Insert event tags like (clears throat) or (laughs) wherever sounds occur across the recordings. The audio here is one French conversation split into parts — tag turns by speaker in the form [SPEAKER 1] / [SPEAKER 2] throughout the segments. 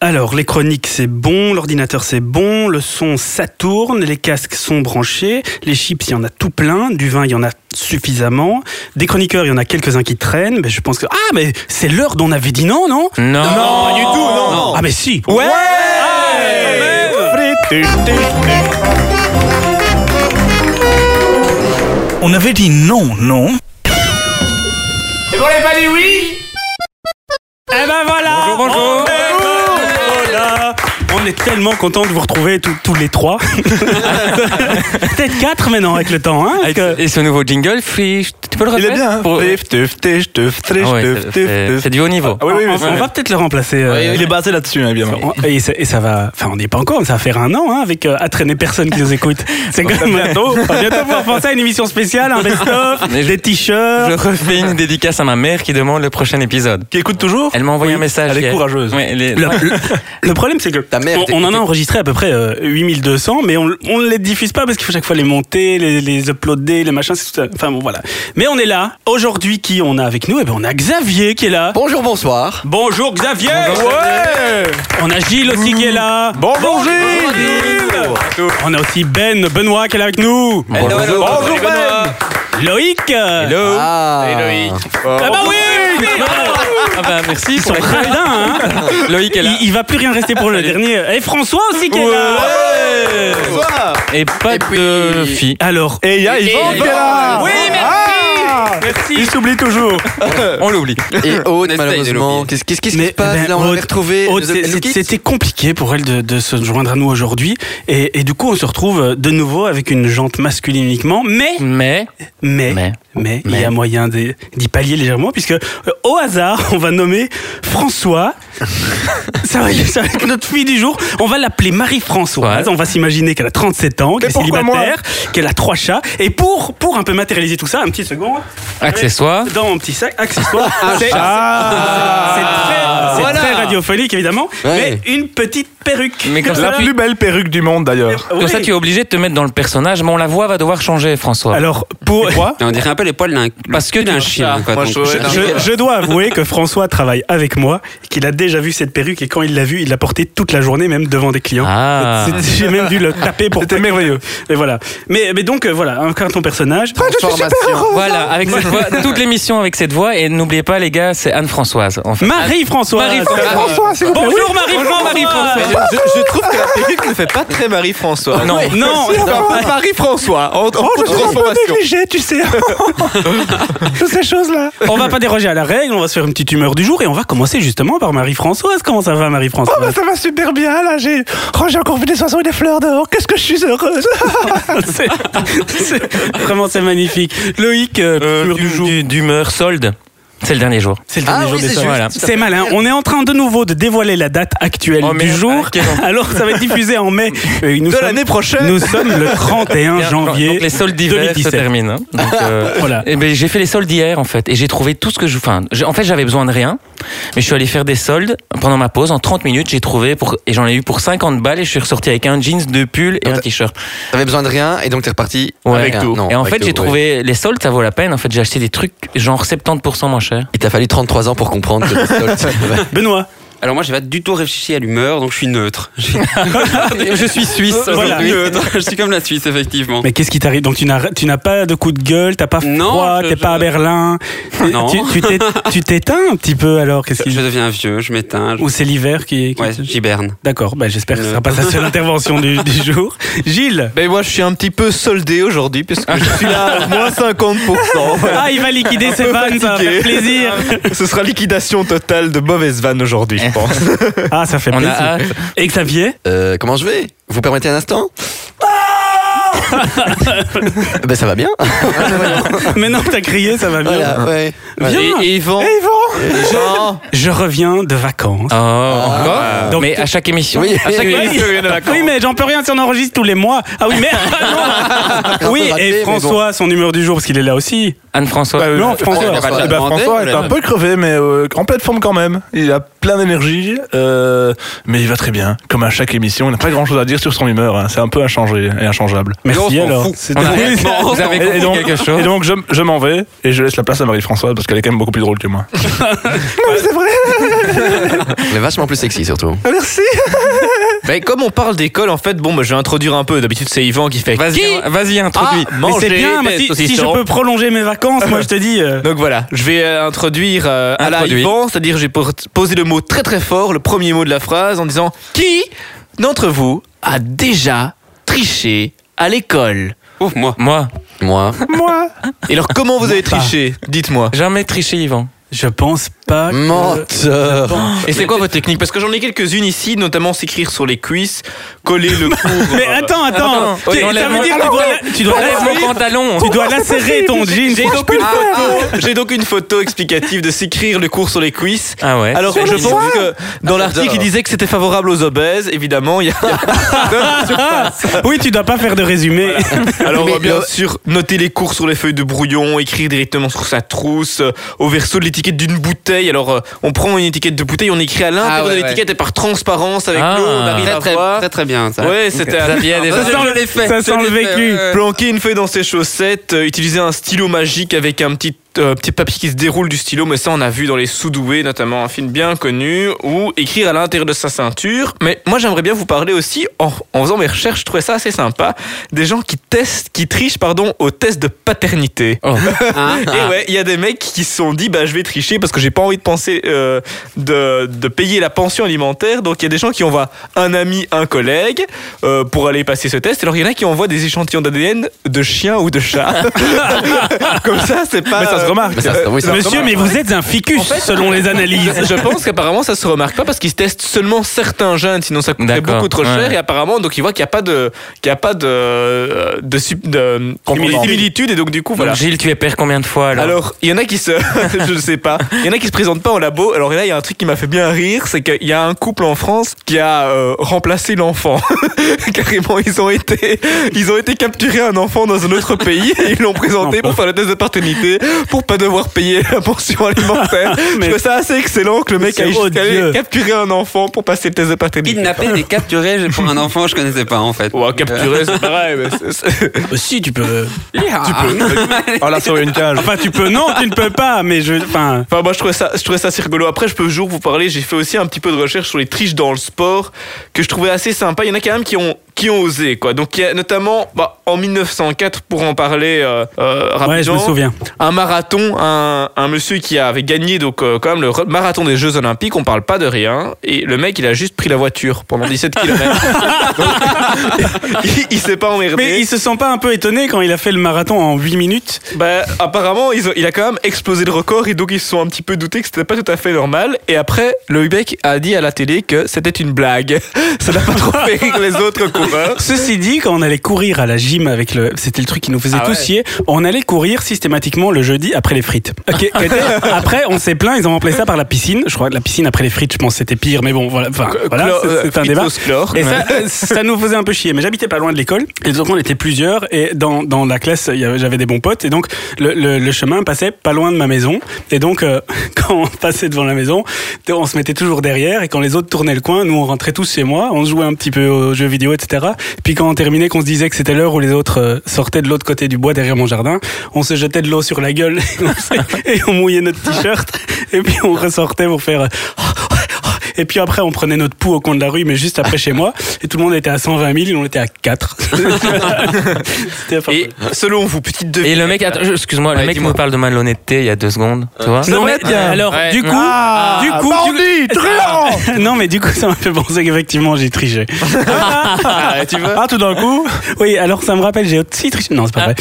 [SPEAKER 1] Alors, les chroniques, c'est bon, l'ordinateur, c'est bon, le son, ça tourne, les casques sont branchés, les chips, il y en a tout plein, du vin, il y en a suffisamment, des chroniqueurs, il y en a quelques-uns qui traînent, mais je pense que... Ah, mais c'est l'heure dont on avait dit non, non
[SPEAKER 2] Non.
[SPEAKER 3] pas du tout, non.
[SPEAKER 1] Ah, mais si
[SPEAKER 3] Ouais,
[SPEAKER 4] On avait dit non, non.
[SPEAKER 3] Et pour les pas dit oui
[SPEAKER 1] Eh ben voilà
[SPEAKER 2] Bonjour, bonjour.
[SPEAKER 1] On est voilà. On est tellement content de vous retrouver tous, tous les
[SPEAKER 3] (laughs)
[SPEAKER 1] trois. Peut-être quatre maintenant avec le temps. Hein, parce
[SPEAKER 2] Avec-
[SPEAKER 1] que-
[SPEAKER 2] Et ce nouveau jingle, Free, tu peux le
[SPEAKER 3] Il
[SPEAKER 2] refaire
[SPEAKER 3] est bien, hein
[SPEAKER 2] Pour-
[SPEAKER 3] Teuf, teuf, teuf, teuf, teuf,
[SPEAKER 2] Ah ouais,
[SPEAKER 3] teuf,
[SPEAKER 2] c'est-
[SPEAKER 3] teuf,
[SPEAKER 2] c'est-
[SPEAKER 3] teuf.
[SPEAKER 2] C'est du haut niveau.
[SPEAKER 3] Ah oui, oui,
[SPEAKER 1] on,
[SPEAKER 3] oui,
[SPEAKER 1] on
[SPEAKER 3] oui.
[SPEAKER 1] va peut-être le remplacer. euh,
[SPEAKER 3] Il est basé là-dessus, hein, évidemment.
[SPEAKER 1] on- Et, ça, et ça va. Enfin, on n'est pas encore, mais ça va faire un an hein, avec euh, à traîner personne qui nous
[SPEAKER 2] (laughs)
[SPEAKER 1] écoute. C'est quand même bientôt. bientôt pouvoir penser à une émission spéciale, un best-of,
[SPEAKER 2] Mais je-
[SPEAKER 1] des t-shirts.
[SPEAKER 2] Je refais une dédicace à ma mère qui demande le prochain épisode.
[SPEAKER 3] Qui écoute toujours
[SPEAKER 2] Elle m'a envoyé un message.
[SPEAKER 3] Elle est
[SPEAKER 2] hier.
[SPEAKER 3] courageuse.
[SPEAKER 2] Ouais, elle est-
[SPEAKER 1] Le, le problème, c'est que
[SPEAKER 5] mère
[SPEAKER 1] on, on en
[SPEAKER 5] t'écoutait.
[SPEAKER 1] a enregistré à peu près euh, 8200, mais on, on les diffuse pas parce qu'il faut chaque fois les monter, les, les uploader, les machins. c'est tout ça. Enfin bon, voilà. Mais on est là. Aujourd'hui, qui on a avec nous Eh ben, on a Xavier qui est là.
[SPEAKER 5] Bonjour, bonsoir.
[SPEAKER 1] Bonjour Xavier.
[SPEAKER 3] Ouais
[SPEAKER 1] On a Gilles aussi qui est là.
[SPEAKER 3] Bonjour
[SPEAKER 1] Gilles. On a aussi Ben Benoît qui est là avec nous.
[SPEAKER 2] Bonjour.
[SPEAKER 3] Bonjour Ben
[SPEAKER 1] Loïc.
[SPEAKER 2] Hello.
[SPEAKER 5] Ah,
[SPEAKER 1] Ah bah oui.
[SPEAKER 2] Ah bah, merci
[SPEAKER 1] Ils sont
[SPEAKER 2] pour l'accueil.
[SPEAKER 1] radins, hein.
[SPEAKER 2] Loïc est là.
[SPEAKER 1] Il, il va plus rien rester pour le dernier. Et François aussi qui est là.
[SPEAKER 3] Bonsoir
[SPEAKER 2] Et pas
[SPEAKER 5] Et puis-
[SPEAKER 2] de fille.
[SPEAKER 1] Alors,
[SPEAKER 3] Et il y a Yvan qui est là
[SPEAKER 1] Oui, merci.
[SPEAKER 3] Ah
[SPEAKER 1] merci.
[SPEAKER 3] Il s'oublie toujours
[SPEAKER 2] On l'oublie.
[SPEAKER 5] et Aude,
[SPEAKER 6] Essaye,
[SPEAKER 5] malheureusement.
[SPEAKER 6] Nelopine.
[SPEAKER 5] Qu'est-ce qu'est-ce qui
[SPEAKER 1] Mais,
[SPEAKER 5] se passe
[SPEAKER 1] eh ben,
[SPEAKER 5] là On
[SPEAKER 1] Aude-
[SPEAKER 5] l'avait retrouvée.
[SPEAKER 1] Aude,
[SPEAKER 5] Elle
[SPEAKER 1] c'est-
[SPEAKER 5] nous
[SPEAKER 1] c'est-
[SPEAKER 5] quitte.
[SPEAKER 1] C'était compliqué pour elle de, de se joindre à nous aujourd'hui. Et, et du coup, on se retrouve de nouveau avec une jante masculine uniquement. Mais,
[SPEAKER 2] Mais
[SPEAKER 1] mais, mais,
[SPEAKER 2] Mais.
[SPEAKER 1] il y a
[SPEAKER 2] Mais.
[SPEAKER 1] moyen d'y d'y pallier légèrement, puisque euh, au hasard, on va nommer
[SPEAKER 2] (laughs)
[SPEAKER 1] François. ça va ça va être notre fille du jour. On va l'appeler Marie-Françoise.
[SPEAKER 2] Ouais.
[SPEAKER 1] On va s'imaginer qu'elle a 37 ans, qu'elle est
[SPEAKER 3] pourquoi moi
[SPEAKER 1] célibataire, qu'elle a trois chats. Et pour, pour un peu matérialiser tout ça, un petit second,
[SPEAKER 2] accessoire.
[SPEAKER 3] Ah
[SPEAKER 1] dans mon petit sac,
[SPEAKER 2] (laughs)
[SPEAKER 1] accessoire, c'est
[SPEAKER 5] Ah,
[SPEAKER 1] c'est très, c'est très radiophonique évidemment,
[SPEAKER 5] Ouais.
[SPEAKER 1] mais une petite perruque.
[SPEAKER 2] Mais comme
[SPEAKER 3] La
[SPEAKER 2] ça,
[SPEAKER 3] plus belle perruque du monde, d'ailleurs
[SPEAKER 1] Oui.
[SPEAKER 2] Comme ça, tu es obligé de te mettre dans le personnage, mais on la voix va devoir changer, François.
[SPEAKER 1] Alors, pour.
[SPEAKER 6] Mais on dirait un peu les poils d'un
[SPEAKER 2] Parce que
[SPEAKER 6] d'un
[SPEAKER 2] tu-
[SPEAKER 6] chien. Quoi,
[SPEAKER 3] Moi, je- ouais, non.
[SPEAKER 1] Je, je dois avouer que François travaille avec moi, qu'il a déjà vu cette perruque et quand il l'a vue, il l'a portée toute la journée, même devant des clients.
[SPEAKER 2] Ah.
[SPEAKER 1] C'est- J'ai même dû le taper pour.
[SPEAKER 3] C'était merveilleux
[SPEAKER 1] Mais voilà. Mais, mais donc, euh, voilà, encore ton personnage.
[SPEAKER 5] Formation.
[SPEAKER 2] Voilà, avec cette voix, toute l'émission avec cette voix, et n'oubliez pas, les gars, c'est Anne-Françoise. Enfin,
[SPEAKER 1] Marie-Françoise
[SPEAKER 2] Marie-Françoise.
[SPEAKER 1] Bonjour
[SPEAKER 3] Bah
[SPEAKER 1] Marie-Françoise
[SPEAKER 3] je, trouve que la perruque ne fait pas très Marie-François.
[SPEAKER 5] Ah,
[SPEAKER 2] Non.
[SPEAKER 1] Non,
[SPEAKER 3] Marie-François, en,
[SPEAKER 5] Oh,
[SPEAKER 1] tu
[SPEAKER 5] (laughs)
[SPEAKER 1] sais. Toutes ces choses-là. On va pas déroger à la règle, on va se faire une petite humeur du jour et on va commencer justement par Marie-Françoise. Comment ça va, Marie-Françoise
[SPEAKER 3] Oh, bah, ça va super bien là, j'ai encore vu des oiseaux et des fleurs dehors, qu'est-ce que je suis heureuse
[SPEAKER 1] (laughs) C'est- c'est- Vraiment, c'est magnifique. Loïc, euh, humeur du jour.
[SPEAKER 2] D'humeur solde. C'est le dernier jour.
[SPEAKER 1] C'est le
[SPEAKER 5] Ah
[SPEAKER 1] dernier jour
[SPEAKER 5] oui,
[SPEAKER 1] des
[SPEAKER 5] c'est
[SPEAKER 1] soldes.
[SPEAKER 5] juste.
[SPEAKER 2] Voilà.
[SPEAKER 1] C'est malin. On est en train de nouveau de dévoiler la date actuelle
[SPEAKER 2] Oh,
[SPEAKER 1] du
[SPEAKER 2] merde.
[SPEAKER 1] jour.
[SPEAKER 2] Quel enfer.
[SPEAKER 1] Alors, ça va être diffusé en mai. Et nous
[SPEAKER 3] De
[SPEAKER 1] sommes-
[SPEAKER 3] l'année prochaine
[SPEAKER 1] Nous sommes le 31 janvier.
[SPEAKER 2] Donc les soldes d'hiver se
[SPEAKER 1] 2017.
[SPEAKER 2] terminent. hein. Donc, euh,
[SPEAKER 1] Voilà.
[SPEAKER 2] eh ben, j'ai fait les soldes hier en fait et j'ai trouvé tout ce que je. Enfin, j'ai- en fait j'avais besoin de rien, mais je suis allé faire des soldes pendant ma pause en 30 minutes. J'ai trouvé pour et j'en ai eu pour 50 balles et je suis ressorti avec un jeans, deux pulls et un t-shirt.
[SPEAKER 5] T'avais besoin de rien et donc t'es reparti
[SPEAKER 2] Ouais.
[SPEAKER 5] avec tout.
[SPEAKER 2] et en fait j'ai trouvé les soldes ça vaut la peine. En fait j'ai acheté des trucs genre 70% moins cher.
[SPEAKER 5] Il t'a fallu 33 ans pour comprendre que
[SPEAKER 3] (laughs)
[SPEAKER 5] le sol, c'est-
[SPEAKER 1] Benoît.
[SPEAKER 6] Alors moi, j'ai pas du tout réfléchi à l'humeur, donc je suis neutre. (laughs) Je suis
[SPEAKER 2] je suis suisse.
[SPEAKER 1] Voilà.
[SPEAKER 2] aujourd'hui.
[SPEAKER 6] neutre. (laughs) Je suis comme la Suisse, effectivement.
[SPEAKER 1] Mais qu'est-ce qui t'arrive Donc tu n'as tu n'as pas de coup de gueule, t'as pas
[SPEAKER 6] Non,
[SPEAKER 1] froid,
[SPEAKER 6] je-
[SPEAKER 1] t'es
[SPEAKER 6] je-
[SPEAKER 1] pas à Berlin.
[SPEAKER 6] Non.
[SPEAKER 1] Tu- tu t'é- Tu t'éteins un petit peu alors Qu'est-ce
[SPEAKER 6] Je
[SPEAKER 1] qui
[SPEAKER 6] deviens vieux, je m'éteins. je-
[SPEAKER 1] ou c'est l'hiver qui, qui-
[SPEAKER 6] Ouais, j'hiberne.
[SPEAKER 1] D'accord, bah, j'espère que ce
[SPEAKER 6] Euh.
[SPEAKER 1] sera pas sa seule intervention du, du jour. Gilles
[SPEAKER 3] Ben moi je suis un petit peu soldé aujourd'hui parce que je suis là à moins 50%. voilà.
[SPEAKER 1] Ah, il va liquider (laughs) ses vannes, ça va
[SPEAKER 3] fatigué.
[SPEAKER 1] faire plaisir
[SPEAKER 3] Ce sera liquidation totale de mauvaise vanne aujourd'hui, je pense.
[SPEAKER 1] Ah, ça fait
[SPEAKER 2] On a
[SPEAKER 1] plaisir.
[SPEAKER 2] hâte.
[SPEAKER 1] Et Xavier
[SPEAKER 5] Euh, Comment je vais Vous permettez un instant (laughs)
[SPEAKER 3] Ah
[SPEAKER 5] Ben ça va bien.
[SPEAKER 1] (laughs) Maintenant que t'as crié, ça va bien.
[SPEAKER 5] Voilà, ouais.
[SPEAKER 1] Viens.
[SPEAKER 3] Et Yvan Yvan
[SPEAKER 1] (laughs) Je reviens de vacances.
[SPEAKER 2] Oh, encore
[SPEAKER 1] Donc,
[SPEAKER 2] Mais à chaque émission.
[SPEAKER 5] Oui.
[SPEAKER 2] À chaque
[SPEAKER 1] Oui.
[SPEAKER 2] émission.
[SPEAKER 1] Oui, mais j'en peux rien si on enregistre tous les mois. Ah oui, mais. (laughs) Ah, non. oui,
[SPEAKER 5] raté, mais
[SPEAKER 1] et
[SPEAKER 5] bon.
[SPEAKER 1] François, son humeur du jour, parce qu'il est là aussi.
[SPEAKER 2] Anne-François.
[SPEAKER 1] Bah,
[SPEAKER 2] euh,
[SPEAKER 6] Ah,
[SPEAKER 1] Non, François.
[SPEAKER 7] eh
[SPEAKER 5] François.
[SPEAKER 7] ben,
[SPEAKER 3] Eh ben, François est un peu crevé, mais euh, en pleine forme quand même. Il a
[SPEAKER 7] plein d'énergie, euh, mais il va très bien. Comme à chaque émission, on n'a pas grand chose à dire sur son humeur. hein. C'est un peu inchangé et inchangeable.
[SPEAKER 1] Merci
[SPEAKER 6] on s'en
[SPEAKER 1] alors.
[SPEAKER 6] fout.
[SPEAKER 7] C'est
[SPEAKER 2] On a-
[SPEAKER 7] Oui,
[SPEAKER 2] bon, vous avez
[SPEAKER 7] Et- et
[SPEAKER 2] compris
[SPEAKER 7] donc-
[SPEAKER 2] quelque chose.
[SPEAKER 7] Et donc, je, je m'en vais et je laisse la place à Marie-Françoise parce qu'elle est quand même beaucoup plus drôle que moi.
[SPEAKER 5] Elle est vachement plus sexy surtout.
[SPEAKER 3] Merci. Mais Ben, comme on parle d'école, en fait, bon, bah, je vais introduire un peu. D'habitude, c'est Yvan qui fait.
[SPEAKER 2] Vas-y, hein,
[SPEAKER 3] Qui
[SPEAKER 2] vas-y, introduis.
[SPEAKER 3] a
[SPEAKER 1] Mais
[SPEAKER 3] mangé
[SPEAKER 1] c'est bien,
[SPEAKER 3] des
[SPEAKER 1] mais si, si je
[SPEAKER 3] saucissons
[SPEAKER 1] peux prolonger mes vacances, moi je te dis. euh,
[SPEAKER 3] Donc voilà, je vais euh, introduire euh, à la
[SPEAKER 2] Introduis.
[SPEAKER 3] Yvan, c'est-à-dire j'ai por- posé le mot très très fort, le premier mot de la phrase en disant qui d'entre vous a déjà triché à l'école
[SPEAKER 6] Ouf, moi.
[SPEAKER 2] Moi,
[SPEAKER 5] Moi,
[SPEAKER 3] Moi. Et alors comment vous avez triché Dites-moi.
[SPEAKER 2] jamais triché, Yvan.
[SPEAKER 1] Je pense pas. que-
[SPEAKER 5] menteur.
[SPEAKER 3] Et c'est quoi votre technique Parce que j'en ai quelques-unes ici, notamment s'écrire sur les cuisses, coller (laughs) le cou.
[SPEAKER 1] Mais attends, attends.
[SPEAKER 2] Attends,
[SPEAKER 1] Tu-
[SPEAKER 2] on
[SPEAKER 1] Ça
[SPEAKER 2] lève
[SPEAKER 1] veut
[SPEAKER 2] mon-
[SPEAKER 1] dire que tu dois la- tu dois
[SPEAKER 2] Enlève mon
[SPEAKER 1] lacérer-
[SPEAKER 2] pantalon.
[SPEAKER 1] tu dois lacérer ton jean.
[SPEAKER 3] J'ai donc, une photo, j'ai donc une photo explicative de s'écrire le cours sur les cuisses.
[SPEAKER 2] Ah ouais.
[SPEAKER 3] Alors
[SPEAKER 2] c'est
[SPEAKER 3] je
[SPEAKER 2] mignon.
[SPEAKER 3] pense que dans
[SPEAKER 5] Ah, j'adore.
[SPEAKER 3] l'article il disait que c'était favorable aux obèses, évidemment il y a
[SPEAKER 1] Oui, tu dois pas faire de résumé.
[SPEAKER 3] Alors
[SPEAKER 5] Mais
[SPEAKER 3] euh, bien
[SPEAKER 5] le-
[SPEAKER 3] sûr, noter les cours sur les feuilles de brouillon, écrire directement sur sa trousse, euh, au verso de l'étiquette d'une bouteille. Alors euh, on prend une étiquette de bouteille, on écrit à l'intérieur
[SPEAKER 6] Ah ouais,
[SPEAKER 3] de l'étiquette et par transparence avec
[SPEAKER 2] Ah.
[SPEAKER 3] l'eau, on arrive
[SPEAKER 6] Très
[SPEAKER 3] à
[SPEAKER 6] très,
[SPEAKER 3] voir.
[SPEAKER 6] très très bien ça.
[SPEAKER 3] Ouais, c'était à-
[SPEAKER 2] Xavier a des-
[SPEAKER 6] Ça
[SPEAKER 1] sent
[SPEAKER 6] je
[SPEAKER 1] le-
[SPEAKER 6] l'ai fait,
[SPEAKER 1] ça
[SPEAKER 6] je
[SPEAKER 1] sent le
[SPEAKER 6] l'ai fait, euh,
[SPEAKER 1] vécu.
[SPEAKER 6] ouais, ouais.
[SPEAKER 3] planquer une feuille dans ses chaussettes, euh, utiliser un stylo magique avec un petit euh, petit papier qui se déroule du stylo, mais ça on a vu dans les sous-doués, notamment un film bien connu, ou écrire à l'intérieur de sa ceinture. Mais moi j'aimerais bien vous parler aussi, en, en faisant mes recherches, je trouvais ça assez sympa, des gens qui testent, qui trichent, pardon, au test de paternité.
[SPEAKER 1] (laughs)
[SPEAKER 2] Oh.
[SPEAKER 6] Hein
[SPEAKER 7] Ah.
[SPEAKER 3] Et ouais, il y a des mecs qui se sont dit, bah, je vais tricher parce que j'ai pas envie de penser euh, de, de payer la pension alimentaire. Donc il y a des gens qui envoient un ami, un collègue euh, pour aller passer ce test. Alors il y en a qui envoient des échantillons d'ADN de chiens ou de
[SPEAKER 7] (laughs)
[SPEAKER 3] chats. Comme ça, c'est pas.
[SPEAKER 7] Mais ça se
[SPEAKER 3] euh,
[SPEAKER 7] remarque.
[SPEAKER 5] Mais ça, oui, ça-
[SPEAKER 1] Monsieur, mais vous êtes un ficus selon les analyses.
[SPEAKER 3] je pense qu'apparemment ça se remarque pas parce qu'ils testent seulement certains gènes, sinon ça coûterait
[SPEAKER 2] D'accord,
[SPEAKER 3] beaucoup trop
[SPEAKER 2] ouais.
[SPEAKER 3] cher. Et apparemment, donc ils voient qu'il n'y a pas de, qu'il y a pas de, euh, de, sup- de
[SPEAKER 7] Complément.
[SPEAKER 3] similitude. Et donc du coup, voilà.
[SPEAKER 2] Donc, Gilles, tu es père combien de fois alors
[SPEAKER 3] Alors, il y en a qui se. (laughs) je ne sais pas. Il y en a qui se présentent pas en labo. Alors là, il y a un truc qui m'a fait bien rire c'est qu'il y a un couple en France qui a euh, remplacé l'enfant. (laughs) Carrément, ils ont, été, ils ont été capturer un enfant dans un autre pays et ils l'ont présenté pour faire le test de paternité pour pas devoir payer la pension alimentaire.
[SPEAKER 1] (laughs) Mais-
[SPEAKER 3] Je trouve ça assez excellent que le mec
[SPEAKER 1] C'est
[SPEAKER 3] aille jusqu'à
[SPEAKER 1] odieux.
[SPEAKER 3] aller capturer un enfant pour passer le test de paternité.
[SPEAKER 6] Kidnapper des capturés j'ai- pour un enfant, je connaissais pas en fait. (laughs)
[SPEAKER 3] Ouais, capturer, c'est pareil. mais c'est- c'est-
[SPEAKER 1] Euh, si, tu peux.
[SPEAKER 6] Tu
[SPEAKER 7] Ah là, sur une cage.
[SPEAKER 1] Enfin, tu peux. Non, tu ne peux pas. Mais je. Enfin.
[SPEAKER 3] Enfin, moi, je trouvais ça, je trouvais ça assez rigolo. Après, je peux toujours vous parler. J'ai fait aussi un petit peu de recherche sur les triches dans le sport que je trouvais assez sympa. Il y en a quand même qui ont, qui ont osé, quoi. Donc, il y a notamment, bah, en 1904, pour en parler euh, euh, rapidement,
[SPEAKER 1] Ouais, je me souviens.
[SPEAKER 3] un marathon, un, un monsieur qui avait gagné, donc, euh, quand même, le re- marathon des Jeux Olympiques. On parle pas de rien. Et le mec, il a juste pris la voiture pendant
[SPEAKER 1] (laughs)
[SPEAKER 3] 17 km. (laughs) il, il s'est pas emmerdé.
[SPEAKER 1] Mais ils se sont pas un peu étonnés quand il a fait le marathon en 8 minutes
[SPEAKER 3] Bah, apparemment, ils ont- il a quand même explosé le record et donc ils se sont un petit peu doutés que c'était pas tout à fait normal. Et après, le Ubec a dit à la télé que c'était une blague. (laughs) Ça n'a pas trop fait rire les autres coureurs.
[SPEAKER 1] Ceci dit, quand on allait courir à la gym avec le, c'était le truc qui nous faisait
[SPEAKER 3] Ah
[SPEAKER 1] tous
[SPEAKER 3] ouais.
[SPEAKER 1] chier. On allait courir systématiquement le jeudi après les frites. Ok, qui était- après, on s'est plaint, ils ont remplacé ça par la piscine. Je crois que la piscine après les frites, je pense que c'était pire, mais bon, voilà. Enfin, voilà,
[SPEAKER 3] Chlore-
[SPEAKER 1] c'est- c'est un débat.
[SPEAKER 3] phytoschlore.
[SPEAKER 1] Et ça, euh, ça nous faisait un peu chier. Mais j'habitais pas loin de l'école. Et donc, on était plusieurs. Et dans, dans la classe, il y avait- j'avais des bons potes. Et donc, le, le- le chemin passait pas loin de ma maison. Et donc, euh, (laughs) quand on passait devant la maison, on se mettait toujours derrière. Et quand les autres tournaient le coin, nous, on rentrait tous chez moi. On jouait un petit peu aux jeux vidéo, etc. Puis quand on terminait, qu'on se disait que c'était l'heure où les autres euh, sortaient de l'autre côté du bois derrière mon jardin, on se jetait de l'eau sur la gueule. (laughs) et on mouillait notre t-shirt. Et puis, on ressortait pour faire... euh, et puis après, on prenait notre pouls au coin de la rue, mais juste après chez moi. Et tout le monde était à 120 000, on était à 4. (laughs) C'était pas
[SPEAKER 3] Et selon vous, petite
[SPEAKER 2] Et
[SPEAKER 3] devise.
[SPEAKER 2] le mec, attends, je- excuse-moi,
[SPEAKER 6] Ouais,
[SPEAKER 2] le mec
[SPEAKER 6] dis-moi.
[SPEAKER 2] me parle de malhonnêteté il y a deux secondes, tu vois euh,
[SPEAKER 1] Non, mais,
[SPEAKER 3] bien. Ah,
[SPEAKER 1] alors,
[SPEAKER 6] Ouais.
[SPEAKER 1] du coup, du coup, (laughs) du- non, mais du coup, ça m'a fait penser qu'effectivement, j'ai triché.
[SPEAKER 3] (laughs) Ah, tu vois
[SPEAKER 1] Ah, tout d'un coup? Oui, alors, ça me rappelle, j'ai aussi triché. Non, c'est pas vrai.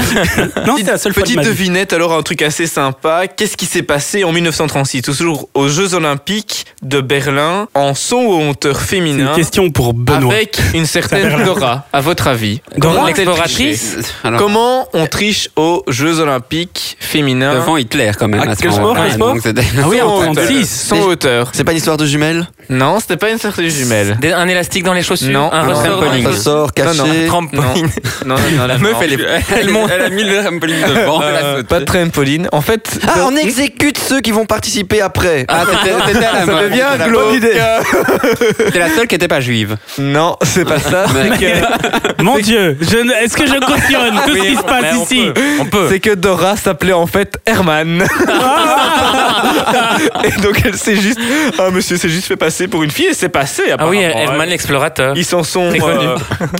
[SPEAKER 1] non, c'est la seule fois de
[SPEAKER 3] Ah. Petite
[SPEAKER 1] ma vie.
[SPEAKER 3] devinette, alors un truc assez sympa. Qu'est-ce qui s'est passé en 1936 Toujours aux Jeux Olympiques de Berlin, féminin en son ou en auteur
[SPEAKER 1] C'est une
[SPEAKER 3] féminin
[SPEAKER 1] question pour Benoît.
[SPEAKER 3] avec une certaine Dora, à votre avis
[SPEAKER 1] Dora
[SPEAKER 3] Comment a-t-elle
[SPEAKER 2] L'exploratrice
[SPEAKER 3] triché
[SPEAKER 6] Alors,
[SPEAKER 3] Comment on triche aux Jeux Olympiques féminins
[SPEAKER 6] devant Hitler quand même.
[SPEAKER 1] Ah,
[SPEAKER 6] à ce
[SPEAKER 1] quel sport,
[SPEAKER 6] moment-là.
[SPEAKER 1] quel sport
[SPEAKER 6] donc c'était-
[SPEAKER 1] Ah oui,
[SPEAKER 3] Sans
[SPEAKER 1] en
[SPEAKER 3] hauteur.
[SPEAKER 1] 36.
[SPEAKER 3] Sans hauteur.
[SPEAKER 5] C'est pas une histoire de jumelles
[SPEAKER 3] Non, c'était pas une certaine jumelle.
[SPEAKER 2] Des- Un élastique dans les chaussures
[SPEAKER 3] Non,
[SPEAKER 2] un
[SPEAKER 3] non,
[SPEAKER 2] ressort dans les
[SPEAKER 3] trampoline.
[SPEAKER 5] Ça
[SPEAKER 2] chaussures
[SPEAKER 5] sort caché.
[SPEAKER 2] Trampoline.
[SPEAKER 3] Non, non, non,
[SPEAKER 6] Ah,
[SPEAKER 2] La
[SPEAKER 3] non.
[SPEAKER 2] meuf, elle est tellement.
[SPEAKER 6] (laughs) Elle a mis le trampoline devant. elle a
[SPEAKER 3] Euh,
[SPEAKER 6] sauté.
[SPEAKER 3] pas de trampoline. En fait,
[SPEAKER 5] Ah, on exécute ceux qui vont participer après.
[SPEAKER 6] Ah, c'était- c'était à la main.
[SPEAKER 3] Ah,
[SPEAKER 6] C'était la-
[SPEAKER 5] idée.
[SPEAKER 6] C'était la seule qui n'était pas juive.
[SPEAKER 3] non, c'est pas ça.
[SPEAKER 6] Mais-
[SPEAKER 3] C'est
[SPEAKER 1] (laughs)
[SPEAKER 3] que,
[SPEAKER 1] Mon Dieu, je ne- est-ce que je cautionne tout ce qui se
[SPEAKER 2] Mais
[SPEAKER 1] passe
[SPEAKER 2] on
[SPEAKER 1] ici
[SPEAKER 2] peut, On peut.
[SPEAKER 3] (laughs) c'est que Dora s'appelait en fait Herman. (laughs) et donc elle s'est juste, ah monsieur, c'est juste fait passer pour une fille et c'est passé.
[SPEAKER 2] Ah oui,
[SPEAKER 3] apparemment.
[SPEAKER 2] Herman l'explorateur.
[SPEAKER 3] Ils s'en sont,
[SPEAKER 2] Très connu.
[SPEAKER 3] euh,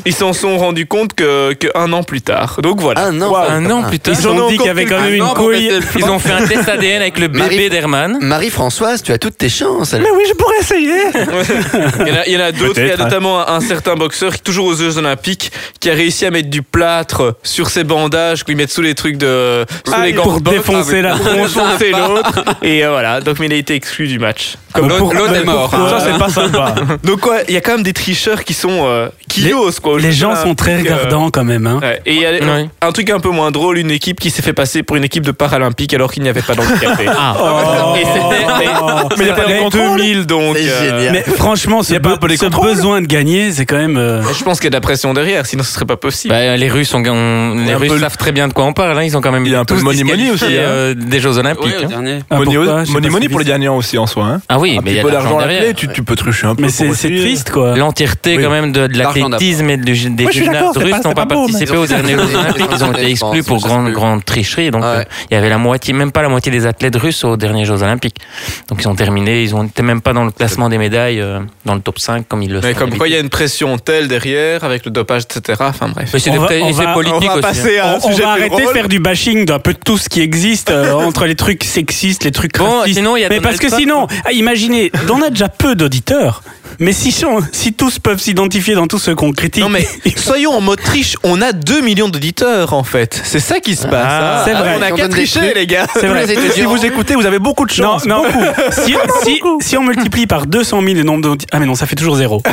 [SPEAKER 3] ils s'en sont rendus compte que, que un an plus tard. Donc voilà.
[SPEAKER 5] Ah non.
[SPEAKER 2] Un an plus tard.
[SPEAKER 1] Ils
[SPEAKER 3] en
[SPEAKER 1] ont
[SPEAKER 3] ont
[SPEAKER 1] dit qu'il y
[SPEAKER 3] encore
[SPEAKER 1] avait
[SPEAKER 3] plus-
[SPEAKER 1] quand même
[SPEAKER 6] Ah
[SPEAKER 1] une
[SPEAKER 6] non, mais
[SPEAKER 1] couille.
[SPEAKER 6] c'est-
[SPEAKER 2] Ils ont fait un test ADN avec le bébé
[SPEAKER 5] Marie-
[SPEAKER 2] d'Herman.
[SPEAKER 5] Marie-Françoise, tu as toutes tes chances. elle.
[SPEAKER 1] oui, je pourrais essayer.
[SPEAKER 3] Il y en a, il y en a d'autres. Il y a
[SPEAKER 7] Peut-être, hein.
[SPEAKER 3] notamment un, un certain boxeur qui, toujours aux Jeux Olympiques, qui a réussi à mettre du plâtre sur ses bandages, qu'ils mettent sous les trucs de, sous les gants
[SPEAKER 1] Ah, pour
[SPEAKER 3] de boxe,
[SPEAKER 1] défoncer la
[SPEAKER 3] pour (laughs) enfoncer l'autre. Et euh, voilà. Donc, mais il a été exclu du match.
[SPEAKER 1] Comme
[SPEAKER 6] L'autre l'autre est mort.
[SPEAKER 7] Ça, c'est
[SPEAKER 1] (laughs)
[SPEAKER 7] pas sympa.
[SPEAKER 3] Donc, quoi, il y a quand même des tricheurs qui sont, euh, qui
[SPEAKER 1] Les-
[SPEAKER 3] osent, quoi. aux
[SPEAKER 1] Les
[SPEAKER 3] Jeux
[SPEAKER 1] gens sont très
[SPEAKER 3] Olympiques, euh,
[SPEAKER 1] regardants quand même. hein.
[SPEAKER 3] ouais. Et il y a
[SPEAKER 2] Oui.
[SPEAKER 3] un truc un peu moins drôle, une équipe qui s'est fait passer pour une équipe de paralympique alors qu'il n'y avait pas d'handicapé.
[SPEAKER 1] Ah.
[SPEAKER 3] Et c'était
[SPEAKER 1] Oh.
[SPEAKER 3] mais il y a pas
[SPEAKER 1] Mais-
[SPEAKER 3] en 2000 donc.
[SPEAKER 5] C'est
[SPEAKER 3] euh,
[SPEAKER 5] génial.
[SPEAKER 1] Mais franchement, ce,
[SPEAKER 7] Y a pas un
[SPEAKER 1] be-
[SPEAKER 7] peu les
[SPEAKER 1] ce
[SPEAKER 7] contrôles
[SPEAKER 1] besoin de gagner, c'est quand même. euh,
[SPEAKER 3] Je pense qu'il y a de la pression derrière, sinon ce serait pas possible.
[SPEAKER 2] Bah, les Russes, ont- ont- les
[SPEAKER 7] un
[SPEAKER 2] Russes
[SPEAKER 7] peu-
[SPEAKER 2] savent très bien de quoi on parle. hein. Ils ont quand même
[SPEAKER 7] Il y a un peu
[SPEAKER 2] tous
[SPEAKER 7] de money money
[SPEAKER 2] disqualifié,
[SPEAKER 7] aussi, hein.
[SPEAKER 2] euh, des Jeux Olympiques.
[SPEAKER 6] Ouais, au
[SPEAKER 2] hein.
[SPEAKER 6] dernier.
[SPEAKER 1] ah,
[SPEAKER 7] Money,
[SPEAKER 1] pourquoi, je sais
[SPEAKER 7] money,
[SPEAKER 1] pas
[SPEAKER 7] money
[SPEAKER 1] si
[SPEAKER 7] pour les
[SPEAKER 1] vite.
[SPEAKER 7] gagnants aussi en soi. Hein.
[SPEAKER 2] Ah oui,
[SPEAKER 7] Un
[SPEAKER 2] mais il
[SPEAKER 7] petit
[SPEAKER 2] y a
[SPEAKER 7] peu
[SPEAKER 2] de l'argent
[SPEAKER 7] d'argent à la clé,
[SPEAKER 2] derrière.
[SPEAKER 7] tu, tu peux trucher un peu.
[SPEAKER 1] Mais
[SPEAKER 7] pour
[SPEAKER 1] c'est c'est
[SPEAKER 7] aussi.
[SPEAKER 1] triste quoi.
[SPEAKER 2] L'entièreté
[SPEAKER 7] Oui.
[SPEAKER 2] quand même de, de
[SPEAKER 6] L'argent
[SPEAKER 2] l'athlétisme et de- des
[SPEAKER 4] je suis
[SPEAKER 2] gymnastes
[SPEAKER 4] d'accord, c'est
[SPEAKER 2] russes
[SPEAKER 4] pas-
[SPEAKER 2] n'ont
[SPEAKER 4] c'est
[SPEAKER 2] pas
[SPEAKER 4] pas beau,
[SPEAKER 2] participé
[SPEAKER 5] mais-
[SPEAKER 2] aux derniers Jeux Olympiques. Ils ont été exclus pour
[SPEAKER 5] Je sais
[SPEAKER 2] grande,
[SPEAKER 5] plus.
[SPEAKER 2] grande tricherie. Donc
[SPEAKER 5] Ouais.
[SPEAKER 2] euh, il y avait la moitié, même pas la moitié des athlètes russes aux derniers Jeux Olympiques. Donc ils ont terminé, ils n'étaient même pas dans le classement des médailles, euh, dans le top 5 comme ils le
[SPEAKER 3] Mais
[SPEAKER 2] sont
[SPEAKER 3] comme quoi, il y a
[SPEAKER 2] d'habitude.
[SPEAKER 3] une pression telle derrière, avec le dopage, etc. Enfin bref.
[SPEAKER 2] Mais c'est
[SPEAKER 1] On
[SPEAKER 2] de-
[SPEAKER 1] va- on
[SPEAKER 2] et c'est
[SPEAKER 1] va-
[SPEAKER 3] On
[SPEAKER 2] politique
[SPEAKER 3] va
[SPEAKER 2] aussi. hein.
[SPEAKER 3] passer à un
[SPEAKER 1] On, on
[SPEAKER 3] sujet
[SPEAKER 1] va
[SPEAKER 3] plus
[SPEAKER 1] arrêter de
[SPEAKER 3] drôle.
[SPEAKER 1] faire du bashing d'un peu de tout ce qui existe euh, entre les trucs sexistes, les trucs
[SPEAKER 2] Bon,
[SPEAKER 1] racistes.
[SPEAKER 2] sinon, il y a
[SPEAKER 1] Ah, mais
[SPEAKER 2] Donald
[SPEAKER 1] parce que
[SPEAKER 2] Trump.
[SPEAKER 1] sinon, ah, imaginez, on a déjà peu d'auditeurs. Mais si, si tous peuvent s'identifier dans tout ce qu'on critique,
[SPEAKER 3] Non mais soyons en mode triche, on a 2 millions d'auditeurs en fait. C'est ça qui se passe. hein.
[SPEAKER 1] Ah, c'est vrai.
[SPEAKER 3] On a
[SPEAKER 5] On
[SPEAKER 3] qu'à
[SPEAKER 5] donne des
[SPEAKER 3] tricher
[SPEAKER 5] trucs.
[SPEAKER 3] les gars.
[SPEAKER 1] c'est vrai.
[SPEAKER 5] Si vous écoutez, vous avez beaucoup de
[SPEAKER 1] Non, non. (laughs) Si, si, si on multiplie par 200 000 le nombre d'auditeurs. Ah, mais non, ça fait toujours zéro.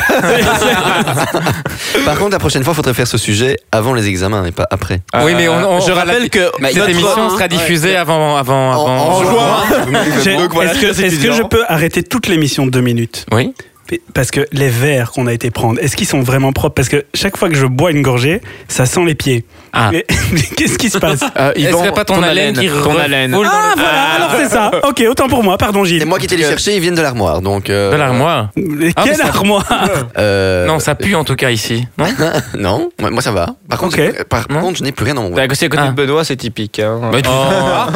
[SPEAKER 5] Par contre, la prochaine fois, faudrait faire ce sujet avant les examens et pas après.
[SPEAKER 2] Ah Oui, mais on- on-
[SPEAKER 3] je
[SPEAKER 2] on
[SPEAKER 3] rappelle que
[SPEAKER 6] Mais
[SPEAKER 2] Cette
[SPEAKER 6] notre-
[SPEAKER 2] émission
[SPEAKER 6] hein,
[SPEAKER 2] sera
[SPEAKER 6] ouais.
[SPEAKER 2] diffusée avant, avant,
[SPEAKER 5] En-
[SPEAKER 2] avant.
[SPEAKER 5] en juin.
[SPEAKER 1] J'ai-
[SPEAKER 3] Donc voilà,
[SPEAKER 1] Est-ce que,
[SPEAKER 3] chers
[SPEAKER 1] est-ce que
[SPEAKER 3] étudiants.
[SPEAKER 1] je peux arrêter toute l'émission de deux minutes
[SPEAKER 2] Oui.
[SPEAKER 1] Parce que les verres qu'on a été prendre, est-ce qu'ils sont vraiment propres Parce que chaque fois que je bois une gorgée, ça sent les pieds.
[SPEAKER 2] Ah.
[SPEAKER 1] Mais- (laughs) mais qu'est-ce qui se passe
[SPEAKER 3] Euh,
[SPEAKER 2] Est-ce
[SPEAKER 3] Yvan,
[SPEAKER 2] que pas ton, haleine, qui
[SPEAKER 3] ton haleine.
[SPEAKER 2] refoule dans
[SPEAKER 1] Ah voilà, alors c'est ça. Ok, autant pour moi, pardon
[SPEAKER 5] C'est
[SPEAKER 1] Gilles.
[SPEAKER 5] moi qui t'ai les chercher, ils viennent de l'armoire. Donc, euh,
[SPEAKER 2] le- dans l'armoire
[SPEAKER 1] Mais
[SPEAKER 2] Ah, mais
[SPEAKER 1] Quelle
[SPEAKER 2] ça-
[SPEAKER 1] armoire
[SPEAKER 5] euh,
[SPEAKER 2] Non, ça pue en tout cas (laughs) ici. Non
[SPEAKER 5] (laughs) non, moi moi, ça va. Par contre,
[SPEAKER 1] Ok.
[SPEAKER 5] j'ai- par
[SPEAKER 2] Non.
[SPEAKER 5] contre, je n'ai plus rien dans mon
[SPEAKER 3] D'un
[SPEAKER 5] voile.
[SPEAKER 3] côté, à côté
[SPEAKER 2] Ah.
[SPEAKER 3] de Benoît, c'est typique. hein.
[SPEAKER 2] Bah, tu-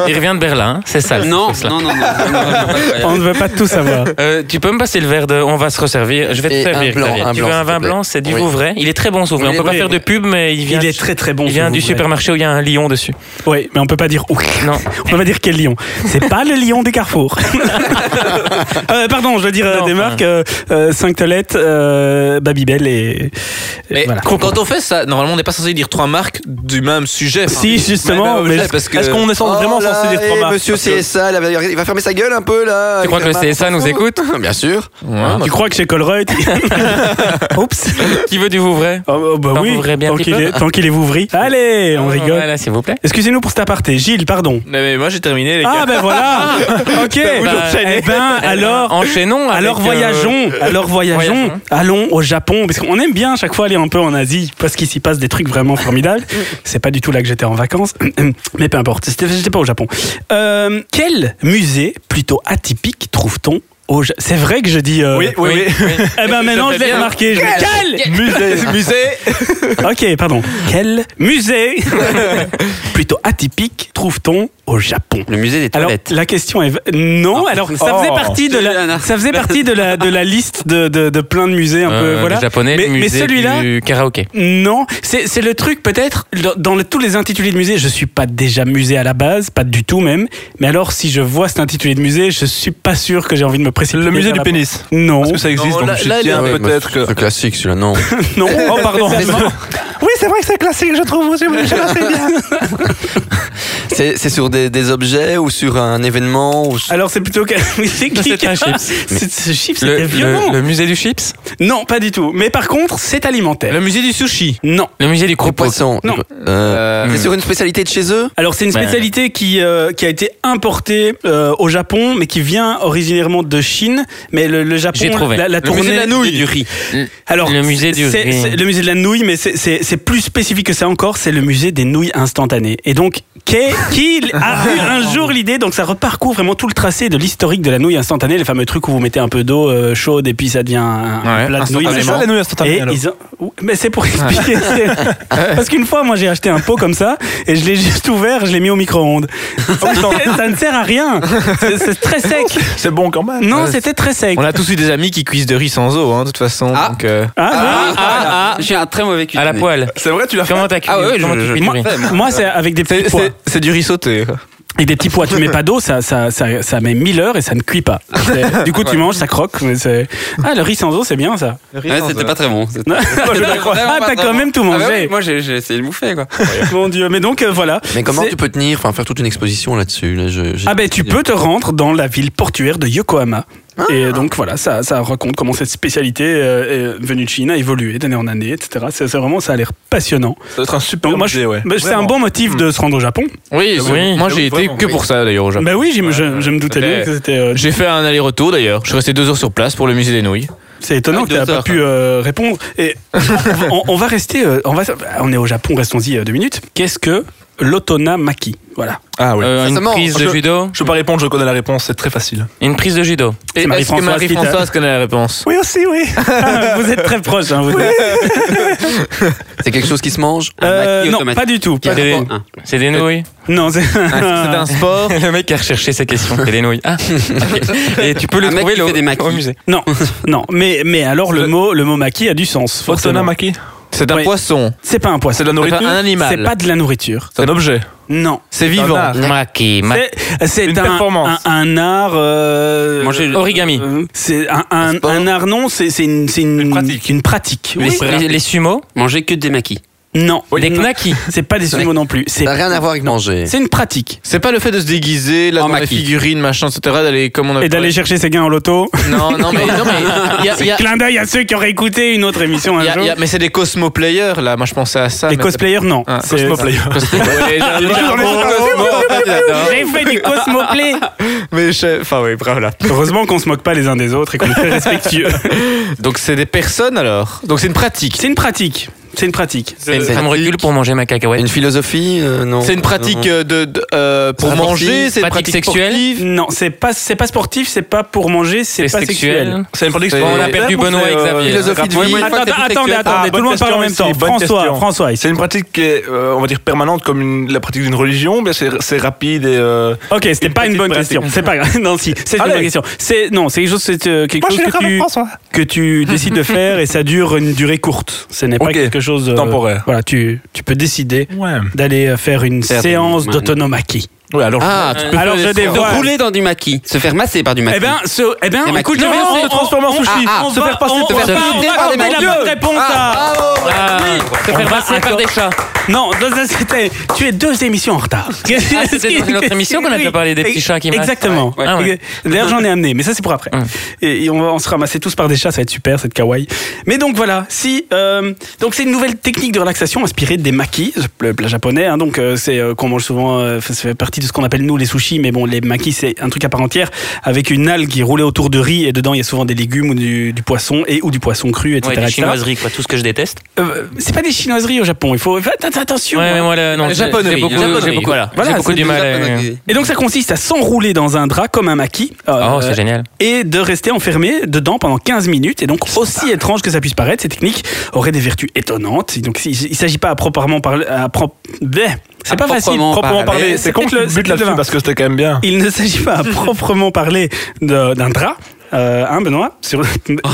[SPEAKER 2] (laughs) Il revient de Berlin, hein. c'est ça.
[SPEAKER 6] Non,
[SPEAKER 2] c'est ça.
[SPEAKER 6] non, non, non.
[SPEAKER 1] On ne veut pas tout savoir.
[SPEAKER 2] Euh, tu peux me passer le verre de. On va se resservir. Je vais te
[SPEAKER 5] Et un
[SPEAKER 2] servir.
[SPEAKER 5] blanc,
[SPEAKER 2] Xavier.
[SPEAKER 5] un
[SPEAKER 2] tu
[SPEAKER 5] blanc,
[SPEAKER 2] veux un
[SPEAKER 5] s'il te
[SPEAKER 2] vin
[SPEAKER 5] plaît.
[SPEAKER 2] blanc C'est du
[SPEAKER 5] Oui.
[SPEAKER 2] Vouvray. Il est très bon, ce Vouvray.
[SPEAKER 5] Il
[SPEAKER 2] On peut pas
[SPEAKER 5] est bon.
[SPEAKER 2] faire de pub, mais il vient.
[SPEAKER 1] Il est très très bon.
[SPEAKER 2] il
[SPEAKER 1] ce
[SPEAKER 2] vient du
[SPEAKER 1] Vouvray.
[SPEAKER 2] supermarché où il y a un lion dessus.
[SPEAKER 1] Oui, mais on peut pas dire ouf.
[SPEAKER 2] Non.
[SPEAKER 1] On peut pas dire quel lion. C'est pas le lion des carrefours. Euh, pardon, je veux dire euh,
[SPEAKER 2] Non,
[SPEAKER 1] des
[SPEAKER 2] enfin.
[SPEAKER 1] marques euh, euh, Sainte-Telette, euh, Babybel et.
[SPEAKER 3] Mais
[SPEAKER 1] voilà.
[SPEAKER 3] quand on fait ça, normalement, on n'est pas censé dire trois marques du même sujet.
[SPEAKER 1] Si, justement, mais-
[SPEAKER 3] mais parce que
[SPEAKER 7] Est-ce qu'on est sans- vraiment
[SPEAKER 5] Oh là,
[SPEAKER 7] censé dire trois
[SPEAKER 5] eh,
[SPEAKER 7] marques
[SPEAKER 5] Monsieur
[SPEAKER 7] Parce que-
[SPEAKER 5] CSA, il va- il va fermer sa gueule un peu là.
[SPEAKER 2] Tu crois que le
[SPEAKER 5] Avec la
[SPEAKER 2] CSA
[SPEAKER 5] marque, on
[SPEAKER 2] nous
[SPEAKER 5] s'en fout.
[SPEAKER 2] écoute
[SPEAKER 5] (laughs) Bien sûr.
[SPEAKER 1] Tu crois que chez Colruyt Oups.
[SPEAKER 2] Qui veut du Vouvray
[SPEAKER 1] Oh, oh, bah
[SPEAKER 2] Tant
[SPEAKER 1] oui.
[SPEAKER 2] Vouvray bien
[SPEAKER 1] tant
[SPEAKER 2] petit
[SPEAKER 1] qu'il
[SPEAKER 2] peu.
[SPEAKER 1] est, tant qu'il est Vouvray. Allez, on rigole.
[SPEAKER 2] Euh, Voilà, s'il vous plaît.
[SPEAKER 1] Excusez-nous pour cet aparté. Gilles, pardon.
[SPEAKER 3] Mais, mais moi j'ai terminé les
[SPEAKER 1] Ah
[SPEAKER 3] gars.
[SPEAKER 1] ben voilà. ok.
[SPEAKER 2] d'enchaîner.
[SPEAKER 1] eh ben alors.
[SPEAKER 2] Enchaînons. avec,
[SPEAKER 1] Alors
[SPEAKER 2] euh,
[SPEAKER 1] voyageons, alors voyageons,
[SPEAKER 2] voyageons.
[SPEAKER 1] allons au Japon, parce qu'on aime bien à chaque fois aller un peu en Asie, parce qu'il s'y passe des trucs vraiment formidables. C'est pas du tout là que j'étais en vacances, (clears throat) mais peu importe, c'était- j'étais pas au Japon. Euh, quel musée plutôt atypique trouve-t-on au Ja- C'est vrai que je dis... euh,
[SPEAKER 2] Oui, oui.
[SPEAKER 1] (laughs) Eh ben maintenant
[SPEAKER 3] fait
[SPEAKER 1] je l'ai
[SPEAKER 3] bien.
[SPEAKER 1] remarqué, je- quel
[SPEAKER 3] musée,
[SPEAKER 1] (laughs)
[SPEAKER 3] musée.
[SPEAKER 1] Ok, pardon. Quel
[SPEAKER 2] (laughs)
[SPEAKER 1] musée (laughs) plutôt atypique trouve-t-on au Japon
[SPEAKER 6] Le musée des
[SPEAKER 1] alors
[SPEAKER 6] toilettes.
[SPEAKER 1] la question est non alors ça faisait
[SPEAKER 7] Oh.
[SPEAKER 1] partie de la ça faisait partie de la de la liste de, de, de plein de musées un
[SPEAKER 2] Euh,
[SPEAKER 1] peu voilà
[SPEAKER 2] Le japonais,
[SPEAKER 1] mais,
[SPEAKER 2] le
[SPEAKER 1] mais
[SPEAKER 2] musée
[SPEAKER 1] celui-là
[SPEAKER 2] du karaoké.
[SPEAKER 1] non c'est c'est le truc peut-être dans, dans le- tous les intitulés de musée je suis pas déjà musée à la base pas du tout même mais alors si je vois cet intitulé de musée je suis pas sûr que j'ai envie de me précipiter
[SPEAKER 7] Le musée
[SPEAKER 1] vers
[SPEAKER 7] du
[SPEAKER 1] la-
[SPEAKER 7] pénis.
[SPEAKER 1] non
[SPEAKER 7] Parce que ça existe,
[SPEAKER 3] Non,
[SPEAKER 7] donc
[SPEAKER 3] là-
[SPEAKER 7] je
[SPEAKER 3] là,
[SPEAKER 7] tiens
[SPEAKER 5] Ouais, mais
[SPEAKER 7] peut-être que.
[SPEAKER 1] (laughs)
[SPEAKER 5] C'est classique celui-là, non.
[SPEAKER 1] non oh pardon
[SPEAKER 7] Oui, c'est vrai que c'est classique, je trouve. aussi, mais je trouve assez bien.
[SPEAKER 5] C'est c'est sur des, des objets ou sur un événement ou sur-
[SPEAKER 1] Alors c'est plutôt que (laughs) oui, c'est
[SPEAKER 2] Ça, c'est
[SPEAKER 1] cliquant.
[SPEAKER 2] un chips.
[SPEAKER 1] C'est- Ce chips,
[SPEAKER 2] Le,
[SPEAKER 1] c'était violent.
[SPEAKER 2] le- le musée du chips
[SPEAKER 1] Non, pas du tout. Mais par contre, c'est alimentaire.
[SPEAKER 3] Le musée du sushi.
[SPEAKER 1] Non.
[SPEAKER 2] Le musée du
[SPEAKER 5] Des
[SPEAKER 2] croupeau
[SPEAKER 5] poissons.
[SPEAKER 1] Non.
[SPEAKER 5] Euh,
[SPEAKER 2] Euh,
[SPEAKER 5] c'est sur une spécialité de chez eux
[SPEAKER 1] Alors c'est une
[SPEAKER 2] Ben.
[SPEAKER 1] spécialité qui euh, qui a été importée euh, au Japon, mais qui vient originairement de Chine. Mais le, le Japon,
[SPEAKER 2] J'ai trouvé.
[SPEAKER 1] la, la
[SPEAKER 2] Le musée
[SPEAKER 1] tournée
[SPEAKER 2] de la nouille. Mm.
[SPEAKER 1] du riz. Alors
[SPEAKER 2] Le musée du
[SPEAKER 1] c'est-
[SPEAKER 2] riz.
[SPEAKER 1] c'est le musée de la nouille, mais c'est- c'est c'est plus spécifique que ça encore. C'est le musée des nouilles instantanées. Et donc qu'est- qui
[SPEAKER 2] (laughs)
[SPEAKER 1] a eu un jour l'idée Donc ça reparcourt vraiment tout le tracé de l'historique de la nouille instantanée, les fameux trucs où vous mettez un peu d'eau euh, chaude et puis ça devient un un
[SPEAKER 3] Ouais,
[SPEAKER 1] plat de nouilles.
[SPEAKER 3] instantanément.
[SPEAKER 1] Mais
[SPEAKER 7] Ah, C'est
[SPEAKER 1] ça,
[SPEAKER 7] ça, la nouille
[SPEAKER 1] Ah, et
[SPEAKER 7] instantanée. alors.
[SPEAKER 1] ils ont- Ouh, Mais c'est pour (laughs) expliquer. c'est- Parce qu'une fois, moi, j'ai acheté un pot comme ça et je l'ai juste ouvert, je l'ai mis au micro-ondes. Ça, ça ne sert à rien. C'est c'est très sec.
[SPEAKER 7] C'est bon quand même.
[SPEAKER 1] Non, c'était très sec.
[SPEAKER 3] On a tous eu des amis qui cuisent de riz sans eau, hein, de toute façon.
[SPEAKER 6] Ah.
[SPEAKER 3] donc, euh,
[SPEAKER 1] Ah,
[SPEAKER 6] Ah, ah, ah, J'ai un très mauvais
[SPEAKER 2] à la
[SPEAKER 6] cuisinier.
[SPEAKER 2] poêle.
[SPEAKER 7] C'est vrai, tu l'as fait.
[SPEAKER 2] Comment t'as cuit
[SPEAKER 6] Ah ouais, je-
[SPEAKER 2] comment tu cuis
[SPEAKER 6] je-
[SPEAKER 1] oui.
[SPEAKER 2] du
[SPEAKER 1] moi,
[SPEAKER 2] riz
[SPEAKER 1] moi, c'est avec des petits
[SPEAKER 3] c'est-
[SPEAKER 1] pois.
[SPEAKER 3] c'est- c'est du riz sauté.
[SPEAKER 1] Et des petits pois, tu mets pas d'eau, ça, ça, ça, ça met 1000 heures et ça ne cuit pas. C'est- Du coup, tu manges, ça croque. mais c'est- ah, le riz sans eau, c'est bien ça.
[SPEAKER 3] Le riz
[SPEAKER 6] Ouais,
[SPEAKER 3] sans
[SPEAKER 6] c'était
[SPEAKER 3] eau.
[SPEAKER 6] pas très bon. C'était-
[SPEAKER 1] Ah, t'as quand même tout
[SPEAKER 6] Ah bah
[SPEAKER 1] mangé.
[SPEAKER 6] oui, moi j'ai j'ai essayé de mouffer quoi.
[SPEAKER 1] Mon Dieu. Mais donc, euh, voilà.
[SPEAKER 5] Mais comment
[SPEAKER 1] C'est-
[SPEAKER 5] tu peux tenir, enfin faire toute une exposition là-dessus là, je- j'ai-
[SPEAKER 1] Ah ben tu peux te rendre dans la ville portuaire de Yokohama. Et donc voilà, ça, ça raconte comment cette spécialité euh, est venue de Chine a évolué d'année en année, etc. C'est c'est vraiment, ça a l'air passionnant.
[SPEAKER 7] Ça doit être un super
[SPEAKER 1] Donc, moi,
[SPEAKER 7] musée,
[SPEAKER 1] je-
[SPEAKER 7] ouais.
[SPEAKER 1] mais c'est un
[SPEAKER 7] Vraiment.
[SPEAKER 1] bon motif de se rendre au Japon.
[SPEAKER 3] Oui,
[SPEAKER 2] c'est-
[SPEAKER 3] oui. moi j'ai été
[SPEAKER 7] Vraiment,
[SPEAKER 3] que
[SPEAKER 7] oui.
[SPEAKER 3] pour ça d'ailleurs au Japon.
[SPEAKER 1] Bah oui, j'im- je, je me doutais
[SPEAKER 3] c'était-
[SPEAKER 1] bien que c'était. euh,
[SPEAKER 3] J'ai fait un aller-retour d'ailleurs. Je suis resté deux heures sur place pour le musée des nouilles.
[SPEAKER 1] c'est étonnant
[SPEAKER 6] Ah,
[SPEAKER 1] que tu n'as
[SPEAKER 6] deux
[SPEAKER 1] pas
[SPEAKER 6] heures,
[SPEAKER 1] pu euh, répondre. Et on, on va rester, euh, on va, on est au Japon, restons-y euh, deux minutes. Qu'est-ce que l'otonamaki Voilà.
[SPEAKER 7] Ah oui.
[SPEAKER 2] Euh, Une
[SPEAKER 5] Sincèrement,
[SPEAKER 2] prise de
[SPEAKER 7] je-
[SPEAKER 2] judo
[SPEAKER 7] Je peux pas répondre, je connais la réponse, c'est très facile.
[SPEAKER 2] Une prise de judo.
[SPEAKER 3] Et
[SPEAKER 1] Marie-Françoise
[SPEAKER 3] est-ce que Marie-Françoise connaît la réponse
[SPEAKER 1] Oui aussi, oui. vous êtes très proche. Hein, vous
[SPEAKER 5] C'est quelque chose qui se mange
[SPEAKER 1] Euh,
[SPEAKER 6] Maki
[SPEAKER 1] non,
[SPEAKER 6] automatique.
[SPEAKER 1] pas du tout. pas
[SPEAKER 2] C'est
[SPEAKER 1] du
[SPEAKER 2] des,
[SPEAKER 1] tout.
[SPEAKER 6] Ah.
[SPEAKER 2] c'est des nouilles.
[SPEAKER 1] Non, c'est (laughs)
[SPEAKER 3] C'est un sport.
[SPEAKER 2] le mec a recherché sa question. C'est des nouilles. Ah, ok. Et tu peux le
[SPEAKER 6] Un mec
[SPEAKER 2] trouver
[SPEAKER 6] qui
[SPEAKER 2] le-
[SPEAKER 6] fait des maquis.
[SPEAKER 2] au musée.
[SPEAKER 1] Non, non, mais, mais alors le mot, le mot maki a du sens. forcément.
[SPEAKER 7] Otonamaki
[SPEAKER 3] C'est un
[SPEAKER 1] Oui.
[SPEAKER 3] poisson.
[SPEAKER 1] C'est pas un poisson.
[SPEAKER 7] C'est de la
[SPEAKER 3] Enfin,
[SPEAKER 7] nourriture
[SPEAKER 3] un
[SPEAKER 1] C'est
[SPEAKER 3] animal.
[SPEAKER 1] pas de la nourriture.
[SPEAKER 7] C'est un objet.
[SPEAKER 1] Non.
[SPEAKER 3] C'est vivant.
[SPEAKER 7] art.
[SPEAKER 2] Maki, ma-
[SPEAKER 1] C'est- C'est
[SPEAKER 7] Une
[SPEAKER 1] un,
[SPEAKER 7] performance.
[SPEAKER 1] un, un art. euh,
[SPEAKER 2] Manger- Origami.
[SPEAKER 1] euh, C'est un, un-
[SPEAKER 5] sport.
[SPEAKER 1] un art non, c'est c'est une, c'est une,
[SPEAKER 7] Une pratique.
[SPEAKER 1] Une pratique.
[SPEAKER 2] les,
[SPEAKER 1] oui.
[SPEAKER 2] les, les sumos,
[SPEAKER 6] Manger que des maquis.
[SPEAKER 1] Non.
[SPEAKER 2] des
[SPEAKER 1] Non.
[SPEAKER 2] knackis.
[SPEAKER 1] C'est pas des sumos non plus. C'est
[SPEAKER 5] Ça n'a rien à voir avec manger.
[SPEAKER 1] c'est une pratique.
[SPEAKER 3] C'est pas le fait de se déguiser, là,
[SPEAKER 6] En
[SPEAKER 3] dans les
[SPEAKER 6] maquis.
[SPEAKER 3] figurines, machin, etc., d'aller comme on a
[SPEAKER 1] Et d'aller chercher ses gains en loto.
[SPEAKER 3] Non, non, mais. Non, mais
[SPEAKER 1] (laughs)
[SPEAKER 3] il y a- il y a-
[SPEAKER 1] Clin d'œil à ceux qui auraient écouté une autre émission
[SPEAKER 3] il
[SPEAKER 1] un
[SPEAKER 3] y a- il
[SPEAKER 1] jour.
[SPEAKER 3] y a- mais c'est des cosmo-players, là. Moi, je pensais à ça.
[SPEAKER 1] Les
[SPEAKER 3] mais-
[SPEAKER 1] cosplayers, non.
[SPEAKER 3] Ah,
[SPEAKER 1] C'est- (laughs)
[SPEAKER 3] Ouais, j'ai- (laughs)
[SPEAKER 1] J'ai fait des cosmoplays.
[SPEAKER 3] Mais je- Enfin, oui, bravo, là.
[SPEAKER 1] Heureusement qu'on se moque pas les uns des autres et qu'on est très respectueux.
[SPEAKER 3] Donc, c'est des personnes, alors. Donc, c'est une pratique.
[SPEAKER 1] C'est une pratique. C'est une pratique.
[SPEAKER 2] Et Ça me recule pour manger ma cacahuète.
[SPEAKER 5] Une philosophie euh, Non.
[SPEAKER 3] C'est une pratique euh, de, de- euh, pour
[SPEAKER 5] Sportive,
[SPEAKER 3] manger, c'est une
[SPEAKER 2] pratique
[SPEAKER 3] pratique
[SPEAKER 2] sexuelle.
[SPEAKER 3] sportive.
[SPEAKER 1] Non, c'est pas c'est pas sportif, c'est pas pour manger, c'est
[SPEAKER 2] C'est
[SPEAKER 1] pas sexuel.
[SPEAKER 2] sexuel.
[SPEAKER 7] C'est une pratique
[SPEAKER 3] C'est-
[SPEAKER 2] On a perdu Benoît et Xavier.
[SPEAKER 3] euh,
[SPEAKER 5] philosophie de vie.
[SPEAKER 1] Attends, attends, attendez,
[SPEAKER 7] Ah,
[SPEAKER 1] attendez, tout
[SPEAKER 7] bonne
[SPEAKER 1] le monde parle en même
[SPEAKER 7] question
[SPEAKER 1] temps.
[SPEAKER 7] ici, bonne
[SPEAKER 1] François,
[SPEAKER 7] question.
[SPEAKER 1] François, ici.
[SPEAKER 7] C'est une pratique qui est, euh, on va dire, permanente comme une- la pratique d'une religion, mais c'est c'est rapide et. euh,
[SPEAKER 1] Ok, c'était
[SPEAKER 7] une
[SPEAKER 1] pas une
[SPEAKER 7] petite
[SPEAKER 1] bonne
[SPEAKER 7] pratique.
[SPEAKER 1] question. C'est pas grave. Non, si, c'est une
[SPEAKER 7] Allez.
[SPEAKER 1] bonne question. C'est non, c'est quelque chose, c'est euh, quelque chose que tu
[SPEAKER 7] François.
[SPEAKER 1] que
[SPEAKER 7] (laughs)
[SPEAKER 1] tu décides de faire et ça dure une durée courte. Ce n'est pas
[SPEAKER 7] Ok.
[SPEAKER 1] quelque chose de-
[SPEAKER 7] Temporaire.
[SPEAKER 1] Voilà, tu tu peux décider
[SPEAKER 7] Ouais.
[SPEAKER 1] d'aller euh, faire une
[SPEAKER 6] Faire des-
[SPEAKER 1] séance d'autonomaki.
[SPEAKER 7] Ouais, alors.
[SPEAKER 6] Ah, tu peux
[SPEAKER 1] Alors,
[SPEAKER 6] faire
[SPEAKER 1] je
[SPEAKER 6] des-
[SPEAKER 1] dévoile.
[SPEAKER 6] Se rouler dans du maquis. Se faire masser par du maquis.
[SPEAKER 1] Eh ben, ce, eh ben,
[SPEAKER 6] Les maquis.
[SPEAKER 1] écoute,
[SPEAKER 6] Non,
[SPEAKER 1] je
[SPEAKER 6] on
[SPEAKER 1] vais
[SPEAKER 6] se
[SPEAKER 7] transforme en sushi.
[SPEAKER 1] Ah, ah,
[SPEAKER 7] On se faire passer-
[SPEAKER 1] on,
[SPEAKER 6] se
[SPEAKER 1] on
[SPEAKER 6] faire
[SPEAKER 1] va-
[SPEAKER 6] passer
[SPEAKER 1] on va
[SPEAKER 6] par des Ah,
[SPEAKER 1] appeler la
[SPEAKER 6] maquis.
[SPEAKER 1] bonne réponse à-
[SPEAKER 2] se faire passer par des chats.
[SPEAKER 1] Non, non, ça, c'était. Tu es deux émissions en retard.
[SPEAKER 2] Ah, c'était dans une autre émission qu'on a fait parler des petits chats qui marchent.
[SPEAKER 1] Exactement.
[SPEAKER 2] Ouais, Ah, ouais. Hum.
[SPEAKER 1] Exa- D'ailleurs, j'en ai amené, mais ça, c'est pour après.
[SPEAKER 2] Ouais.
[SPEAKER 1] Et, et on va on se ramasser tous par des chats, ça va être super, cette kawaii. Mais donc, voilà. Si, euh, donc, c'est une nouvelle technique de relaxation inspirée des makis, le plat japonais. hein. donc, euh, c'est euh, qu'on mange souvent, euh, ça fait partie de ce qu'on appelle nous les sushis, mais bon, les makis, c'est un truc à part entière avec une algue qui est roulée autour de riz et dedans, il y a souvent des légumes ou du, du poisson et ou du poisson cru, etc.
[SPEAKER 2] Ouais, des
[SPEAKER 1] etc.
[SPEAKER 2] chinoiseries, quoi, tout ce que je déteste.
[SPEAKER 1] Euh, c'est pas des chinoiseries au Japon. Il faut faites attention.
[SPEAKER 2] Ouais, mais
[SPEAKER 1] hein.
[SPEAKER 2] moi, là, non,
[SPEAKER 6] Les
[SPEAKER 2] j'ai-
[SPEAKER 6] japonais,
[SPEAKER 2] j'ai beaucoup,
[SPEAKER 6] les japonais.
[SPEAKER 2] j'ai beaucoup, voilà,
[SPEAKER 1] Voilà,
[SPEAKER 2] j'ai beaucoup
[SPEAKER 1] c'est
[SPEAKER 2] du
[SPEAKER 1] des
[SPEAKER 2] mal.
[SPEAKER 6] Japonais.
[SPEAKER 2] euh,
[SPEAKER 1] Et donc ça consiste à s'enrouler dans un drap comme un maquis euh,
[SPEAKER 2] Oh, c'est génial.
[SPEAKER 1] et de rester enfermé dedans pendant 15 minutes. Et donc aussi étrange que ça puisse paraître, ces techniques auraient des vertus étonnantes. Et donc il il s'agit pas à proprement parler. à prop- bleh. C'est
[SPEAKER 6] À
[SPEAKER 1] pas facile,
[SPEAKER 6] proprement
[SPEAKER 1] proprement
[SPEAKER 6] parler.
[SPEAKER 1] parler.
[SPEAKER 7] C'est con que
[SPEAKER 1] peut-être
[SPEAKER 7] tu
[SPEAKER 1] c'est
[SPEAKER 7] butes
[SPEAKER 1] peut-être
[SPEAKER 7] là-dessus
[SPEAKER 1] vin.
[SPEAKER 7] parce que c'était quand même bien.
[SPEAKER 1] Il ne s'agit pas à proprement parler de- d'un drap. Euh, hein Benoît Sur-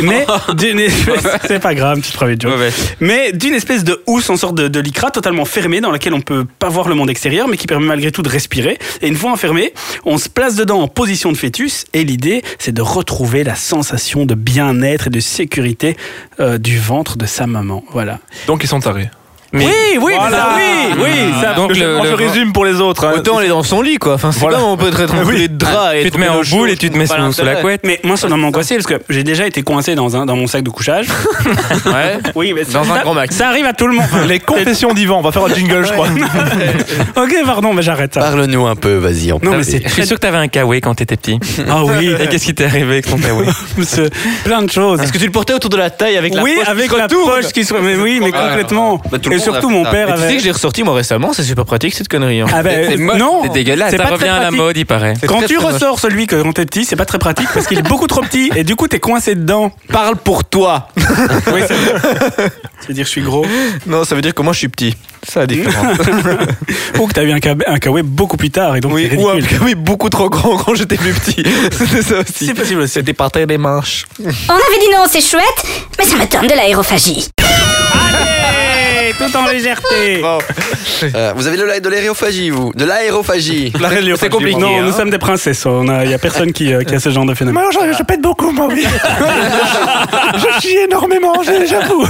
[SPEAKER 1] mais d'une (laughs) espèce- c'est pas grave petite private joke
[SPEAKER 6] Mauvaise.
[SPEAKER 1] mais d'une espèce de housse en sorte de, de lycra totalement fermée dans laquelle on peut pas voir le monde extérieur mais qui permet malgré tout de respirer et une fois enfermé on se place dedans en position de fœtus et l'idée c'est de retrouver la sensation de bien-être et de sécurité euh, du ventre de sa maman voilà
[SPEAKER 7] Donc ils sont tarés.
[SPEAKER 2] Mais- Ah,
[SPEAKER 3] Oui, oui, mais ça,
[SPEAKER 7] Voilà.
[SPEAKER 3] oui, oui. ça-
[SPEAKER 2] Donc
[SPEAKER 7] je,
[SPEAKER 2] le-
[SPEAKER 7] je
[SPEAKER 2] le-
[SPEAKER 7] résume pour les autres. hein.
[SPEAKER 3] Autant elle est dans son lit, quoi. Enfin, c'est
[SPEAKER 7] Voilà.
[SPEAKER 3] comme on peut être
[SPEAKER 7] Oui.
[SPEAKER 3] les draps et
[SPEAKER 2] tu te mets en
[SPEAKER 3] trouver nos
[SPEAKER 2] boule et
[SPEAKER 3] choses,
[SPEAKER 2] tu te mets
[SPEAKER 3] pas
[SPEAKER 2] sous, sous la
[SPEAKER 3] l'intérêt.
[SPEAKER 2] couette.
[SPEAKER 1] Mais moi, ça m'a angoissé parce que j'ai déjà été coincé dans, un, dans mon sac de couchage.
[SPEAKER 3] Ouais.
[SPEAKER 1] Oui, mais ça-
[SPEAKER 3] Dans un
[SPEAKER 1] ça-
[SPEAKER 3] grand max.
[SPEAKER 1] Ça arrive à tout le monde.
[SPEAKER 7] Les confessions d'Ivan, on va faire (laughs) un jingle, je crois.
[SPEAKER 1] ok, pardon, mais j'arrête.
[SPEAKER 5] Parle-nous un peu, vas-y. en
[SPEAKER 1] Non, mais
[SPEAKER 5] privé.
[SPEAKER 1] c'est
[SPEAKER 2] Je suis sûr que t'avais un kawaii quand t'étais petit.
[SPEAKER 1] Ah oui,
[SPEAKER 2] Et qu'est-ce qui t'est arrivé avec ton kawaii
[SPEAKER 1] monsieur, euh, plein de choses.
[SPEAKER 3] Est-ce que tu le portais autour de la taille avec la
[SPEAKER 1] oui,
[SPEAKER 3] poche qui
[SPEAKER 1] avec
[SPEAKER 3] se
[SPEAKER 1] la
[SPEAKER 3] retourne
[SPEAKER 1] poche qui se. Mais oui, mais
[SPEAKER 6] Ah,
[SPEAKER 1] complètement.
[SPEAKER 6] bah, tout le
[SPEAKER 1] Et
[SPEAKER 6] monde
[SPEAKER 1] surtout,
[SPEAKER 6] a fait
[SPEAKER 1] mon
[SPEAKER 6] ça.
[SPEAKER 1] père
[SPEAKER 3] Mais tu sais
[SPEAKER 1] avait.
[SPEAKER 3] que j'ai ressorti moi récemment, c'est super pratique cette connerie. hein.
[SPEAKER 1] Ah ben,
[SPEAKER 2] C'est moche,
[SPEAKER 1] non,
[SPEAKER 2] c'est dégueulasse.
[SPEAKER 1] c'est
[SPEAKER 2] Ça
[SPEAKER 1] pas
[SPEAKER 2] revient
[SPEAKER 1] très
[SPEAKER 2] à la
[SPEAKER 1] pratique.
[SPEAKER 2] mode, il paraît.
[SPEAKER 1] Quand
[SPEAKER 3] très,
[SPEAKER 1] tu
[SPEAKER 3] très
[SPEAKER 1] ressors celui que quand t'es petit, c'est pas très pratique parce qu'il est beaucoup trop petit et du coup t'es coincé dedans.
[SPEAKER 3] Parle pour toi.
[SPEAKER 1] Oui, c'est Ça veut dire je suis gros.
[SPEAKER 3] Non, ça veut dire que moi je suis petit. Ça a différence.
[SPEAKER 1] Ou que t'as eu un, cab- un kawaii beaucoup plus tard et donc
[SPEAKER 3] oui,
[SPEAKER 1] c'est
[SPEAKER 3] ou un
[SPEAKER 1] ridicule.
[SPEAKER 3] oui, beaucoup trop grand quand j'étais plus petit. (laughs) C'était ça aussi.
[SPEAKER 1] C'est possible aussi.
[SPEAKER 3] C'était par terre des marches.
[SPEAKER 8] On avait dit non, c'est chouette, mais ça me donne de l'aérophagie.
[SPEAKER 1] (laughs) Hey, tout en légèreté.
[SPEAKER 5] Euh, vous avez de la- de l'aérophagie, vous De l'aérophagie
[SPEAKER 3] C'est compliqué.
[SPEAKER 1] Non,
[SPEAKER 3] hein.
[SPEAKER 1] nous sommes des princesses. Il a, y a personne qui, euh, qui a ce genre de phénomène.
[SPEAKER 7] Alors, je, je pète beaucoup, moi.
[SPEAKER 1] (laughs)
[SPEAKER 7] oui. je chie énormément, j'ai- j'avoue.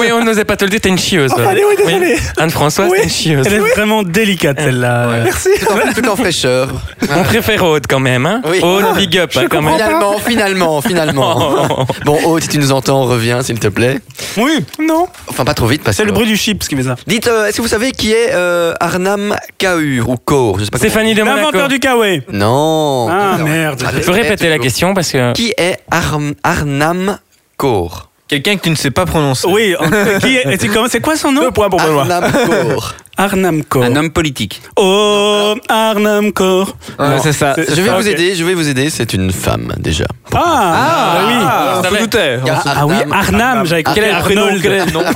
[SPEAKER 2] Oui, on n'osait pas te le dire, t'es une chieuse.
[SPEAKER 7] Allez, oui, désolé.
[SPEAKER 2] Anne-Françoise,
[SPEAKER 7] Oui.
[SPEAKER 2] t'es une chieuse.
[SPEAKER 1] Elle est vraiment délicate celle-là.
[SPEAKER 7] Merci.
[SPEAKER 5] tout, en,
[SPEAKER 1] (laughs)
[SPEAKER 5] tout en fraîcheur.
[SPEAKER 2] On préfère Aude quand même, hein
[SPEAKER 5] Oui.
[SPEAKER 2] Aude, big up, hein, quand même.
[SPEAKER 5] Finalement, finalement, finalement.
[SPEAKER 1] (laughs)
[SPEAKER 5] Bon, Aude, si tu nous entends, reviens, s'il te plaît.
[SPEAKER 1] Oui, non.
[SPEAKER 5] Enfin, pas trop vite, parce que.
[SPEAKER 1] C'est le bruit du chip ce qui fait ça.
[SPEAKER 5] Dites, euh, est-ce que vous savez qui est euh, Arnam Kaur ou Kaur Je sais pas.
[SPEAKER 2] Stéphanie de Monaco.
[SPEAKER 1] L'inventeur du kawaii.
[SPEAKER 5] comment- Non.
[SPEAKER 1] Ah
[SPEAKER 5] Non.
[SPEAKER 1] merde.
[SPEAKER 5] Allez,
[SPEAKER 2] Je peux répéter la
[SPEAKER 5] toujours.
[SPEAKER 2] question parce que.
[SPEAKER 5] Qui est Arm- Arnam Kaur
[SPEAKER 3] Quelqu'un que tu ne sais pas prononcer.
[SPEAKER 1] Oui, en- qui est, et tu commences- c'est quoi son nom
[SPEAKER 7] Deux points pour Benoît.
[SPEAKER 5] Arnam
[SPEAKER 1] (laughs)
[SPEAKER 5] Kaur.
[SPEAKER 1] Arnamco.
[SPEAKER 6] Un homme politique.
[SPEAKER 1] Oh, Arnamco.
[SPEAKER 3] Ouais, c'est ça.
[SPEAKER 1] C'est-
[SPEAKER 5] Je vais
[SPEAKER 1] Ah,
[SPEAKER 5] vous
[SPEAKER 1] ok.
[SPEAKER 5] aider, je vais vous aider. C'est une femme déjà.
[SPEAKER 1] Ah, bah oui.
[SPEAKER 3] On se doutait.
[SPEAKER 5] Il y a
[SPEAKER 1] Ah oui,
[SPEAKER 5] Arnam-
[SPEAKER 1] Arnam, j'avais
[SPEAKER 5] Quel
[SPEAKER 1] compris
[SPEAKER 5] est le
[SPEAKER 1] Arnold.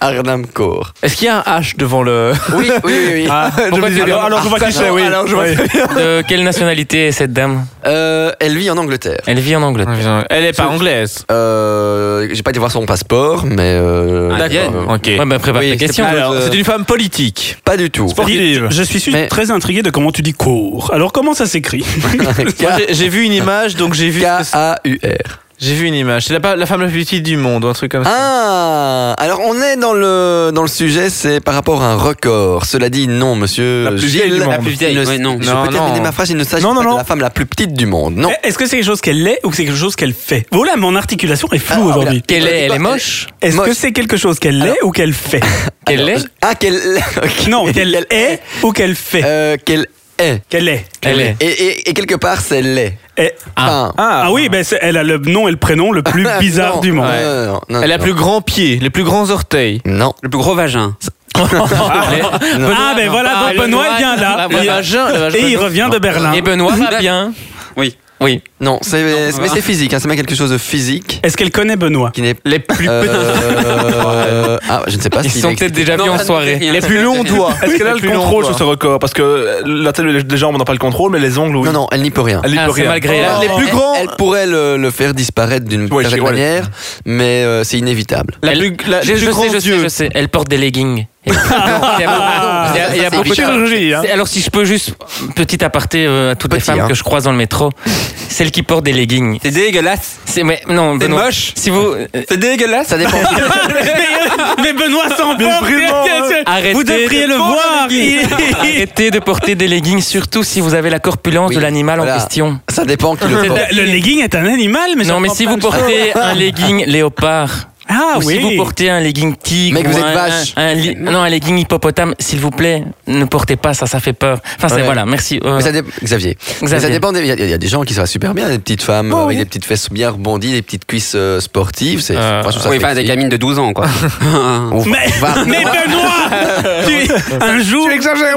[SPEAKER 5] Arnam Kaur.
[SPEAKER 3] Est-ce qu'il y a un H devant le.
[SPEAKER 5] Oui, oui, oui. oui.
[SPEAKER 3] Pourquoi tu-
[SPEAKER 7] Ah, alors, alors, je vois qui c'est, oui.
[SPEAKER 3] Alors, je vois
[SPEAKER 7] Oui.
[SPEAKER 3] qui c'est.
[SPEAKER 2] De quelle nationalité est cette dame
[SPEAKER 5] Euh, elle vit en Angleterre.
[SPEAKER 2] Elle vit en Angleterre.
[SPEAKER 3] Elle est pas anglaise.
[SPEAKER 5] Euh, j'ai pas été voir son passeport, mais euh,
[SPEAKER 7] Ah,
[SPEAKER 3] Indienne.
[SPEAKER 5] euh,
[SPEAKER 3] Ok.
[SPEAKER 2] Ouais, bah prépare
[SPEAKER 5] Oui,
[SPEAKER 2] ta
[SPEAKER 5] c'est
[SPEAKER 2] question.
[SPEAKER 5] pas-
[SPEAKER 3] Alors,
[SPEAKER 5] euh,
[SPEAKER 3] c'est une femme politique.
[SPEAKER 5] pas du tout.
[SPEAKER 7] Sportive.
[SPEAKER 1] Je suis su-
[SPEAKER 5] Mais-
[SPEAKER 1] très intrigué de comment tu dis cours. Alors comment ça s'écrit
[SPEAKER 7] (laughs)
[SPEAKER 3] Moi, j'ai- j'ai vu une image, donc j'ai vu.
[SPEAKER 5] K-A-U-R.
[SPEAKER 3] J'ai vu une image. C'est la, pa- la femme la plus petite du monde, ou un truc comme ça.
[SPEAKER 5] Ah, alors on est dans le dans le sujet, c'est par rapport à un record. Cela dit, non, monsieur.
[SPEAKER 7] La plus
[SPEAKER 5] Gilles,
[SPEAKER 7] vieille du monde.
[SPEAKER 5] la plus vieille.
[SPEAKER 6] Il ne-
[SPEAKER 5] ouais, non. Je
[SPEAKER 3] Non,
[SPEAKER 5] peux terminer
[SPEAKER 3] non.
[SPEAKER 5] ma phrase. Il ne s'agit
[SPEAKER 7] Non, non,
[SPEAKER 5] pas
[SPEAKER 7] non. Eh.
[SPEAKER 5] de la femme la plus petite du monde. Non.
[SPEAKER 1] Eh, Est-ce que c'est quelque chose qu'elle est ou que c'est quelque chose qu'elle fait Voilà, mon articulation est floue
[SPEAKER 5] Ah,
[SPEAKER 1] aujourd'hui.
[SPEAKER 2] Qu'elle est, elle
[SPEAKER 5] Elle
[SPEAKER 2] est
[SPEAKER 5] est-
[SPEAKER 2] moche
[SPEAKER 1] Est-ce que
[SPEAKER 5] Moche.
[SPEAKER 1] c'est quelque chose qu'elle est ou qu'elle (laughs) fait
[SPEAKER 2] Qu'elle est
[SPEAKER 5] Ah, qu'elle. (laughs) ok.
[SPEAKER 1] Non, qu'elle est ou qu'elle fait
[SPEAKER 5] Euh, qu'elle est.
[SPEAKER 1] Qu'elle est.
[SPEAKER 2] Elle est.
[SPEAKER 5] Et, et, et quelque part, c'est l'est.
[SPEAKER 1] Eh,
[SPEAKER 5] Ah.
[SPEAKER 1] Ah, oui, ben c'est- elle a le nom et le prénom le
[SPEAKER 5] (laughs)
[SPEAKER 1] plus bizarre
[SPEAKER 5] non.
[SPEAKER 1] du monde.
[SPEAKER 5] Non, non, non, non,
[SPEAKER 3] Elle a
[SPEAKER 5] non.
[SPEAKER 3] plus grand pied, les plus grands orteils.
[SPEAKER 5] Non.
[SPEAKER 6] Le plus gros vagin.
[SPEAKER 5] Non.
[SPEAKER 1] Ah ben voilà,
[SPEAKER 2] Ah,
[SPEAKER 1] donc
[SPEAKER 2] le
[SPEAKER 1] Benoît
[SPEAKER 2] Benoît,
[SPEAKER 1] vient là.
[SPEAKER 2] le
[SPEAKER 1] Il-
[SPEAKER 3] vagin, le vagin,
[SPEAKER 1] et il
[SPEAKER 3] non.
[SPEAKER 1] revient de Berlin.
[SPEAKER 2] Et Eh, Benoît va
[SPEAKER 6] Dame.
[SPEAKER 2] bien
[SPEAKER 6] Oui.
[SPEAKER 2] Oui.
[SPEAKER 5] Non, c'est
[SPEAKER 6] ça
[SPEAKER 5] mais
[SPEAKER 6] va.
[SPEAKER 5] c'est physique. Hein, c'est même quelque chose de physique
[SPEAKER 1] Est-ce qu'elle connaît Benoît
[SPEAKER 5] qui n'est.
[SPEAKER 3] Les plus,
[SPEAKER 5] Euh, (laughs) ah, je ne sais pas.
[SPEAKER 2] Ils
[SPEAKER 5] s'il
[SPEAKER 2] sont
[SPEAKER 5] existe.
[SPEAKER 2] peut-être déjà vus en soirée.
[SPEAKER 3] les plus
[SPEAKER 6] (laughs)
[SPEAKER 3] longs doigts.
[SPEAKER 7] Est-ce qu'elle a le
[SPEAKER 3] plus longs
[SPEAKER 7] contrôle
[SPEAKER 3] doigts.
[SPEAKER 7] sur ce record Parce que euh, la taille des jambes, on n'a pas le contrôle, mais les ongles, oui.
[SPEAKER 5] Non, non, elle n'y peut rien.
[SPEAKER 7] Elle n'y
[SPEAKER 2] Ah,
[SPEAKER 7] peut
[SPEAKER 2] c'est
[SPEAKER 7] rien.
[SPEAKER 2] malgré elle.
[SPEAKER 5] Elle,
[SPEAKER 7] Les plus
[SPEAKER 5] elle-
[SPEAKER 7] grands.
[SPEAKER 5] elle pourrait le, le faire disparaître d'une
[SPEAKER 7] Ouais,
[SPEAKER 5] certaine
[SPEAKER 7] je- ouais.
[SPEAKER 5] manière, mais euh, c'est inévitable.
[SPEAKER 3] La
[SPEAKER 2] Elle-
[SPEAKER 3] plus, la,
[SPEAKER 2] Je,
[SPEAKER 3] les
[SPEAKER 2] je
[SPEAKER 3] plus grands
[SPEAKER 2] sais, je sais,
[SPEAKER 3] yeux.
[SPEAKER 2] je sais. Elle porte des leggings. Il y a- il y a- il y a
[SPEAKER 5] Ça, c'est
[SPEAKER 2] beaucoup de
[SPEAKER 5] Richard.
[SPEAKER 7] Chirurgie, hein.
[SPEAKER 2] C'est- Alors si je peux juste petit aparté euh, à toutes les
[SPEAKER 5] Petit,
[SPEAKER 2] femmes
[SPEAKER 5] hein.
[SPEAKER 2] que je croise dans le métro, celles qui portent des leggings.
[SPEAKER 6] C'est dégueulasse.
[SPEAKER 2] C'est mais non,
[SPEAKER 6] C'est
[SPEAKER 2] Benoît,
[SPEAKER 6] moche.
[SPEAKER 2] Si vous euh,
[SPEAKER 6] C'est dégueulasse.
[SPEAKER 5] Ça dépend.
[SPEAKER 1] hein. Mais Benoît s'emporte.
[SPEAKER 7] vraiment, hein.
[SPEAKER 2] Arrêtez
[SPEAKER 1] Vous devriez
[SPEAKER 2] de
[SPEAKER 1] le
[SPEAKER 2] prendre
[SPEAKER 1] voir. Il-
[SPEAKER 2] arrêtez de porter des leggings surtout si vous avez la corpulence
[SPEAKER 5] Oui,
[SPEAKER 2] de l'animal en
[SPEAKER 5] voilà.
[SPEAKER 2] question.
[SPEAKER 5] ça dépend qui le
[SPEAKER 1] Le,
[SPEAKER 5] porte.
[SPEAKER 1] le legging est un animal, mais
[SPEAKER 2] non mais
[SPEAKER 1] j'entends
[SPEAKER 2] si
[SPEAKER 1] pas
[SPEAKER 2] vous
[SPEAKER 1] le-
[SPEAKER 2] portez un legging léopard
[SPEAKER 1] ah
[SPEAKER 2] ou
[SPEAKER 1] oui,
[SPEAKER 2] si vous portez un legging tigre
[SPEAKER 5] Mec,
[SPEAKER 2] ou
[SPEAKER 5] vous êtes
[SPEAKER 2] un,
[SPEAKER 5] vache.
[SPEAKER 2] un- un li- non un legging hippopotame s'il vous plaît ne portez pas ça ça fait peur. Enfin c'est
[SPEAKER 5] Ouais.
[SPEAKER 2] voilà merci. euh,
[SPEAKER 5] Mais ça dé- Xavier. Mais ça
[SPEAKER 2] Xavier.
[SPEAKER 5] dépend. des- Il y, a- il y a des gens qui ça va super bien, des petites femmes euh, avec des petites fesses bien rebondies, des petites cuisses euh, sportives. C'est.
[SPEAKER 2] Euh,
[SPEAKER 5] moi, je trouve ça
[SPEAKER 6] Oui, enfin,
[SPEAKER 5] sexy.
[SPEAKER 6] des gamines de 12 ans, quoi.
[SPEAKER 3] (laughs)
[SPEAKER 6] (laughs)
[SPEAKER 5] On va- (laughs)
[SPEAKER 1] Mais,
[SPEAKER 5] on va-
[SPEAKER 1] (laughs) mais Benoît, tu- un jour,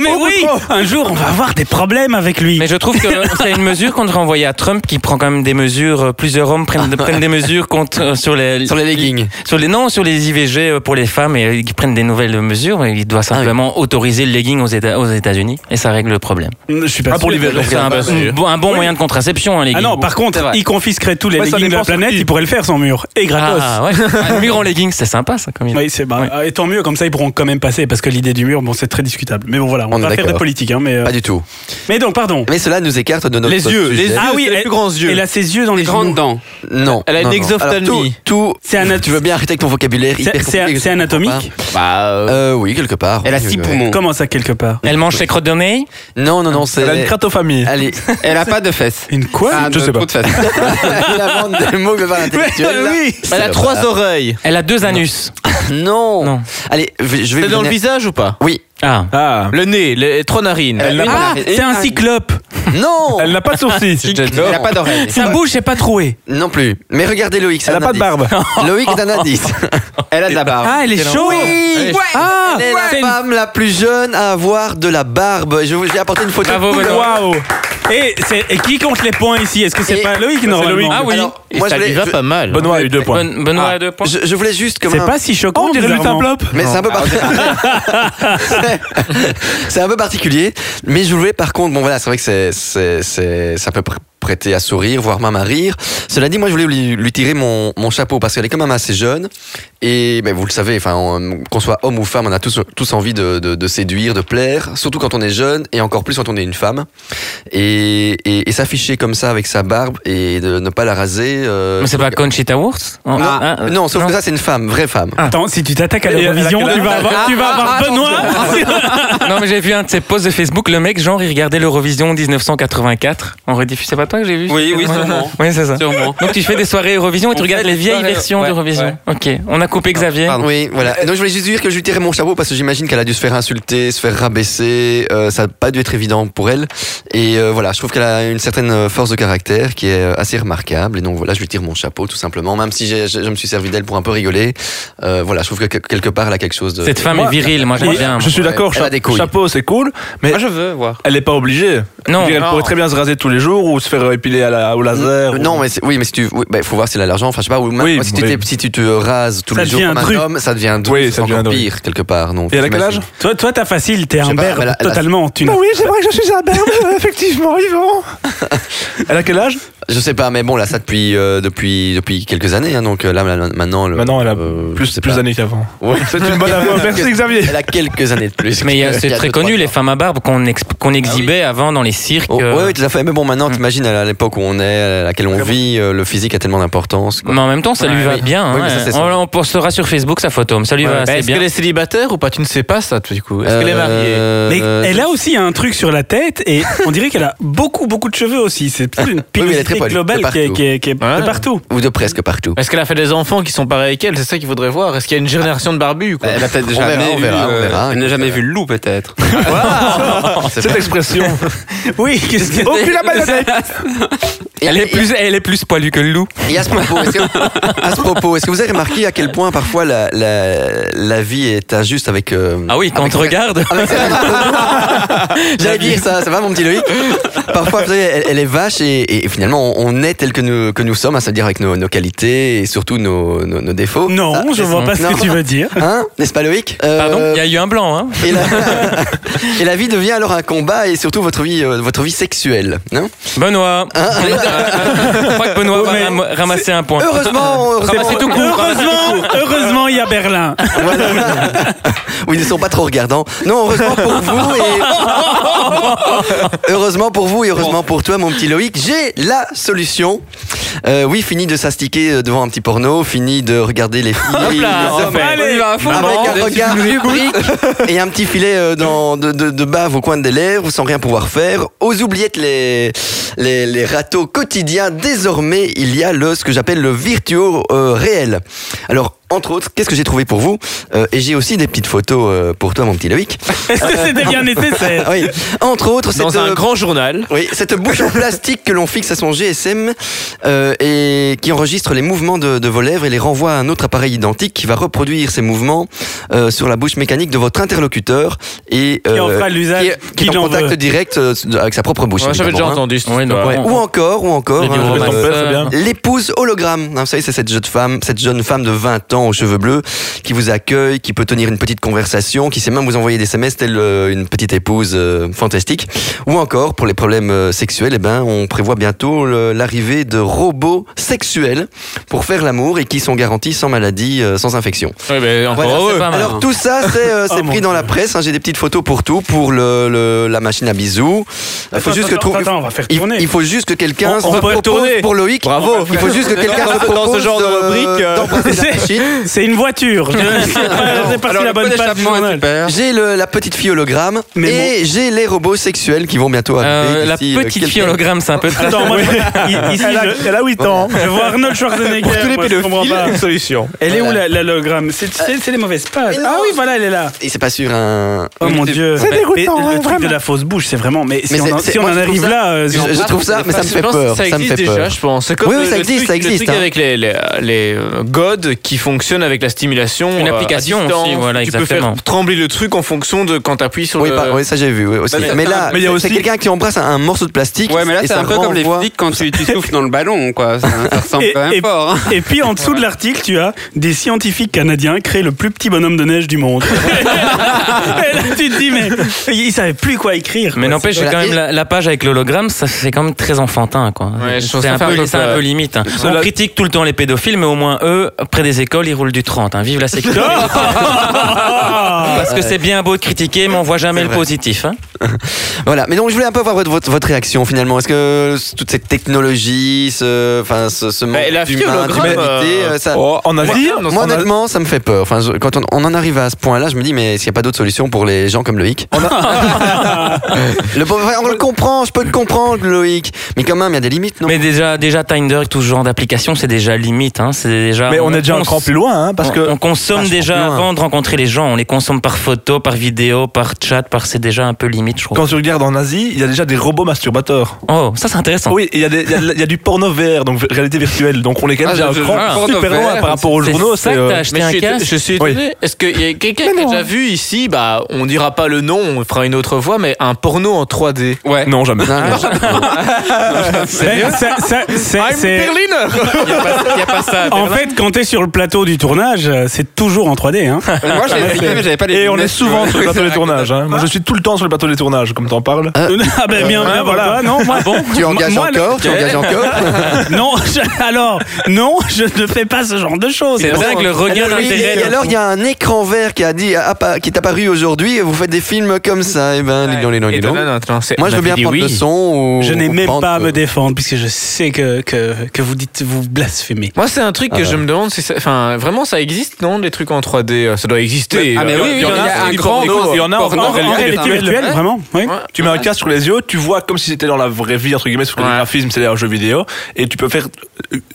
[SPEAKER 1] mais oui, un jour on va avoir des problèmes avec lui.
[SPEAKER 2] Mais je trouve
[SPEAKER 5] (laughs)
[SPEAKER 2] que c'est une mesure qu'on devrait envoyer à Trump qui prend quand même des mesures. euh, Plusieurs hommes prennent,
[SPEAKER 5] (laughs)
[SPEAKER 2] prennent des mesures contre, euh, sur les
[SPEAKER 5] Sur les leggings.
[SPEAKER 2] sur les non sur les IVG euh, pour les femmes et euh, qui prennent des nouvelles mesures. mais Il
[SPEAKER 5] Ah
[SPEAKER 2] doit simplement autoriser le legging aux États aux États-Unis et ça règle le problème.
[SPEAKER 1] je suis pas
[SPEAKER 7] Ah, pour
[SPEAKER 1] sûr.
[SPEAKER 7] l'hiver, donc
[SPEAKER 2] C'est un,
[SPEAKER 7] pas sûr.
[SPEAKER 2] bon- un bon moyen de contraception un legging.
[SPEAKER 1] Ah non, par
[SPEAKER 6] C'est
[SPEAKER 1] contre,
[SPEAKER 6] vrai.
[SPEAKER 1] il confisquerait tous les
[SPEAKER 7] Ouais, ça
[SPEAKER 1] leggings de la
[SPEAKER 7] dépend sur
[SPEAKER 1] planète,
[SPEAKER 7] qui.
[SPEAKER 1] il pourrait le faire sans mur et gratos.
[SPEAKER 2] ah ouais,
[SPEAKER 1] (laughs)
[SPEAKER 2] un mur en legging, c'est sympa ça comme idée.
[SPEAKER 1] Oui, c'est bah, et tant mieux, comme ça ils pourront quand même passer, parce que l'idée du mur, bon, c'est très discutable. Mais bon, voilà, on,
[SPEAKER 5] On est
[SPEAKER 1] va faire de
[SPEAKER 5] d'accord.
[SPEAKER 1] politique, hein, mais, euh,
[SPEAKER 5] Pas du tout.
[SPEAKER 1] mais donc, pardon.
[SPEAKER 5] Mais cela nous écarte de notre
[SPEAKER 3] Les yeux,
[SPEAKER 5] sujet.
[SPEAKER 3] les yeux.
[SPEAKER 1] Ah oui,
[SPEAKER 3] c'est les
[SPEAKER 1] elle-
[SPEAKER 3] plus grands yeux.
[SPEAKER 1] Elle a ses yeux dans les
[SPEAKER 6] Grandes
[SPEAKER 1] genoux.
[SPEAKER 6] dents.
[SPEAKER 5] Non.
[SPEAKER 3] Elle a une
[SPEAKER 5] non, non. Alors,
[SPEAKER 3] exophtalmie.
[SPEAKER 5] tout, tout-
[SPEAKER 1] C'est un
[SPEAKER 5] Tu veux bien arrêter avec ton vocabulaire
[SPEAKER 1] C'est-
[SPEAKER 5] hyper
[SPEAKER 1] c'est-
[SPEAKER 5] compliqué, je
[SPEAKER 1] c'est
[SPEAKER 5] comprends
[SPEAKER 1] anatomique
[SPEAKER 5] pas.
[SPEAKER 6] Bah, euh,
[SPEAKER 5] Euh, Oui, quelque part.
[SPEAKER 6] elle a
[SPEAKER 5] oui,
[SPEAKER 6] six
[SPEAKER 5] oui, oui.
[SPEAKER 6] poumons.
[SPEAKER 1] Comment ça, quelque part
[SPEAKER 2] Elle mange ses crottes de nez
[SPEAKER 5] Non, non, non, c'est.
[SPEAKER 7] Elle a une crate aux familles.
[SPEAKER 5] Allez, (laughs)
[SPEAKER 6] Elle a pas de fesses.
[SPEAKER 1] Une quoi
[SPEAKER 6] Ah,
[SPEAKER 7] Je
[SPEAKER 6] de-
[SPEAKER 7] sais pas.
[SPEAKER 6] trop de fesses.
[SPEAKER 5] il invente des mots que par intellectuel.
[SPEAKER 1] (laughs) oui.
[SPEAKER 3] Elle a trois oreilles.
[SPEAKER 2] Elle a deux anus.
[SPEAKER 5] Non.
[SPEAKER 2] Non.
[SPEAKER 5] Allez, je vais. je vais
[SPEAKER 3] C'est
[SPEAKER 5] vous
[SPEAKER 3] dans le
[SPEAKER 5] donner-
[SPEAKER 3] visage ou pas
[SPEAKER 5] Oui.
[SPEAKER 2] Ah.
[SPEAKER 7] Ah,
[SPEAKER 3] Le nez, les trois narines.
[SPEAKER 5] Elle n'a
[SPEAKER 1] Ah,
[SPEAKER 5] pas
[SPEAKER 1] c'est un cyclope.
[SPEAKER 5] Non
[SPEAKER 7] elle n'a pas de
[SPEAKER 5] (laughs)
[SPEAKER 7] sourcils.
[SPEAKER 6] Elle a pas d'oreilles.
[SPEAKER 1] Sa bouche est pas trouée.
[SPEAKER 5] Non plus. Mais regardez Loïc, c'est
[SPEAKER 7] Elle
[SPEAKER 5] un
[SPEAKER 7] n'a pas de
[SPEAKER 5] indice.
[SPEAKER 7] barbe.
[SPEAKER 5] (laughs) Loïc est un indice.
[SPEAKER 6] Elle a de la barbe.
[SPEAKER 1] Ah, elle est chaude.
[SPEAKER 5] Oui.
[SPEAKER 1] Ah,
[SPEAKER 5] Oh. Elle est la
[SPEAKER 1] c'est une-
[SPEAKER 5] femme la plus jeune à avoir de la barbe. Je vous ai apporté une photo.
[SPEAKER 2] Bravo,
[SPEAKER 5] de
[SPEAKER 2] Benoît.
[SPEAKER 1] Waouh. Et, c'est- et qui compte les points ici Est-ce que c'est
[SPEAKER 5] Et-
[SPEAKER 1] pas Loïc normalement
[SPEAKER 7] Loïc.
[SPEAKER 2] Ah oui.
[SPEAKER 5] Alors,
[SPEAKER 3] Et
[SPEAKER 5] moi, je
[SPEAKER 3] ça lui
[SPEAKER 5] voulais,
[SPEAKER 3] va
[SPEAKER 5] je,
[SPEAKER 3] pas mal.
[SPEAKER 7] Benoît a eu deux points.
[SPEAKER 2] Bon- Benoît a deux points. Ah.
[SPEAKER 5] je- je voulais juste quand
[SPEAKER 1] C'est
[SPEAKER 5] même.
[SPEAKER 1] pas si choquant. bizarrement.
[SPEAKER 5] Mais c'est un peu particulier. bah, (laughs) c'est un peu particulier. Mais je voulais par contre, bon voilà, c'est vrai que c'est, c'est, c'est, ça peut pr- prêter à sourire, voire même à rire. Cela dit, moi je voulais lui, lui tirer mon, mon chapeau parce qu'elle est quand même assez jeune. Et ben, vous le savez, enfin, on- qu'on soit homme ou femme, on a tous, tous envie de, de, de séduire, de plaire, surtout quand on est jeune et encore plus quand on est une femme. Et, et, et s'afficher comme ça avec sa barbe et de ne pas la raser. euh,
[SPEAKER 2] Mais c'est pas Conchita Wurst
[SPEAKER 5] non,
[SPEAKER 2] Ah, ah,
[SPEAKER 5] non, sauf que ça c'est une femme, vraie femme.
[SPEAKER 1] Attends, si tu t'attaques à
[SPEAKER 7] Et
[SPEAKER 1] la vision,
[SPEAKER 7] elle a-
[SPEAKER 1] tu vas avoir, tu vas avoir Benoît.
[SPEAKER 2] Non, mais j'ai vu un de ses posts de Facebook, le mec, genre, il regardait l'Eurovision 1984 en rediff. C'est pas toi que j'ai vu
[SPEAKER 6] Oui, oui, sûrement.
[SPEAKER 2] Oui, c'est ça.
[SPEAKER 6] Sûrement.
[SPEAKER 2] Donc tu fais des soirées Eurovision et tu
[SPEAKER 6] On
[SPEAKER 2] regardes
[SPEAKER 6] fait
[SPEAKER 2] les
[SPEAKER 6] des
[SPEAKER 2] vieilles
[SPEAKER 6] soirées-
[SPEAKER 2] versions
[SPEAKER 6] ouais,
[SPEAKER 2] d'Eurovision. Ok, on a coupé Xavier.
[SPEAKER 6] Pardon.
[SPEAKER 5] Oui,
[SPEAKER 7] Euh,
[SPEAKER 5] voilà. Et donc je voulais juste dire que je lui tirais mon chapeau parce que j'imagine qu'elle a dû se faire insulter, se faire rabaisser. euh, ça n'a pas dû être évident pour elle. Et euh, voilà, je trouve qu'elle a une certaine euh, force de caractère qui est euh, assez remarquable. Et donc voilà, je lui tire mon chapeau tout simplement, même si j'ai- je, je me suis servi d'elle pour un peu rigoler. Euh, voilà, je trouve que que- quelque part elle a quelque chose de.
[SPEAKER 2] Cette femme est
[SPEAKER 7] Moi-
[SPEAKER 2] virile, moi j'aime
[SPEAKER 7] Oui,
[SPEAKER 2] bien.
[SPEAKER 7] Je suis
[SPEAKER 5] Ouais,
[SPEAKER 7] d'accord,
[SPEAKER 5] elle a
[SPEAKER 7] cha-
[SPEAKER 5] des couilles.
[SPEAKER 7] chapeau c'est cool, mais
[SPEAKER 6] Moi, je veux voir.
[SPEAKER 7] elle n'est pas obligée.
[SPEAKER 2] Non.
[SPEAKER 7] Je dirais, Elle pourrait très bien se raser tous les jours ou se faire euh, épiler à la- au laser.
[SPEAKER 5] Euh,
[SPEAKER 7] ou-
[SPEAKER 5] Non, mais c'est- oui, mais si tu, oui, bah, faut voir si elle a l'argent. Enfin, je sais pas. Ou même
[SPEAKER 7] Oui,
[SPEAKER 5] si, tu
[SPEAKER 7] oui.
[SPEAKER 5] t'es- si tu te rases tous
[SPEAKER 1] Ça
[SPEAKER 5] les jours
[SPEAKER 1] devient
[SPEAKER 5] comme
[SPEAKER 1] un
[SPEAKER 5] un
[SPEAKER 1] truc.
[SPEAKER 5] homme, ça devient un truc.
[SPEAKER 7] Oui, ça
[SPEAKER 5] c'est
[SPEAKER 7] devient
[SPEAKER 5] encore
[SPEAKER 7] un truc.
[SPEAKER 5] pire quelque part. Non.
[SPEAKER 7] Et elle a quel âge
[SPEAKER 5] t'imagines.
[SPEAKER 1] (laughs) Toi, toi, t'as facile. T'es
[SPEAKER 5] Je
[SPEAKER 1] un
[SPEAKER 5] sais pas,
[SPEAKER 1] berbe
[SPEAKER 5] elle a- elle a-
[SPEAKER 1] totalement. Tu n'as-
[SPEAKER 7] Non, Ah oui, c'est vrai que je suis un berbe, (laughs) effectivement, Yvan. Elle a quel âge
[SPEAKER 5] Je sais pas, mais bon, là, ça depuis euh, depuis depuis quelques années. hein, donc euh, là, maintenant, le-
[SPEAKER 7] Maintenant, elle a
[SPEAKER 5] euh, je
[SPEAKER 7] plus,
[SPEAKER 5] sais
[SPEAKER 7] plus
[SPEAKER 5] pas.
[SPEAKER 7] d'années qu'avant.
[SPEAKER 5] Ouais.
[SPEAKER 7] (laughs) C'est une bonne info. Merci, Xavier.
[SPEAKER 5] Elle a quelques années de
[SPEAKER 2] (laughs)
[SPEAKER 5] plus.
[SPEAKER 2] Mais il y a-
[SPEAKER 5] Il y
[SPEAKER 2] c'est
[SPEAKER 5] a
[SPEAKER 2] très
[SPEAKER 5] deux,
[SPEAKER 2] connu,
[SPEAKER 5] trois
[SPEAKER 2] les
[SPEAKER 5] ans.
[SPEAKER 2] femmes à barbe qu'on exp- qu'on exhibait avant dans les cirques.
[SPEAKER 5] Oh,
[SPEAKER 2] euh,
[SPEAKER 5] ouais, ouais, tout à fait. Mais bon, maintenant, t'imagines à l'époque où on est, à laquelle on vit, euh, le physique a tellement d'importance. quoi.
[SPEAKER 2] Mais en même temps, ça lui
[SPEAKER 5] Ouais,
[SPEAKER 2] va
[SPEAKER 5] oui.
[SPEAKER 2] bien.
[SPEAKER 5] Oui,
[SPEAKER 2] hein.
[SPEAKER 5] mais ça, c'est ça.
[SPEAKER 2] on, on postera sur Facebook sa photo, mais ça lui va
[SPEAKER 3] Bah,
[SPEAKER 2] assez
[SPEAKER 3] Est-ce qu'elle
[SPEAKER 2] bien.
[SPEAKER 3] est célibataire ou pas Tu ne sais pas ça, du coup. Est-ce qu'elle est mariée
[SPEAKER 5] Euh,
[SPEAKER 1] Mais
[SPEAKER 5] euh,
[SPEAKER 1] elle a aussi un truc sur la tête et on dirait qu'elle a beaucoup beaucoup de cheveux aussi. C'est peut-être une
[SPEAKER 5] Oui, mais elle est très
[SPEAKER 1] pilosité
[SPEAKER 5] poilue,
[SPEAKER 1] globale
[SPEAKER 5] de
[SPEAKER 1] qui est, qui est- qui est
[SPEAKER 3] Ouais.
[SPEAKER 1] de partout.
[SPEAKER 5] Ou de presque partout.
[SPEAKER 3] Est-ce qu'elle a fait des enfants qui sont pareils qu'elle C'est ça qu'il faudrait voir. Est-ce qu'il y a une génération de barbus quoi
[SPEAKER 6] Elle a peut-être
[SPEAKER 5] On
[SPEAKER 6] jamais
[SPEAKER 5] verra, on
[SPEAKER 6] vu,
[SPEAKER 5] verra, on
[SPEAKER 6] euh,
[SPEAKER 5] verra.
[SPEAKER 6] Elle n'a jamais vu le loup, peut-être.
[SPEAKER 5] (laughs)
[SPEAKER 7] Cette expression.
[SPEAKER 1] Oui, qu'est-ce que
[SPEAKER 2] (laughs)
[SPEAKER 7] Aucune la balle
[SPEAKER 2] Elle est plus, elle est plus poilue que le loup.
[SPEAKER 5] Et à ce propos, est-ce que, à ce propos, est-ce que vous avez remarqué à quel point parfois la, la, la vie est injuste avec. euh,
[SPEAKER 2] Ah oui, quand on te regarde.
[SPEAKER 5] avec certaines- J'allais dire ça, ça va mon petit Loïc Parfois, vous savez, elle, elle est vache et, et finalement, on, on est tel que nous, que nous sommes, hein, c'est-à-dire avec nos, nos qualités et surtout nos, nos, nos défauts. Ah, Ça,
[SPEAKER 1] Non, je vois pas ce
[SPEAKER 5] non.
[SPEAKER 1] que tu veux dire.
[SPEAKER 5] Hein N'est-ce pas Loïc Euh,
[SPEAKER 2] Pardon, il y a eu un blanc. Hein.
[SPEAKER 5] et, la... (laughs) et la vie devient alors un combat et surtout votre vie, euh, votre vie sexuelle. hein Non
[SPEAKER 2] Benoît. Je crois que Benoît va
[SPEAKER 1] Mais
[SPEAKER 2] ram- ramasser un point.
[SPEAKER 5] heureusement, heureusement
[SPEAKER 2] Ramasser tout court. ramasser tout
[SPEAKER 1] Heureusement, heureusement, il y a Berlin.
[SPEAKER 5] Voilà. (laughs) Oui, ils ne sont pas trop regardants. Non, heureusement pour vous et... Heureusement pour vous et heureusement pour toi, mon petit Loïc, j'ai la solution. Euh, oui, fini de s'astiquer euh, devant un petit porno, fini de regarder les filles, les hommes,
[SPEAKER 2] Allez, on y va à fond.
[SPEAKER 5] avec un regard lubrique et un petit filet euh, dans, de, de, de bave au coin des lèvres sans rien pouvoir faire. Aux oubliettes, les, les, les râteaux quotidiens, désormais, il y a le, ce que j'appelle le virtuo euh, réel. Alors, entre autres, qu'est-ce que j'ai trouvé pour vous Euh, Et j'ai aussi des petites photos euh, pour toi, mon petit Loïc.
[SPEAKER 1] Est-ce que c'était bien nécessaire
[SPEAKER 5] Ah oui. Entre autres,
[SPEAKER 3] Dans
[SPEAKER 5] cette,
[SPEAKER 3] un
[SPEAKER 5] euh,
[SPEAKER 3] grand journal.
[SPEAKER 5] oui, cette bouche en plastique que l'on fixe à son GSM euh, et qui enregistre les mouvements de, de vos lèvres et les renvoie à un autre appareil identique qui va reproduire ces mouvements euh, sur la bouche mécanique de votre interlocuteur et euh,
[SPEAKER 1] Qui en fera l'usage
[SPEAKER 5] qui est- qui est
[SPEAKER 1] qu'il
[SPEAKER 5] en
[SPEAKER 1] en
[SPEAKER 5] contact
[SPEAKER 1] veut.
[SPEAKER 5] direct euh, avec sa propre bouche.
[SPEAKER 3] Ouais, J'avais
[SPEAKER 5] évidemment,
[SPEAKER 3] déjà
[SPEAKER 5] hein.
[SPEAKER 3] entendu. cette
[SPEAKER 2] Oui, donc,
[SPEAKER 3] histoire.
[SPEAKER 5] Ouais.
[SPEAKER 2] on-
[SPEAKER 5] Ou encore, ou encore.
[SPEAKER 2] Les
[SPEAKER 5] hein,
[SPEAKER 2] bureaux
[SPEAKER 5] euh,
[SPEAKER 7] Ton père, c'est bien.
[SPEAKER 5] (laughs) L'épouse hologramme, hein, vous savez, c'est cette jeune femme, cette jeune femme de 20 ans aux cheveux bleus qui vous accueille, qui peut tenir une petite conversation, qui sait même vous envoyer des SMS telle euh, une petite épouse euh, fantastique. Ou encore, pour les problèmes euh, sexuels, eh ben, on prévoit bientôt le- l'arrivée de robots sexuels pour faire l'amour et qui sont garantis sans maladie, euh, sans infection.
[SPEAKER 3] Ouais, mais encore
[SPEAKER 5] Voilà,
[SPEAKER 3] heureux.
[SPEAKER 2] c'est pas mal.
[SPEAKER 5] Alors tout ça, c'est euh, c'est
[SPEAKER 1] Oh, mon
[SPEAKER 5] pris dans la presse. hein, J'ai des petites photos pour tout, pour le, le- la machine à bisous. Il faut
[SPEAKER 1] Attends,
[SPEAKER 5] juste que
[SPEAKER 1] attends,
[SPEAKER 5] trou-
[SPEAKER 1] attends, on va faire
[SPEAKER 5] il,
[SPEAKER 1] tourner.
[SPEAKER 5] il faut juste que quelqu'un
[SPEAKER 1] On-
[SPEAKER 5] se
[SPEAKER 1] on peut
[SPEAKER 5] propose
[SPEAKER 1] tourner.
[SPEAKER 5] pour Loïc.
[SPEAKER 3] Bravo.
[SPEAKER 5] Il faut juste que quelqu'un se
[SPEAKER 3] Dans ce- dans ce
[SPEAKER 5] propose
[SPEAKER 3] genre de rubrique, euh,
[SPEAKER 5] d'embrasser la machine.
[SPEAKER 1] C'est une voiture. Je- C'est pas, c'est pas si la
[SPEAKER 5] le
[SPEAKER 1] bonne
[SPEAKER 5] bon
[SPEAKER 1] page du
[SPEAKER 5] échappement est
[SPEAKER 1] journal.
[SPEAKER 6] super.
[SPEAKER 5] J'ai le- la petite fille hologramme
[SPEAKER 1] Mais
[SPEAKER 5] et j'ai les robots sexuels qui vont bientôt arriver.
[SPEAKER 2] Euh, la
[SPEAKER 5] d'ici, euh,
[SPEAKER 2] petite
[SPEAKER 5] quelques-
[SPEAKER 2] fille hologramme, c'est un peu trash.
[SPEAKER 1] Attends, moi, je- ici,
[SPEAKER 7] Elle a,
[SPEAKER 1] je,
[SPEAKER 7] elle a 8 ans.
[SPEAKER 1] je vois Arnold Schwarzenegger.
[SPEAKER 3] Pour tous les
[SPEAKER 1] moi, je comprends
[SPEAKER 3] pédophiles,
[SPEAKER 1] pas.
[SPEAKER 3] une (laughs) solution.
[SPEAKER 1] Elle est où
[SPEAKER 5] Voilà.
[SPEAKER 1] la- l'hologramme C'est c'est- c'est les mauvaises pages.
[SPEAKER 5] Mais non.
[SPEAKER 1] Ah oui, voilà, elle est là.
[SPEAKER 5] Et c'est pas hein. sur un.
[SPEAKER 1] Oh mon dieu.
[SPEAKER 7] C'est
[SPEAKER 1] Mais-
[SPEAKER 7] dégoûtant,
[SPEAKER 1] mais
[SPEAKER 7] ouais,
[SPEAKER 1] le truc
[SPEAKER 7] vraiment.
[SPEAKER 1] de la fausse bouche, c'est vraiment. Mais si
[SPEAKER 5] Mais
[SPEAKER 1] on en,
[SPEAKER 5] c'est-
[SPEAKER 1] si on
[SPEAKER 5] moi,
[SPEAKER 1] en
[SPEAKER 5] je trouve
[SPEAKER 1] arrive
[SPEAKER 5] ça-
[SPEAKER 1] là, euh,
[SPEAKER 5] Je,
[SPEAKER 1] c'est-
[SPEAKER 5] je trouve ça, mais ça me fait
[SPEAKER 3] Je pense
[SPEAKER 5] peur.
[SPEAKER 3] que Ça
[SPEAKER 5] Ça me
[SPEAKER 3] existe
[SPEAKER 5] fait
[SPEAKER 3] déjà,
[SPEAKER 5] peur.
[SPEAKER 3] je pense. C'est comme
[SPEAKER 5] Oui, oui,
[SPEAKER 3] le-
[SPEAKER 5] ça
[SPEAKER 3] le
[SPEAKER 5] existe,
[SPEAKER 3] truc-
[SPEAKER 5] ça
[SPEAKER 3] Le
[SPEAKER 5] existe,
[SPEAKER 3] truc
[SPEAKER 5] hein.
[SPEAKER 3] avec les, les, les, euh, godes qui fonctionnent avec la stimulation.
[SPEAKER 2] Une
[SPEAKER 3] euh, à
[SPEAKER 2] application aussi,
[SPEAKER 3] distance.
[SPEAKER 2] voilà,
[SPEAKER 3] tu
[SPEAKER 2] exactement.
[SPEAKER 3] peux faire trembler le truc en fonction de quand t'appuies sur
[SPEAKER 5] Oui,
[SPEAKER 3] le.
[SPEAKER 5] pas- oui, ça j'ai vu. oui, aussi.
[SPEAKER 6] Mais-
[SPEAKER 5] Mais, là,
[SPEAKER 7] mais il y a
[SPEAKER 5] c'est-
[SPEAKER 7] aussi-
[SPEAKER 5] c'est quelqu'un qui embrasse un, un morceau de plastique.
[SPEAKER 6] Ouais, mais là,
[SPEAKER 5] et
[SPEAKER 6] c'est
[SPEAKER 5] ça
[SPEAKER 6] un peu comme les
[SPEAKER 5] renvoie-
[SPEAKER 6] flics quand tu, tu souffles dans le ballon, quoi. Ça,
[SPEAKER 5] (laughs)
[SPEAKER 6] ça ressemble
[SPEAKER 1] Et-
[SPEAKER 6] quand même
[SPEAKER 1] et-
[SPEAKER 6] fort. hein.
[SPEAKER 1] Et puis en dessous de l'article, tu as des scientifiques canadiens créent le plus petit bonhomme de neige du monde. Et là, tu te dis, mais ils savaient plus quoi écrire.
[SPEAKER 2] Mais
[SPEAKER 1] quoi.
[SPEAKER 2] n'empêche,
[SPEAKER 5] voilà.
[SPEAKER 2] quand même
[SPEAKER 5] Et-
[SPEAKER 2] la, la page avec l'hologramme, ça c'est quand même très enfantin, quoi.
[SPEAKER 3] Ouais, je trouve
[SPEAKER 2] c'est
[SPEAKER 3] ça
[SPEAKER 2] un
[SPEAKER 3] fait un
[SPEAKER 2] peu,
[SPEAKER 3] peu
[SPEAKER 2] c'est un
[SPEAKER 3] peur.
[SPEAKER 2] peu limite. hein.
[SPEAKER 7] Cela-
[SPEAKER 2] On critique tout le temps les pédophiles, mais au moins eux, près des écoles, ils roulent du 30. hein. Vive la
[SPEAKER 7] (laughs)
[SPEAKER 2] sécurité. Parce que c'est bien beau de critiquer, mais on voit jamais le
[SPEAKER 5] vrai.
[SPEAKER 2] positif. hein.
[SPEAKER 5] Voilà. Mais donc, je voulais un peu voir votre, votre, votre réaction finalement. Est-ce que toute cette technologie, ce, enfin, ce, ce
[SPEAKER 6] Bah,
[SPEAKER 3] Mais la
[SPEAKER 5] manque
[SPEAKER 3] fille
[SPEAKER 5] d'humain,
[SPEAKER 3] hologramme,
[SPEAKER 5] d'humanité,
[SPEAKER 3] euh,
[SPEAKER 5] euh, ça.
[SPEAKER 7] Oh, en Asie,
[SPEAKER 3] Moi,
[SPEAKER 5] Moi,
[SPEAKER 7] en Asie-
[SPEAKER 5] honnêtement, ça me fait peur. Enfin, je- quand on, on en arrive à ce point-là, je me dis, mais s'il n'y a pas d'autre solution pour les gens comme Loïc (laughs) le, pauvre- enfin, On le comprend, je peux le comprendre, Loïc. Mais quand même, il y a des limites, non
[SPEAKER 2] Mais déjà, déjà Tinder, tout ce genre d'application, c'est déjà limite. Hein. C'est déjà.
[SPEAKER 7] mais on est déjà un
[SPEAKER 2] cons-
[SPEAKER 7] cran plus loin, hein, parce
[SPEAKER 2] on-
[SPEAKER 7] que
[SPEAKER 2] on consomme
[SPEAKER 5] vachement plus
[SPEAKER 2] déjà
[SPEAKER 5] loin.
[SPEAKER 2] avant de rencontrer les gens. On les consomme par photo, par vidéo, par chat, par c'est déjà un peu limite, je trouve.
[SPEAKER 7] quand tu regardes en Asie, il y a déjà des robots masturbateurs.
[SPEAKER 2] Oh, ça c'est intéressant.
[SPEAKER 7] Oui, et il y, a des- il y a de la- il y a du porno VR, donc réalité virtuelle. Donc on est quand même
[SPEAKER 6] Ah,
[SPEAKER 7] déjà
[SPEAKER 6] je-
[SPEAKER 7] un
[SPEAKER 6] je-
[SPEAKER 7] cran
[SPEAKER 6] voilà.
[SPEAKER 7] super
[SPEAKER 6] Porno
[SPEAKER 7] loin
[SPEAKER 6] VR,
[SPEAKER 7] par rapport aux
[SPEAKER 2] c'est
[SPEAKER 7] journaux.
[SPEAKER 2] ça
[SPEAKER 7] c'est,
[SPEAKER 2] que
[SPEAKER 7] euh,
[SPEAKER 2] t'as acheté
[SPEAKER 3] Mais je
[SPEAKER 2] un
[SPEAKER 3] suis,
[SPEAKER 2] casque.
[SPEAKER 3] je suis étonné. Est-ce qu'il y a quelqu'un qui a déjà vu ici Bah, on dira pas le nom, on fera une autre voix, mais un porno en 3D.
[SPEAKER 6] Ouais.
[SPEAKER 7] Non, jamais.
[SPEAKER 5] Non, mais-
[SPEAKER 1] C'est- ça- ça- c'est- c'est-
[SPEAKER 5] Ah,
[SPEAKER 6] Il n'y a, pas ça.
[SPEAKER 1] En fait, quand t'es sur le plateau du tournage, euh, c'est toujours en 3D. Hein.
[SPEAKER 6] Moi, j'ai essayé, mais j'avais pas les
[SPEAKER 7] Et on est
[SPEAKER 6] lunettes,
[SPEAKER 7] souvent
[SPEAKER 6] tu vois.
[SPEAKER 7] sur le plateau des tournages. hein. Moi, je suis tout le temps sur le plateau des tournages, comme t'en parles.
[SPEAKER 1] (laughs) ah ben bien, bien voilà. non, moi,
[SPEAKER 5] Tu engages
[SPEAKER 1] moi, le-
[SPEAKER 5] encore Tu engages encore
[SPEAKER 1] (laughs) Non, je- alors, non, je ne fais pas ce genre de choses.
[SPEAKER 2] C'est dingue le regard
[SPEAKER 5] Oui,
[SPEAKER 2] d'intérêt.
[SPEAKER 5] Et alors, il y a un écran vert qui, a dit, a- a- qui est apparu aujourd'hui et vous faites des films comme ça. Eh ben, les gars, les gars, les
[SPEAKER 3] Et
[SPEAKER 5] gars.
[SPEAKER 3] non, non, non, c'est-
[SPEAKER 5] Moi, je
[SPEAKER 3] on
[SPEAKER 5] veux bien
[SPEAKER 3] avait dit
[SPEAKER 5] prendre
[SPEAKER 3] oui.
[SPEAKER 5] le son. Ou,
[SPEAKER 1] Je n'ai
[SPEAKER 5] ou
[SPEAKER 1] même
[SPEAKER 5] prendre,
[SPEAKER 1] pas à
[SPEAKER 5] euh,
[SPEAKER 1] me défendre puisque je sais que, que, que vous dites, vous blasphémez.
[SPEAKER 3] Moi, c'est un
[SPEAKER 5] Ah
[SPEAKER 3] truc
[SPEAKER 5] bah.
[SPEAKER 3] que je me demande si ça. Enfin, vraiment, ça existe, non Les trucs en 3D, euh, ça doit exister.
[SPEAKER 6] Ah, mais
[SPEAKER 3] Euh,
[SPEAKER 6] oui, oui, il y en
[SPEAKER 3] c'est
[SPEAKER 6] a un
[SPEAKER 3] du
[SPEAKER 6] grand
[SPEAKER 3] porno.
[SPEAKER 6] nombre.
[SPEAKER 7] Il y en a en
[SPEAKER 6] Porno
[SPEAKER 7] vrai, en
[SPEAKER 1] Elle est
[SPEAKER 6] virtuelle.
[SPEAKER 1] virtuelle,
[SPEAKER 6] Ouais.
[SPEAKER 1] vraiment oui.
[SPEAKER 3] Ouais.
[SPEAKER 7] Tu mets un casque sur les yeux, tu vois comme si c'était dans la vraie vie, entre guillemets, sur le
[SPEAKER 3] Ouais.
[SPEAKER 7] graphisme, c'est un jeu vidéo, et tu peux faire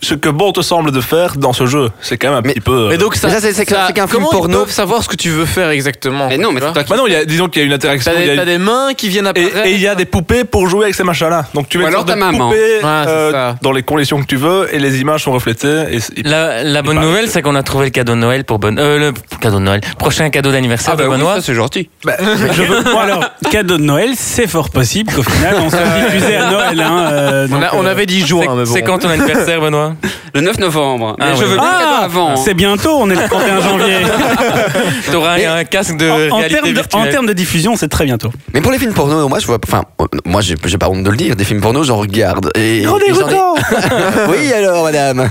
[SPEAKER 7] ce que bon te semble de faire dans ce jeu. C'est quand même un
[SPEAKER 5] Mais-
[SPEAKER 7] petit peu. euh,
[SPEAKER 3] Mais donc, ça.
[SPEAKER 5] Mais ça, c'est- c'est qu'un-
[SPEAKER 3] ça-
[SPEAKER 5] c'est qu'un film
[SPEAKER 3] comment ils
[SPEAKER 5] porno.
[SPEAKER 3] peuvent savoir ce que tu veux faire exactement
[SPEAKER 6] (laughs) Mais non, mais
[SPEAKER 3] tu vois
[SPEAKER 6] c'est toi qui.
[SPEAKER 7] Bah non, il y a- disons qu'il y a une interaction.
[SPEAKER 3] T'as
[SPEAKER 7] il y a
[SPEAKER 3] des,
[SPEAKER 7] une-
[SPEAKER 3] t'as des mains qui viennent
[SPEAKER 7] Et
[SPEAKER 3] apparaître.
[SPEAKER 7] et il y a des poupées pour jouer avec ces machins-là. Donc tu mets
[SPEAKER 6] Ou
[SPEAKER 7] une
[SPEAKER 6] alors
[SPEAKER 7] sorte
[SPEAKER 6] ta
[SPEAKER 7] de
[SPEAKER 6] maman.
[SPEAKER 7] poupée
[SPEAKER 3] c'est
[SPEAKER 7] euh,
[SPEAKER 3] ça.
[SPEAKER 7] dans les conditions que tu veux et les images sont reflétées. Et, c'est-
[SPEAKER 2] La, la bonne
[SPEAKER 7] paraît
[SPEAKER 2] nouvelle, c'est qu'on a trouvé le cadeau de Noël pour bonne. Euh, le cadeau de Noël. Prochain cadeau d'anniversaire
[SPEAKER 6] Ah, bah
[SPEAKER 2] de
[SPEAKER 6] oui,
[SPEAKER 2] Benoît.
[SPEAKER 6] ça, c'est gentil.
[SPEAKER 1] Je veux- Bon, alors, cadeau de Noël, c'est fort possible qu'au final, on soit diffusé à Noël. hein, euh,
[SPEAKER 3] on,
[SPEAKER 1] donc,
[SPEAKER 3] a- on
[SPEAKER 1] euh,
[SPEAKER 3] avait dit juin, hein, mais
[SPEAKER 2] C'est-
[SPEAKER 3] bon.
[SPEAKER 2] c'est quand ton anniversaire, Benoît
[SPEAKER 6] Le 9 novembre. Mais
[SPEAKER 2] Ah,
[SPEAKER 6] je
[SPEAKER 2] oui.
[SPEAKER 6] veux bien le cadeau
[SPEAKER 1] Ah,
[SPEAKER 6] avant. hein.
[SPEAKER 1] c'est bientôt, on est le 31 janvier.
[SPEAKER 2] T'auras un casque de
[SPEAKER 1] En- en,
[SPEAKER 2] réalité
[SPEAKER 1] termes de, en
[SPEAKER 2] virtuelle.
[SPEAKER 1] termes de diffusion, c'est très bientôt.
[SPEAKER 5] Mais pour les films porno, moi, je vois. Enfin, euh, moi, j'ai j'ai pas honte de le dire. Des films porno, j'en regarde. Et,
[SPEAKER 7] Oh,
[SPEAKER 5] et j'en ai-
[SPEAKER 7] dégoûtant
[SPEAKER 5] (laughs) Oui, alors, madame.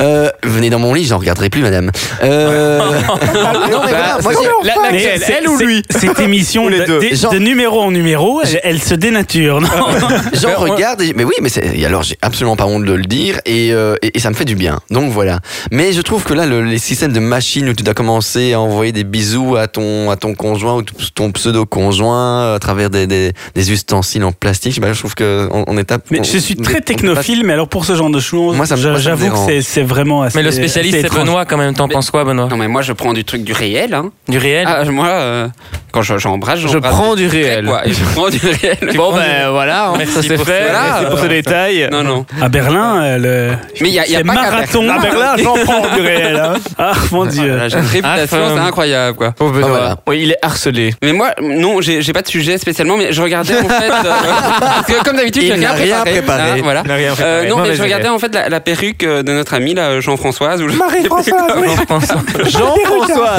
[SPEAKER 5] Euh, venez dans mon lit, j'en regarderai plus, madame. Euh... non, mais voilà, moi, j'ai-
[SPEAKER 3] La-
[SPEAKER 1] Mais
[SPEAKER 3] laquelle,
[SPEAKER 1] c'est-
[SPEAKER 3] elle ou
[SPEAKER 1] c'est-
[SPEAKER 3] lui
[SPEAKER 1] Cette émission, de,
[SPEAKER 5] les deux.
[SPEAKER 1] de-
[SPEAKER 5] Genre-
[SPEAKER 1] de numéro en numéro, elle, elle se dénature. non
[SPEAKER 5] J'en regarde, et- mais oui, mais c'est- et alors j'ai absolument pas honte de le dire et, euh, et, et ça me fait du bien. Donc voilà. Mais je trouve que là, le- les systèmes de machines où tu dois commencer à envoyer des bisous à ton, à ton conjoint ou t- ton pseudo-conjoint euh, à travers des, des, des ustensiles en plastique, bah, je sais pas, je trouve que on, on est à-
[SPEAKER 1] Mais
[SPEAKER 5] on-
[SPEAKER 1] je suis
[SPEAKER 5] on- on
[SPEAKER 1] très
[SPEAKER 5] est pas-
[SPEAKER 1] technophile, mais alors pour ce genre de choses,
[SPEAKER 5] Moi, ça me-
[SPEAKER 1] j'a-
[SPEAKER 5] moi, ça me
[SPEAKER 1] j'avoue que
[SPEAKER 5] dérange.
[SPEAKER 1] c'est- c'est vraiment assez.
[SPEAKER 2] Mais le spécialiste,
[SPEAKER 1] assez
[SPEAKER 2] c'est
[SPEAKER 1] étrange.
[SPEAKER 2] Benoît quand même. T'en penses quoi, Benoît
[SPEAKER 6] Non, mais moi, je prends du truc du réel. Hein.
[SPEAKER 2] Du réel
[SPEAKER 6] Ah, moi, euh, quand je- j'embrasse,
[SPEAKER 3] Je
[SPEAKER 6] j'embrasse
[SPEAKER 3] prends du réel.
[SPEAKER 6] Quoi, et je prends du réel.
[SPEAKER 3] Bon, ben voilà, hein,
[SPEAKER 2] Merci
[SPEAKER 3] ça c'est
[SPEAKER 2] pour
[SPEAKER 3] fait.
[SPEAKER 2] cela.
[SPEAKER 3] Merci pour ce détail.
[SPEAKER 6] Non, non.
[SPEAKER 1] À Berlin, euh, le-
[SPEAKER 6] Mais il y a, il y a
[SPEAKER 1] c'est
[SPEAKER 6] pas qu'à
[SPEAKER 1] marathon.
[SPEAKER 6] Berlin.
[SPEAKER 1] Berlin, j'en prends du réel.
[SPEAKER 7] hein.
[SPEAKER 1] (laughs) Ah mon dieu.
[SPEAKER 6] Voilà, J'ai une réputation,
[SPEAKER 2] Ah, fin.
[SPEAKER 6] c'est incroyable, quoi.
[SPEAKER 3] Oh, Benoît.
[SPEAKER 5] voilà.
[SPEAKER 3] Oui, il est harcelé.
[SPEAKER 6] Mais moi, non, j'ai j'ai pas de sujet spécialement, mais je regardais en fait. euh,
[SPEAKER 5] (laughs)
[SPEAKER 6] parce que comme d'habitude,
[SPEAKER 5] Il
[SPEAKER 6] j'ai rien
[SPEAKER 5] n'a rien
[SPEAKER 6] préparé.
[SPEAKER 5] préparé.
[SPEAKER 6] Hein, voilà.
[SPEAKER 3] Il n'a rien
[SPEAKER 6] Euh,
[SPEAKER 3] préparé.
[SPEAKER 6] non, mais
[SPEAKER 3] Mauvais
[SPEAKER 6] je regardais
[SPEAKER 3] élève.
[SPEAKER 6] en fait la, la perruque euh, de notre amie, là, euh, Jean-Françoise. ou je- (laughs)
[SPEAKER 7] Marie-Françoise, oui.
[SPEAKER 2] Jean-François.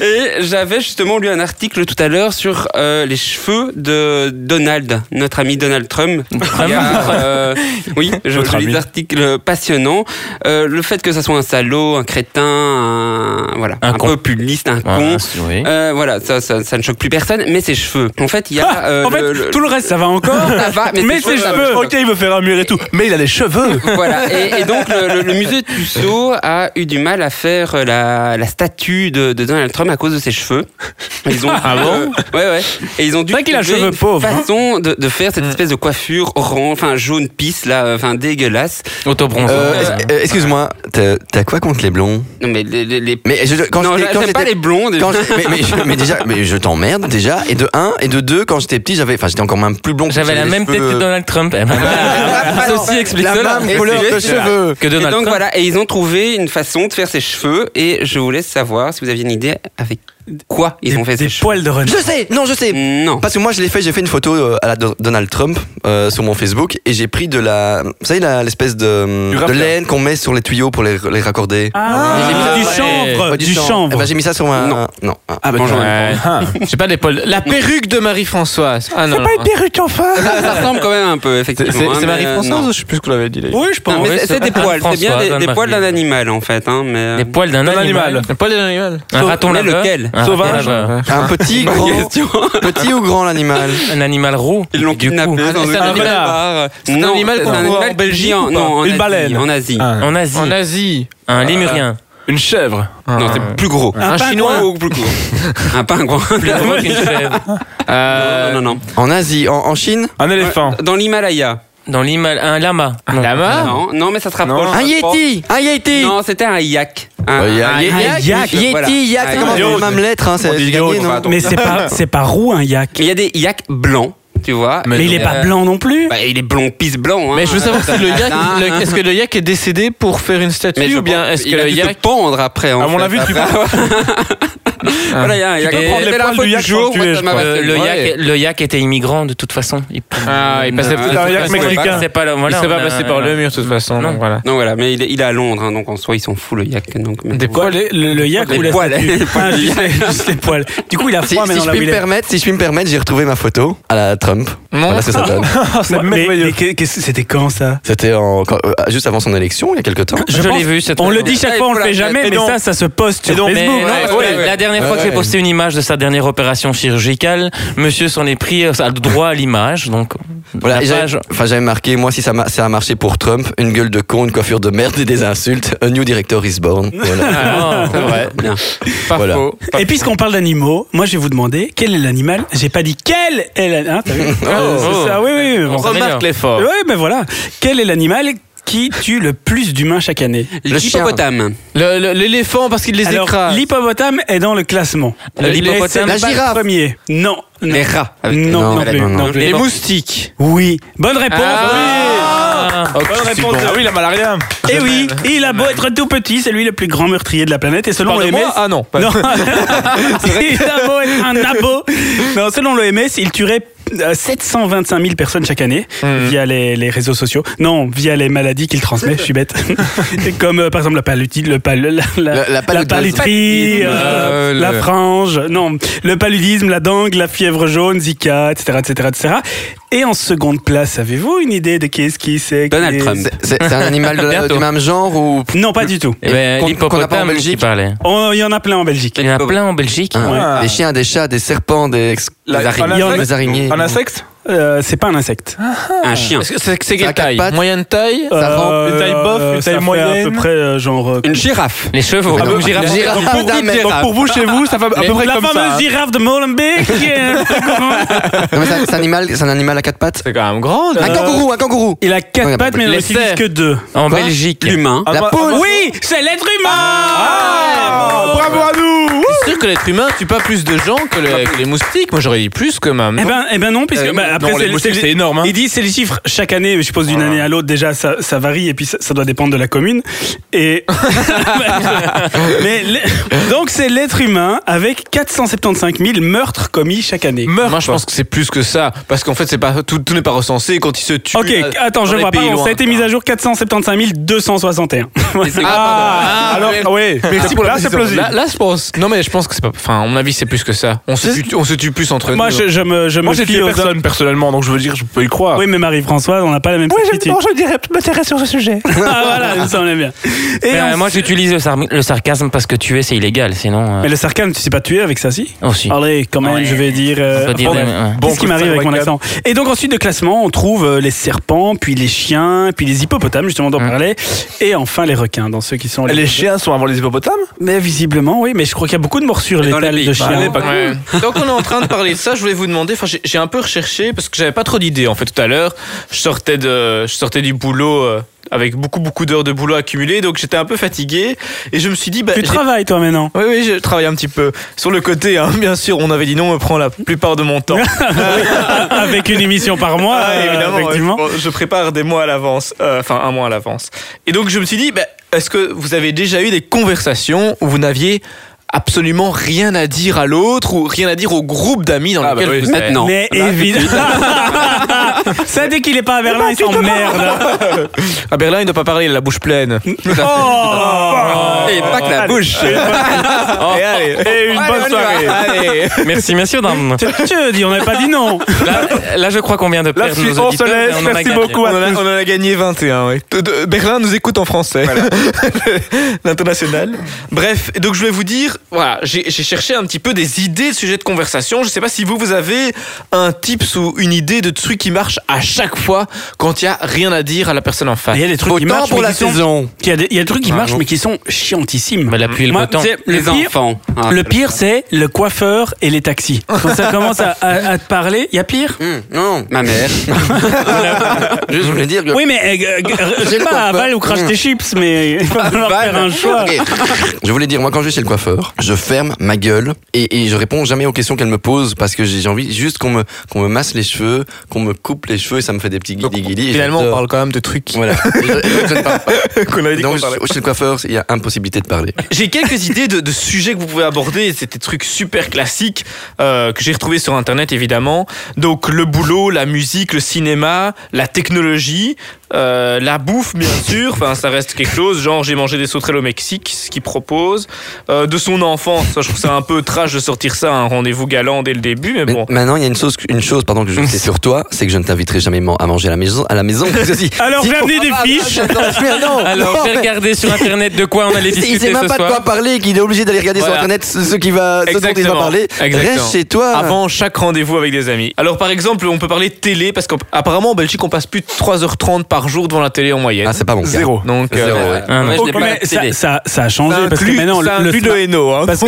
[SPEAKER 6] Et j'avais justement lu un article article tout à l'heure sur euh, les cheveux de Donald, notre ami Donald Trump. Il y a, euh, oui, je
[SPEAKER 7] Notre
[SPEAKER 6] trouve
[SPEAKER 7] ami.
[SPEAKER 6] des articles passionnants. Euh, le fait que ça soit un salaud, un crétin, un, voilà,
[SPEAKER 2] Un
[SPEAKER 6] un,
[SPEAKER 2] con.
[SPEAKER 6] populiste, un con.
[SPEAKER 2] oui.
[SPEAKER 6] Euh, voilà, ça, ça, ça ne choque plus personne, mais ses cheveux. En fait, il y a. euh,
[SPEAKER 1] Ah, en fait,
[SPEAKER 6] le- le-
[SPEAKER 1] tout le reste, ça va encore.
[SPEAKER 6] ça va, (laughs) mais,
[SPEAKER 1] mais ses
[SPEAKER 6] ça
[SPEAKER 1] cheveux,
[SPEAKER 6] va.
[SPEAKER 7] Ok, il veut faire un mur et tout, mais il a des cheveux.
[SPEAKER 6] Voilà. Et, et donc, le, le- le musée de Tussaud a eu du mal à faire euh, la, la statue de, de Donald Trump à cause de ses cheveux. Ils ont, ah bon Ouais, ouais. Et ils ont dû.
[SPEAKER 1] C'est vrai qu'il a
[SPEAKER 6] trouver
[SPEAKER 1] cheveux
[SPEAKER 6] une
[SPEAKER 1] pauvres, hein.
[SPEAKER 6] façon de, de faire cette espèce de coiffure orange, enfin jaune pisse, là, euh, enfin dégueulasse.
[SPEAKER 2] Autobronzant.
[SPEAKER 5] Euh, est- euh, Excuse-moi, t'as t'as quoi contre les blonds
[SPEAKER 6] Non, mais les. les, les-
[SPEAKER 5] Mais je, quand
[SPEAKER 6] non,
[SPEAKER 5] j'étais- quand
[SPEAKER 6] j'aime pas
[SPEAKER 5] j'étais-
[SPEAKER 6] les blondes.
[SPEAKER 5] quand je- mais, mais je- mais déjà, mais je t'emmerde déjà. Et de un, et de deux, quand j'étais petit, j'avais, enfin, j'étais encore même plus blond.
[SPEAKER 2] J'avais la même tête que Donald Trump. Eh ben, Ceci explique
[SPEAKER 5] La
[SPEAKER 2] cela.
[SPEAKER 5] même couleur de cheveux.
[SPEAKER 2] (laughs) Que
[SPEAKER 6] Et
[SPEAKER 2] Donald
[SPEAKER 6] donc
[SPEAKER 2] Trump.
[SPEAKER 6] voilà, et ils ont trouvé une façon de faire ses cheveux, et je voulais savoir si vous aviez une idée avec quoi ils ont fait
[SPEAKER 1] des
[SPEAKER 6] ses cheveux.
[SPEAKER 1] poils de renard.
[SPEAKER 5] Je sais, non, je sais.
[SPEAKER 6] Non.
[SPEAKER 5] Parce que moi, je l'ai fait, j'ai fait une photo euh, à la Do- Donald Trump euh, sur mon Facebook et j'ai pris de la, vous savez, la- l'espèce de,
[SPEAKER 7] Du
[SPEAKER 5] de
[SPEAKER 7] rafter.
[SPEAKER 5] laine qu'on met sur les tuyaux pour les, les raccorder.
[SPEAKER 1] Ah,
[SPEAKER 2] Ah,
[SPEAKER 1] du
[SPEAKER 2] ouais.
[SPEAKER 1] chanvre,
[SPEAKER 5] Ouais,
[SPEAKER 1] du chanvre.
[SPEAKER 5] Eh ben, j'ai mis ça sur un.
[SPEAKER 6] Non.
[SPEAKER 5] non. Ah.
[SPEAKER 1] Ah, bah,
[SPEAKER 6] Bonjour.
[SPEAKER 2] Ouais. J'ai pas d'épaule.
[SPEAKER 7] (laughs)
[SPEAKER 3] La perruque de Marie-Françoise. Ah non. non, non.
[SPEAKER 1] perruque enfin.
[SPEAKER 6] ça, ça ressemble quand même un peu, effectivement. hein, mais, euh, non.
[SPEAKER 5] je sais plus ce qu'on avait dit. les-
[SPEAKER 1] Oui, je
[SPEAKER 6] Non,
[SPEAKER 1] pense.
[SPEAKER 6] mais
[SPEAKER 2] oui, c'est
[SPEAKER 6] c'est- c'est des
[SPEAKER 2] Anne
[SPEAKER 6] poils, c'est bien
[SPEAKER 2] François,
[SPEAKER 6] des, des
[SPEAKER 2] Anne
[SPEAKER 6] poils d'un
[SPEAKER 2] Marguerite.
[SPEAKER 6] animal en fait. Hein, mais...
[SPEAKER 2] Les poils d'un
[SPEAKER 7] D'un
[SPEAKER 2] animal.
[SPEAKER 7] animal.
[SPEAKER 3] Le poil de l'animal.
[SPEAKER 2] Un raton
[SPEAKER 6] mais
[SPEAKER 2] laveur.
[SPEAKER 6] lequel
[SPEAKER 2] Un raton
[SPEAKER 7] Sauvage
[SPEAKER 2] laveur.
[SPEAKER 5] Un petit, grand, (laughs) petit ou grand l'animal.
[SPEAKER 2] Un animal roux.
[SPEAKER 6] Ils l'ont
[SPEAKER 2] Du coup,
[SPEAKER 6] kidnappé dans une
[SPEAKER 3] Ah, c'est un
[SPEAKER 6] ville
[SPEAKER 3] renard.
[SPEAKER 6] barbare.
[SPEAKER 3] C'est un
[SPEAKER 6] Non,
[SPEAKER 3] animal
[SPEAKER 6] c'est
[SPEAKER 3] qu'on
[SPEAKER 6] un
[SPEAKER 3] voit en
[SPEAKER 6] animal
[SPEAKER 3] Belgique
[SPEAKER 6] qui vit en-
[SPEAKER 3] ou pas
[SPEAKER 6] non, en
[SPEAKER 1] Une
[SPEAKER 6] Asie,
[SPEAKER 1] baleine.
[SPEAKER 6] En Asie.
[SPEAKER 7] Ah.
[SPEAKER 2] En Asie.
[SPEAKER 3] En Asie.
[SPEAKER 2] Un lémurien.
[SPEAKER 7] Une chèvre.
[SPEAKER 6] Non, c'est plus gros.
[SPEAKER 1] Un
[SPEAKER 3] ah. Un chinois
[SPEAKER 1] pingouin.
[SPEAKER 3] ou (laughs) plus court
[SPEAKER 6] Un pingouin.
[SPEAKER 2] Plus gros qu'une chèvre.
[SPEAKER 6] Euh, Non, non, non.
[SPEAKER 5] En Asie, en, en Chine.
[SPEAKER 7] Un éléphant.
[SPEAKER 6] Dans l'Himalaya. Ah,
[SPEAKER 2] Dans l'Himalaya. Un lama. Non.
[SPEAKER 3] Ah.
[SPEAKER 6] Non, non, mais ça se
[SPEAKER 1] Ah,
[SPEAKER 6] rapproche.
[SPEAKER 5] Un yeti. Un yeti.
[SPEAKER 6] Non, c'était un yak. Un
[SPEAKER 5] Euh, y a- y a-
[SPEAKER 1] un yak.
[SPEAKER 5] Yeti,
[SPEAKER 6] Voilà. Ah,
[SPEAKER 5] yak,
[SPEAKER 6] Un
[SPEAKER 5] comment
[SPEAKER 6] idiot.
[SPEAKER 5] c'est même lettre, hein, c'est j'ai gagné, non
[SPEAKER 1] Mais c'est pas, c'est pas roux un yak.
[SPEAKER 6] Mais il y a des yaks blancs, tu vois.
[SPEAKER 1] Mais il est pas blanc non plus.
[SPEAKER 6] Bah, il est blond, pisse blanc. hein.
[SPEAKER 3] Mais je veux savoir si le yak,
[SPEAKER 6] Ah,
[SPEAKER 3] le- est-ce que le yak est décédé pour faire une
[SPEAKER 6] Mais
[SPEAKER 3] statue
[SPEAKER 6] je
[SPEAKER 3] ou bien
[SPEAKER 6] pense-
[SPEAKER 3] est-ce que
[SPEAKER 6] il a
[SPEAKER 3] le
[SPEAKER 6] dû
[SPEAKER 3] yak
[SPEAKER 6] te pendre après en
[SPEAKER 7] À mon
[SPEAKER 6] fait,
[SPEAKER 7] avis, tu
[SPEAKER 6] après. Voilà, il y a, il y a
[SPEAKER 2] Tu peux
[SPEAKER 6] Et
[SPEAKER 2] prendre les
[SPEAKER 6] c'est la
[SPEAKER 7] poils
[SPEAKER 6] faute
[SPEAKER 7] du yak
[SPEAKER 6] jour,
[SPEAKER 7] pour le
[SPEAKER 6] moi,
[SPEAKER 7] tuer,
[SPEAKER 6] ça
[SPEAKER 7] je
[SPEAKER 6] m'a
[SPEAKER 7] crois.
[SPEAKER 2] Euh,
[SPEAKER 6] vachement-
[SPEAKER 2] le,
[SPEAKER 6] Ouais.
[SPEAKER 2] yak, le yak était immigrant de toute façon. Il,
[SPEAKER 3] Ah, il passait-
[SPEAKER 7] C'est un yak
[SPEAKER 6] Ouais,
[SPEAKER 7] mexicain.
[SPEAKER 2] C'est pas le- voilà,
[SPEAKER 3] il s'est
[SPEAKER 2] on
[SPEAKER 3] pas
[SPEAKER 2] a-
[SPEAKER 3] passé par le mur de toute façon.
[SPEAKER 2] Non.
[SPEAKER 3] donc voilà.
[SPEAKER 6] Non voilà, mais il est, il est à Londres, hein, donc en soi ils s'en foutent le yak. Donc, mais-
[SPEAKER 3] Des
[SPEAKER 1] Quoi, le, le- le yak
[SPEAKER 6] Les
[SPEAKER 1] ou la
[SPEAKER 6] poils,
[SPEAKER 1] statue
[SPEAKER 6] les poils
[SPEAKER 1] Ah,
[SPEAKER 6] du
[SPEAKER 1] juste,
[SPEAKER 6] yak.
[SPEAKER 1] juste les poils. Du coup, il Oh, a
[SPEAKER 5] Si,
[SPEAKER 1] froid, mais
[SPEAKER 5] si
[SPEAKER 1] dans
[SPEAKER 5] je
[SPEAKER 1] la
[SPEAKER 5] puis me
[SPEAKER 1] boulette.
[SPEAKER 5] permettre, si je puis me permettre, j'ai retrouvé ma photo à la Trump.
[SPEAKER 3] Non.
[SPEAKER 5] Voilà ce que ça donne.
[SPEAKER 7] C'est
[SPEAKER 1] Mais-
[SPEAKER 7] merveilleux.
[SPEAKER 1] mais qu'est- qu'est-ce- C'était quand ça
[SPEAKER 5] C'était en- quand- euh, juste avant son élection, il y a quelques temps.
[SPEAKER 2] Je,
[SPEAKER 1] pense-
[SPEAKER 2] l'ai vu cette
[SPEAKER 1] On le
[SPEAKER 2] photo.
[SPEAKER 1] dit chaque
[SPEAKER 6] Ouais,
[SPEAKER 1] fois, on
[SPEAKER 6] il
[SPEAKER 1] le
[SPEAKER 6] faut
[SPEAKER 1] fait
[SPEAKER 6] la
[SPEAKER 1] jamais,
[SPEAKER 6] mettre.
[SPEAKER 1] Eh, mais
[SPEAKER 7] Et donc-
[SPEAKER 1] ça, ça se poste sur
[SPEAKER 7] donc-
[SPEAKER 2] Mais
[SPEAKER 1] Facebook.
[SPEAKER 2] non,
[SPEAKER 6] ouais,
[SPEAKER 2] ouais,
[SPEAKER 6] ouais,
[SPEAKER 2] La dernière fois que j'ai
[SPEAKER 5] Ouais.
[SPEAKER 2] posté une image de sa dernière opération chirurgicale, monsieur s'en est pris euh, a le droit à l'image. Donc,
[SPEAKER 5] Voilà,
[SPEAKER 2] la
[SPEAKER 5] et
[SPEAKER 2] page-
[SPEAKER 5] j'avais- enfin j'avais marqué, moi si ça, ma- ça a marché pour Trump, une gueule de con, une coiffure de merde et des insultes, a new director is born. Voilà.
[SPEAKER 2] Ah,
[SPEAKER 6] C'est vrai. Bien.
[SPEAKER 3] Pas
[SPEAKER 5] Voilà.
[SPEAKER 3] faux.
[SPEAKER 1] Et puisqu'on parle d'animaux, moi je vais vous demander quel est l'animal. J'ai pas dit quel est l'animal. Hein, t'as vu
[SPEAKER 2] Oh.
[SPEAKER 1] C'est ça, oui, oui.
[SPEAKER 2] On
[SPEAKER 1] bon.
[SPEAKER 2] s'en améliore.
[SPEAKER 3] Remarque l'effort.
[SPEAKER 1] Oui, mais voilà. Quel est l'animal qui tue le plus d'humains chaque année
[SPEAKER 6] L'hippopotame.
[SPEAKER 3] Le- le- L'éléphant parce qu'il les
[SPEAKER 1] Alors,
[SPEAKER 3] écrase.
[SPEAKER 1] l'hippopotame est dans le classement.
[SPEAKER 2] Le-
[SPEAKER 1] L'hippopotame
[SPEAKER 5] la
[SPEAKER 1] n'est pas le
[SPEAKER 5] girafe.
[SPEAKER 1] premier. Non. non.
[SPEAKER 6] Les rats. Avec-
[SPEAKER 1] Non, non,
[SPEAKER 5] Non,
[SPEAKER 1] plus,
[SPEAKER 5] non,
[SPEAKER 1] non
[SPEAKER 5] non.
[SPEAKER 1] plus.
[SPEAKER 3] Les moustiques.
[SPEAKER 1] Oui. Bonne réponse.
[SPEAKER 2] Ah,
[SPEAKER 5] Oh,
[SPEAKER 7] Bonne
[SPEAKER 5] c'est
[SPEAKER 7] réponse.
[SPEAKER 5] bon.
[SPEAKER 7] Ah oui, la malaria.
[SPEAKER 1] oui. Et Eh oui, il a beau être tout petit, c'est lui le plus grand meurtrier de la planète. Et selon
[SPEAKER 3] Pardon,
[SPEAKER 1] l'OMS.
[SPEAKER 3] moi Ah non. pas-
[SPEAKER 1] Non. (laughs) il a beau être un abo. Non, selon l'OMS, il tuerait euh, 725 000 personnes chaque année
[SPEAKER 3] Hmm.
[SPEAKER 1] via les, les réseaux sociaux. Non, via les maladies qu'il transmet, je suis
[SPEAKER 3] (laughs)
[SPEAKER 1] bête. Comme euh, par exemple la palutie, le pal- la, la-
[SPEAKER 5] La- la
[SPEAKER 1] la
[SPEAKER 5] paludose.
[SPEAKER 1] palutrie, euh,
[SPEAKER 3] Euh,
[SPEAKER 1] la
[SPEAKER 3] le-
[SPEAKER 1] frange, non, le paludisme, la dengue, la fièvre jaune, Zika, etc. etc., etc. Et en seconde place, avez-vous une idée de qui est-ce qui c'est
[SPEAKER 6] Donald
[SPEAKER 1] qui est-
[SPEAKER 6] Trump.
[SPEAKER 5] C'est c'est un animal de la-
[SPEAKER 2] Bientôt.
[SPEAKER 5] du même genre ou
[SPEAKER 1] Non, pas du tout.
[SPEAKER 2] Eh ben,
[SPEAKER 5] Qu'on- qu'on n'a pas en
[SPEAKER 2] L'hippopotame qui
[SPEAKER 5] Belgique.
[SPEAKER 2] parlait.
[SPEAKER 1] On- Oh, Il y en a plein en Belgique.
[SPEAKER 2] Il y en a plein en Belgique.
[SPEAKER 5] Ah, des chiens, des chats, des serpents, des,
[SPEAKER 7] La-
[SPEAKER 5] des
[SPEAKER 7] un
[SPEAKER 5] araignées,
[SPEAKER 7] insecte
[SPEAKER 5] des araignées.
[SPEAKER 7] Un insecte
[SPEAKER 1] Euh, c'est pas un insecte.
[SPEAKER 6] Un chien.
[SPEAKER 3] Est-ce que C'est c'est
[SPEAKER 5] Ça a
[SPEAKER 3] quelle
[SPEAKER 5] quatre
[SPEAKER 3] taille
[SPEAKER 5] pattes.
[SPEAKER 3] Moyenne taille
[SPEAKER 5] Ça rampe.
[SPEAKER 7] Une taille bof, une
[SPEAKER 1] euh, ça
[SPEAKER 7] taille
[SPEAKER 1] fait
[SPEAKER 7] moyenne.
[SPEAKER 1] à peu près euh, genre. euh,
[SPEAKER 6] Une girafe.
[SPEAKER 2] Les chevaux.
[SPEAKER 7] Ah,
[SPEAKER 2] non.
[SPEAKER 7] bah,
[SPEAKER 5] Une girafe,
[SPEAKER 7] Donc, pour
[SPEAKER 5] d'un
[SPEAKER 7] vous,
[SPEAKER 5] mètre.
[SPEAKER 7] donc, pour vous, chez vous, ça fait à peu près
[SPEAKER 1] la
[SPEAKER 7] comme
[SPEAKER 1] fameuse
[SPEAKER 7] ça. hein.
[SPEAKER 1] girafe de Molenbeek. euh,
[SPEAKER 5] Non, mais c'est un- c'est un animal, c'est un animal à quatre pattes.
[SPEAKER 3] C'est quand même Hein. grand.
[SPEAKER 5] Un kangourou, un kangourou.
[SPEAKER 1] Il a quatre
[SPEAKER 5] Ouais,
[SPEAKER 1] pattes, mais il n'en
[SPEAKER 2] les
[SPEAKER 1] utilise
[SPEAKER 2] cerfs.
[SPEAKER 1] que deux.
[SPEAKER 2] En Belgique.
[SPEAKER 6] L'humain.
[SPEAKER 7] Ah, bah,
[SPEAKER 5] La poule.
[SPEAKER 1] Oui, c'est l'être humain.
[SPEAKER 7] Ah,
[SPEAKER 1] Bravo.
[SPEAKER 7] bravo à nous.
[SPEAKER 3] C'est sûr que l'être humain tue pas plus de gens que, le- que les moustiques. Moi j'aurais dit plus quand même.
[SPEAKER 1] Eh ben, eh ben non, puisque
[SPEAKER 3] Euh,
[SPEAKER 1] bah, après
[SPEAKER 7] non, les
[SPEAKER 1] c'est-
[SPEAKER 7] moustiques,
[SPEAKER 1] c'est-
[SPEAKER 7] c'est énorme, hein.
[SPEAKER 1] Il dit c'est les chiffres chaque année, mais je suppose d'une année à l'autre déjà ça, ça varie et puis ça, ça doit dépendre de la commune. Et (laughs) mais le- donc c'est l'être humain avec 475 000 meurtres commis chaque année.
[SPEAKER 3] Moi je pense que c'est plus que ça. Parce qu'en fait, c'est pas, tout, tout n'est pas recensé. Quand ils se tuent.
[SPEAKER 1] Ok, ah,
[SPEAKER 3] euh,
[SPEAKER 1] attends,
[SPEAKER 3] dans
[SPEAKER 1] je
[SPEAKER 3] les
[SPEAKER 1] vois pas.
[SPEAKER 3] pays
[SPEAKER 1] bon, Ça
[SPEAKER 3] loin.
[SPEAKER 1] a été mis à jour 475 261.
[SPEAKER 6] Et c'est-
[SPEAKER 1] Ah,
[SPEAKER 3] Ah,
[SPEAKER 1] alors,
[SPEAKER 3] ouais.
[SPEAKER 1] oui,
[SPEAKER 3] Merci pour la
[SPEAKER 1] Ah, là, c'est
[SPEAKER 3] précision.
[SPEAKER 1] plausible.
[SPEAKER 3] Là, là, je pense. Non, mais je pense pense que c'est pas. Enfin, à mon avis, c'est plus que ça. On se,
[SPEAKER 7] C'est-
[SPEAKER 3] tue, on se tue plus entre
[SPEAKER 1] Moi,
[SPEAKER 3] nous.
[SPEAKER 1] je, je me, je
[SPEAKER 7] Moi,
[SPEAKER 1] me
[SPEAKER 7] j'ai
[SPEAKER 1] fie
[SPEAKER 7] tué
[SPEAKER 1] aux-
[SPEAKER 7] personne personnellement, donc je veux dire, je peux y croire.
[SPEAKER 1] Oui, mais Marie-Françoise, on n'a pas la même sensibilité.
[SPEAKER 7] oh, je dirais, m'intéresser sur ce sujet.
[SPEAKER 1] (laughs) ah voilà, ça on aime bien. Et
[SPEAKER 2] Mais, euh,
[SPEAKER 1] on-
[SPEAKER 2] moi, j'utilise le, sar- le sarcasme parce que tuer, c'est illégal. Sinon,
[SPEAKER 1] Mais
[SPEAKER 2] euh,
[SPEAKER 1] le sarcasme, tu sais pas tuer avec ça, si
[SPEAKER 2] aussi.
[SPEAKER 1] Allez, quand même,
[SPEAKER 2] Ouais.
[SPEAKER 1] je vais dire.
[SPEAKER 2] On
[SPEAKER 1] euh,
[SPEAKER 2] peut dire,
[SPEAKER 1] bon,
[SPEAKER 2] ouais, ouais.
[SPEAKER 1] Qu'est-ce
[SPEAKER 7] Bon,
[SPEAKER 1] qui m'arrive avec mon
[SPEAKER 7] Wagner.
[SPEAKER 1] accent Et donc ensuite de classement, on trouve euh, les serpents, puis les chiens, puis les hippopotames, justement dont on
[SPEAKER 2] Mm.
[SPEAKER 1] parlait, et enfin les requins, dans ceux qui sont
[SPEAKER 7] Les chiens sont avant les hippopotames
[SPEAKER 1] Mais visiblement, oui, mais je crois qu'il y a beaucoup de morsures
[SPEAKER 6] Dans
[SPEAKER 1] létales
[SPEAKER 6] les
[SPEAKER 1] de
[SPEAKER 6] pays
[SPEAKER 1] chiens.
[SPEAKER 7] bas,
[SPEAKER 3] Ouais. Donc on est en train de parler de ça. Je voulais vous demander. Enfin, j'ai- j'ai un peu recherché parce que j'avais pas trop d'idées en fait tout à l'heure. Je sortais de, je sortais du boulot euh, avec beaucoup beaucoup d'heures de boulot accumulées, donc j'étais un peu fatigué et je me suis dit. Bah,
[SPEAKER 1] tu
[SPEAKER 3] j'ai-
[SPEAKER 1] travailles toi maintenant
[SPEAKER 3] Oui, oui, je travaille un petit peu sur le côté. hein. (laughs) Bien sûr, on avait dit non, on me prend la plupart de mon temps.
[SPEAKER 1] (laughs) Avec une émission par mois,
[SPEAKER 3] Ah,
[SPEAKER 1] euh,
[SPEAKER 3] évidemment, ouais.
[SPEAKER 1] effectivement.
[SPEAKER 3] Bon, je prépare des mois à l'avance, euh, enfin un mois à l'avance. Et donc je me suis dit, bah, est-ce que vous avez déjà eu des conversations où vous n'aviez absolument rien à dire à l'autre ou rien à dire au groupe d'amis dans
[SPEAKER 6] Ah, bah
[SPEAKER 3] lequel
[SPEAKER 6] oui,
[SPEAKER 3] vous êtes
[SPEAKER 6] maintenant.
[SPEAKER 1] Mais évidemment. (laughs) Ça, dès qu'il est pas à Berlin, il s'emmerde.
[SPEAKER 3] À Ah, Berlin, il ne doit pas parler, il a la bouche pleine.
[SPEAKER 1] Oh
[SPEAKER 6] Et pas que la bouche.
[SPEAKER 3] Et allez,
[SPEAKER 1] Et une bonne soirée.
[SPEAKER 3] allez.
[SPEAKER 2] Merci, messieurs, dames.
[SPEAKER 1] Dieu, dis, on n'avait pas dit non.
[SPEAKER 2] Là, là, je crois qu'on vient de perdre
[SPEAKER 7] Là-dessus,
[SPEAKER 2] nos
[SPEAKER 7] on
[SPEAKER 2] auditeurs.
[SPEAKER 7] se laisse.
[SPEAKER 2] mais on en a
[SPEAKER 7] Merci
[SPEAKER 2] gagné.
[SPEAKER 7] beaucoup
[SPEAKER 3] On
[SPEAKER 7] à
[SPEAKER 3] en, a,
[SPEAKER 7] tous.
[SPEAKER 3] on en a gagné 21, ouais. De- de- Berlin nous écoute en français. (laughs) L'international. Bref, et donc je vais vous dire, voilà, j'ai j'ai cherché un petit peu des idées de sujets de conversation. Je ne sais pas si vous, vous avez un tips ou une idée de truc qui marche à chaque fois quand il n'y a rien à dire à la personne en face.
[SPEAKER 1] Il y a des trucs qui
[SPEAKER 5] Autant
[SPEAKER 1] marchent,
[SPEAKER 5] pour
[SPEAKER 1] mais
[SPEAKER 5] la
[SPEAKER 1] qui sont-
[SPEAKER 5] saison.
[SPEAKER 1] Il y a des, il y a des trucs qui
[SPEAKER 5] Ah,
[SPEAKER 1] marchent,
[SPEAKER 5] non.
[SPEAKER 1] mais qui sont chiantissimes.
[SPEAKER 2] Bah, la pluie et le
[SPEAKER 1] Moi,
[SPEAKER 2] beau temps.
[SPEAKER 1] tu sais,
[SPEAKER 6] Les
[SPEAKER 1] le pire,
[SPEAKER 6] enfants. hein.
[SPEAKER 1] le pire, c'est le coiffeur et les taxis. Quand ça commence à, à- à te parler, il y a pire
[SPEAKER 5] Hum, non,
[SPEAKER 6] Ma mère.
[SPEAKER 5] juste je voulais dire que.
[SPEAKER 1] Oui, mais euh, g- euh, je sais pas, avale ou crache tes chips, mais il va falloir faire un choix.
[SPEAKER 5] Ok. Je voulais dire, moi, quand je vais chez le coiffeur, je ferme ma gueule et, et je réponds jamais aux questions qu'elle me pose parce que j'ai j'ai envie juste qu'on me, qu'on me masse les cheveux, qu'on me coupe les cheveux et ça me fait des petits
[SPEAKER 3] Donc,
[SPEAKER 5] guilis-guilis. et
[SPEAKER 3] Finalement, on
[SPEAKER 5] j'adore.
[SPEAKER 3] parle quand même de trucs qui- (laughs)
[SPEAKER 5] Voilà. Et je- je ne parle pas.
[SPEAKER 3] qu'on avait dit qu'on
[SPEAKER 5] Donc,
[SPEAKER 3] parlait.
[SPEAKER 5] chez le coiffeur, il y a impossibilité de parler.
[SPEAKER 3] J'ai quelques idées de, de sujets que vous pouvez aborder. C'est des trucs super classiques euh, que j'ai retrouvés sur Internet, évidemment. Donc le boulot, la musique, le cinéma, la technologie, euh, la bouffe, bien sûr. Enfin, ça reste quelque chose. Genre, j'ai mangé des sauterelles au Mexique, ce qu'il propose. Euh, de son enfance, ça, je trouve ça un peu trash de sortir ça à un rendez-vous galant dès le début, mais
[SPEAKER 5] Mais
[SPEAKER 3] bon.
[SPEAKER 5] Maintenant, il y a une chose, une chose pardon,
[SPEAKER 3] (laughs)
[SPEAKER 5] que je sais sur toi, c'est que je ne t'inviterai jamais man- à manger à la maison. À la maison Ceci.
[SPEAKER 1] Alors, j'ai amené des fiches.
[SPEAKER 3] (laughs)
[SPEAKER 2] Alors, j'ai regardé sur internet de quoi on allait
[SPEAKER 5] (laughs) Il il
[SPEAKER 2] discuter
[SPEAKER 5] sait même
[SPEAKER 2] ce
[SPEAKER 5] pas de quoi
[SPEAKER 2] soir.
[SPEAKER 5] parler, qu'il est obligé d'aller regarder
[SPEAKER 3] Voilà.
[SPEAKER 5] sur internet ce, ce qui va, ce dont il va
[SPEAKER 3] Exactement.
[SPEAKER 5] parler.
[SPEAKER 3] Exactement.
[SPEAKER 5] Reste chez toi.
[SPEAKER 3] avant chaque rendez-vous avec des amis. Alors par exemple, on peut parler de télé parce qu'apparemment en Belgique on passe plus de 3h30 par jour devant la télé en moyenne.
[SPEAKER 5] Ah, c'est pas mon cas.
[SPEAKER 7] Zéro.
[SPEAKER 3] Donc euh,
[SPEAKER 5] Zéro, ouais.
[SPEAKER 2] Ah, moi, je n'ai
[SPEAKER 1] Mais
[SPEAKER 2] pas la
[SPEAKER 1] ça,
[SPEAKER 2] télé.
[SPEAKER 1] ça- ça a changé
[SPEAKER 3] Ça
[SPEAKER 1] parce que
[SPEAKER 3] inclut-
[SPEAKER 1] maintenant
[SPEAKER 3] ça inclut
[SPEAKER 1] smart-
[SPEAKER 3] de Hainaut, hein. (laughs)
[SPEAKER 1] parce que-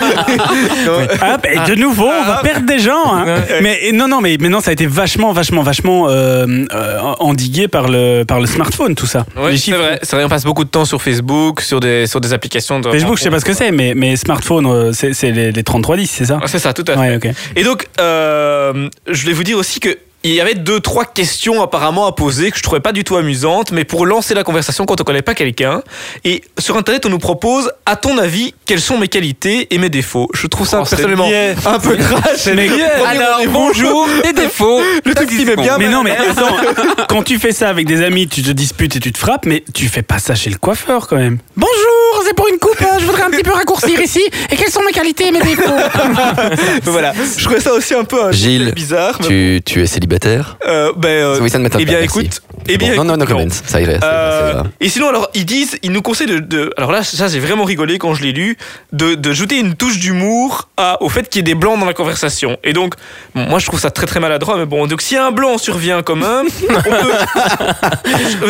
[SPEAKER 1] Ah, bah, de nouveau, on
[SPEAKER 3] Ah.
[SPEAKER 1] va perdre des gens. hein. Mais et non, non, mais maintenant ça a été vachement, vachement, vachement euh, euh, endigué par le par le smartphone, tout ça.
[SPEAKER 3] Ouais, c'est vrai, c'est vrai, on passe beaucoup de temps sur Facebook, sur des, sur des applications de.
[SPEAKER 1] Facebook, je sais pas ce que c'est, mais mais smartphone, euh, c'est c'est les, les 3310, c'est ça
[SPEAKER 3] Ah, C'est ça, tout à fait.
[SPEAKER 1] Ouais, ok.
[SPEAKER 3] Et donc, euh, je voulais vous dire aussi que. Il y avait deux, trois questions apparemment à poser que je trouvais pas du tout amusantes, mais pour lancer la conversation quand on connaît pas quelqu'un. Et sur Internet, on nous propose, à ton avis, quelles sont mes qualités et mes défauts Je trouve ça
[SPEAKER 6] Oh, c'est
[SPEAKER 3] personnellement
[SPEAKER 6] biais.
[SPEAKER 3] un peu trash.
[SPEAKER 1] Mais-
[SPEAKER 6] Alors, bonjour, (laughs) tes défauts.
[SPEAKER 3] Le truc qui m'est bien,
[SPEAKER 1] Mais non, mais attends, quand tu fais ça avec des amis, tu te disputes et tu te frappes, mais tu fais pas ça chez le coiffeur quand même.
[SPEAKER 9] Bonjour, c'est pour une coupe, euh, je voudrais un petit peu
[SPEAKER 1] (laughs)
[SPEAKER 9] raccourcir ici. Et quelles sont mes qualités et mes défauts
[SPEAKER 3] (laughs) voilà. Je trouvais ça aussi un peu un
[SPEAKER 5] Gilles,
[SPEAKER 3] bizarre. mais-
[SPEAKER 5] Tu, tu es célibataire
[SPEAKER 3] Euh, ben, euh,
[SPEAKER 5] Oui, ça ne m'étonne
[SPEAKER 3] eh bien,
[SPEAKER 5] pas, merci.
[SPEAKER 3] écoute. Eh
[SPEAKER 5] Bon,
[SPEAKER 3] bien,
[SPEAKER 5] Non, non, non,
[SPEAKER 3] écoute,
[SPEAKER 5] comment Ça irait. c'est- c'est
[SPEAKER 3] Euh,
[SPEAKER 5] grave.
[SPEAKER 3] et sinon, alors, ils disent, ils nous conseillent de. de- alors là, ça, j'ai vraiment rigolé quand je l'ai lu, de, de jeter une touche d'humour à- au fait qu'il y ait des blancs dans la conversation. Et donc, bon, moi, je trouve ça très très maladroit, mais bon, donc si un blanc survient quand même, on peut.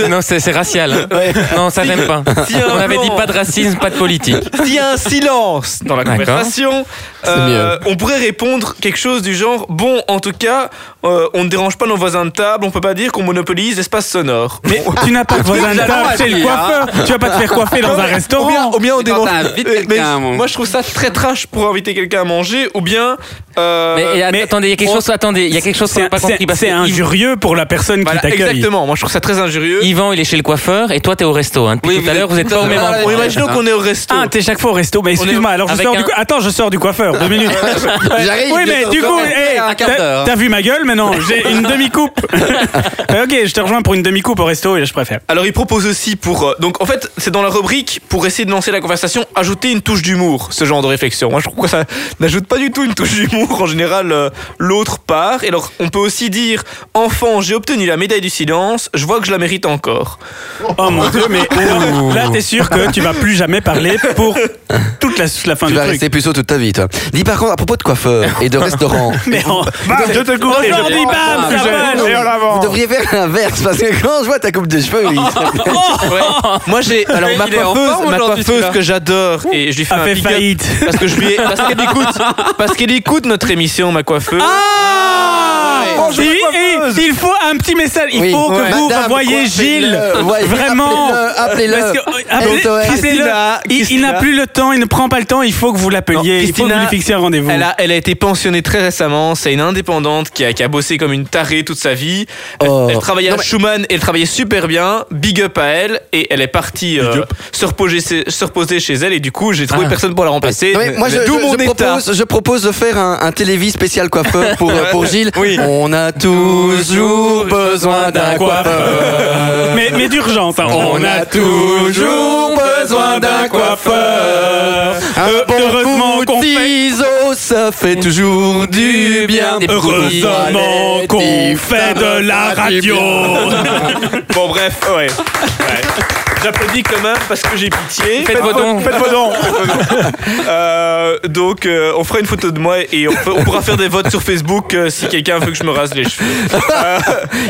[SPEAKER 2] Non, c'est c'est racial. hein. Non, ça j'aime pas.
[SPEAKER 3] Si un
[SPEAKER 2] On avait dit
[SPEAKER 3] blanc-
[SPEAKER 2] pas de racisme, pas de politique.
[SPEAKER 3] S'il y a un silence dans la
[SPEAKER 2] D'accord.
[SPEAKER 3] conversation, euh, on pourrait répondre quelque chose du genre Bon, en tout cas, euh, on ne dérange pas nos voisins de table, on peut pas dire qu'on monopolise l'espace sonore.
[SPEAKER 1] Mais tu n'as pas
[SPEAKER 9] Ah,
[SPEAKER 1] de voisin de table chez le coiffeur. Tu vas pas te faire coiffer dans un
[SPEAKER 3] Ou bien,
[SPEAKER 1] restaurant.
[SPEAKER 3] ou bien on
[SPEAKER 6] Mais quand
[SPEAKER 3] dérange.
[SPEAKER 6] t'invites
[SPEAKER 3] Euh, (laughs) mais
[SPEAKER 6] quelqu'un, mon-
[SPEAKER 3] moi, je trouve ça très trash pour inviter quelqu'un à manger, ou bien. euh,
[SPEAKER 2] Mais, et att-
[SPEAKER 1] mais-
[SPEAKER 2] attendez, il y a quelque chose. Attendez, il y a quelque chose qu'on
[SPEAKER 1] C'est
[SPEAKER 2] n'a pas compris.
[SPEAKER 1] c'est-
[SPEAKER 2] parce
[SPEAKER 1] c'est
[SPEAKER 2] que Yves-
[SPEAKER 1] injurieux pour la personne qui
[SPEAKER 3] Voilà,
[SPEAKER 1] t'accueille.
[SPEAKER 3] exactement. Moi, je trouve ça très injurieux.
[SPEAKER 2] Yvan, il est chez le coiffeur et toi, t'es au resto. hein. Depuis
[SPEAKER 6] Oui,
[SPEAKER 2] tout
[SPEAKER 6] vous
[SPEAKER 2] à l'heure,
[SPEAKER 6] êtes-
[SPEAKER 2] vous n'êtes pas au même
[SPEAKER 6] Voilà,
[SPEAKER 2] endroit.
[SPEAKER 3] Bon, imaginons qu'on est au resto.
[SPEAKER 1] Ah, t'es chaque fois au resto. Mais excuse-moi, alors je
[SPEAKER 2] avec
[SPEAKER 1] sors du
[SPEAKER 2] un-
[SPEAKER 1] cou- Attends, je sors du coiffeur. Deux
[SPEAKER 2] (laughs)
[SPEAKER 1] minutes.
[SPEAKER 5] J'arrive,
[SPEAKER 1] Oui,
[SPEAKER 5] je
[SPEAKER 1] mais
[SPEAKER 5] sors
[SPEAKER 1] du
[SPEAKER 5] quand
[SPEAKER 1] coup,
[SPEAKER 5] même.
[SPEAKER 1] hey,
[SPEAKER 6] Un quart
[SPEAKER 1] t'as
[SPEAKER 6] d'heure.
[SPEAKER 2] (laughs)
[SPEAKER 1] t'as vu ma gueule maintenant J'ai une demi-coupe. Euh, ok, je te rejoins pour pour une demi-coupe au resto, et là, je préfère.
[SPEAKER 3] Alors il propose aussi pour euh, donc en fait c'est dans la rubrique pour essayer de lancer la conversation ajouter une touche d'humour ce genre de réflexion moi je trouve que ça n'ajoute pas du tout une touche d'humour en général euh, l'autre part et alors on peut aussi dire enfant j'ai obtenu la médaille du silence je vois que je la mérite encore
[SPEAKER 1] Oh mon dieu, mais alors, là, t'es sûr que tu vas plus jamais parler pour toute la, la fin
[SPEAKER 5] Tu
[SPEAKER 1] du
[SPEAKER 5] vas
[SPEAKER 1] truc.
[SPEAKER 5] rester puceau toute ta vie, toi. Dis par contre, à propos de coiffeur et
[SPEAKER 3] (laughs)
[SPEAKER 5] de restaurant,
[SPEAKER 1] (laughs) Mais en- bam,
[SPEAKER 7] je te coupe et je-
[SPEAKER 1] Aujourd'hui, bam,
[SPEAKER 7] je-
[SPEAKER 1] ça va, j'ai-
[SPEAKER 5] vous devriez faire l'inverse parce que quand je vois ta coupe de
[SPEAKER 3] (laughs)
[SPEAKER 5] cheveux, oui,
[SPEAKER 3] moi j'ai alors ma
[SPEAKER 6] Il est en
[SPEAKER 3] coiffeuse
[SPEAKER 6] forme
[SPEAKER 3] ma
[SPEAKER 6] aujourd'hui,
[SPEAKER 3] coiffeuse
[SPEAKER 6] celui-là.
[SPEAKER 3] que j'adore et je lui fais
[SPEAKER 1] a
[SPEAKER 3] un
[SPEAKER 1] fait
[SPEAKER 3] big up
[SPEAKER 1] faillite.
[SPEAKER 3] parce que je lui ai- parce qu'elle écoute parce qu'elle écoute notre émission ma coiffeuse
[SPEAKER 1] Ah
[SPEAKER 7] Bonjour,
[SPEAKER 1] Et-
[SPEAKER 7] la coiffeuse.
[SPEAKER 1] et il faut un petit message. Il
[SPEAKER 5] Oui.
[SPEAKER 1] faut que
[SPEAKER 5] Ouais.
[SPEAKER 1] vous
[SPEAKER 5] Madame,
[SPEAKER 1] revoyez
[SPEAKER 5] coiffez-le.
[SPEAKER 1] Gilles.
[SPEAKER 5] Ouais,
[SPEAKER 1] Vraiment.
[SPEAKER 5] appelez-le,
[SPEAKER 1] Parce que-
[SPEAKER 5] appelez-le.
[SPEAKER 1] appelez-
[SPEAKER 5] LOL.
[SPEAKER 1] appelez-le.
[SPEAKER 3] Christina,
[SPEAKER 1] Il- Il, n'a
[SPEAKER 3] Christina.
[SPEAKER 1] plus le temps, il ne prend pas le temps. Il faut que vous
[SPEAKER 3] Non,
[SPEAKER 1] l'appeliez. Il faut que
[SPEAKER 3] Christina,
[SPEAKER 1] vous lui fixiez un rendez-vous.
[SPEAKER 3] Elle a, elle a été pensionnée très récemment. C'est une indépendante qui a, qui a bossé comme une tarée toute sa vie. Elle,
[SPEAKER 5] Oh.
[SPEAKER 3] elle travaillait à Schumann, elle travaillait super bien. Big up à elle. Et elle est partie euh, se, reposer, se reposer chez elle. Et du coup, j'ai trouvé personne pour la remplacer.
[SPEAKER 5] Ah. Non, mais moi, je,
[SPEAKER 3] D'où
[SPEAKER 5] je-
[SPEAKER 3] mon
[SPEAKER 5] je
[SPEAKER 3] état.
[SPEAKER 5] propose, je propose de faire un, un télévis spécial coiffeur pour, euh, pour Gilles. On a toujours besoin d'un coiffeur.
[SPEAKER 1] Mais, mais d'urgence, hein.
[SPEAKER 5] On a toujours besoin d'un coiffeur. Un bon
[SPEAKER 1] heureusement
[SPEAKER 5] coup de
[SPEAKER 1] qu'on fait-
[SPEAKER 5] ciseau, ça fait toujours du bien.
[SPEAKER 6] Des
[SPEAKER 1] Heureusement
[SPEAKER 5] Allez,
[SPEAKER 1] qu'on
[SPEAKER 5] dis,
[SPEAKER 1] fait
[SPEAKER 5] ça
[SPEAKER 1] de la
[SPEAKER 5] me fera du
[SPEAKER 1] radio.
[SPEAKER 3] Bon, bref, ouais. Ouais. J'applaudis quand même parce que j'ai pitié.
[SPEAKER 6] Faites vos dons.
[SPEAKER 3] Faites vos dons. Euh, donc, euh, on fera une photo de moi et on, peut- on pourra faire des votes sur Facebook euh, si quelqu'un veut que je me rase les cheveux. Euh,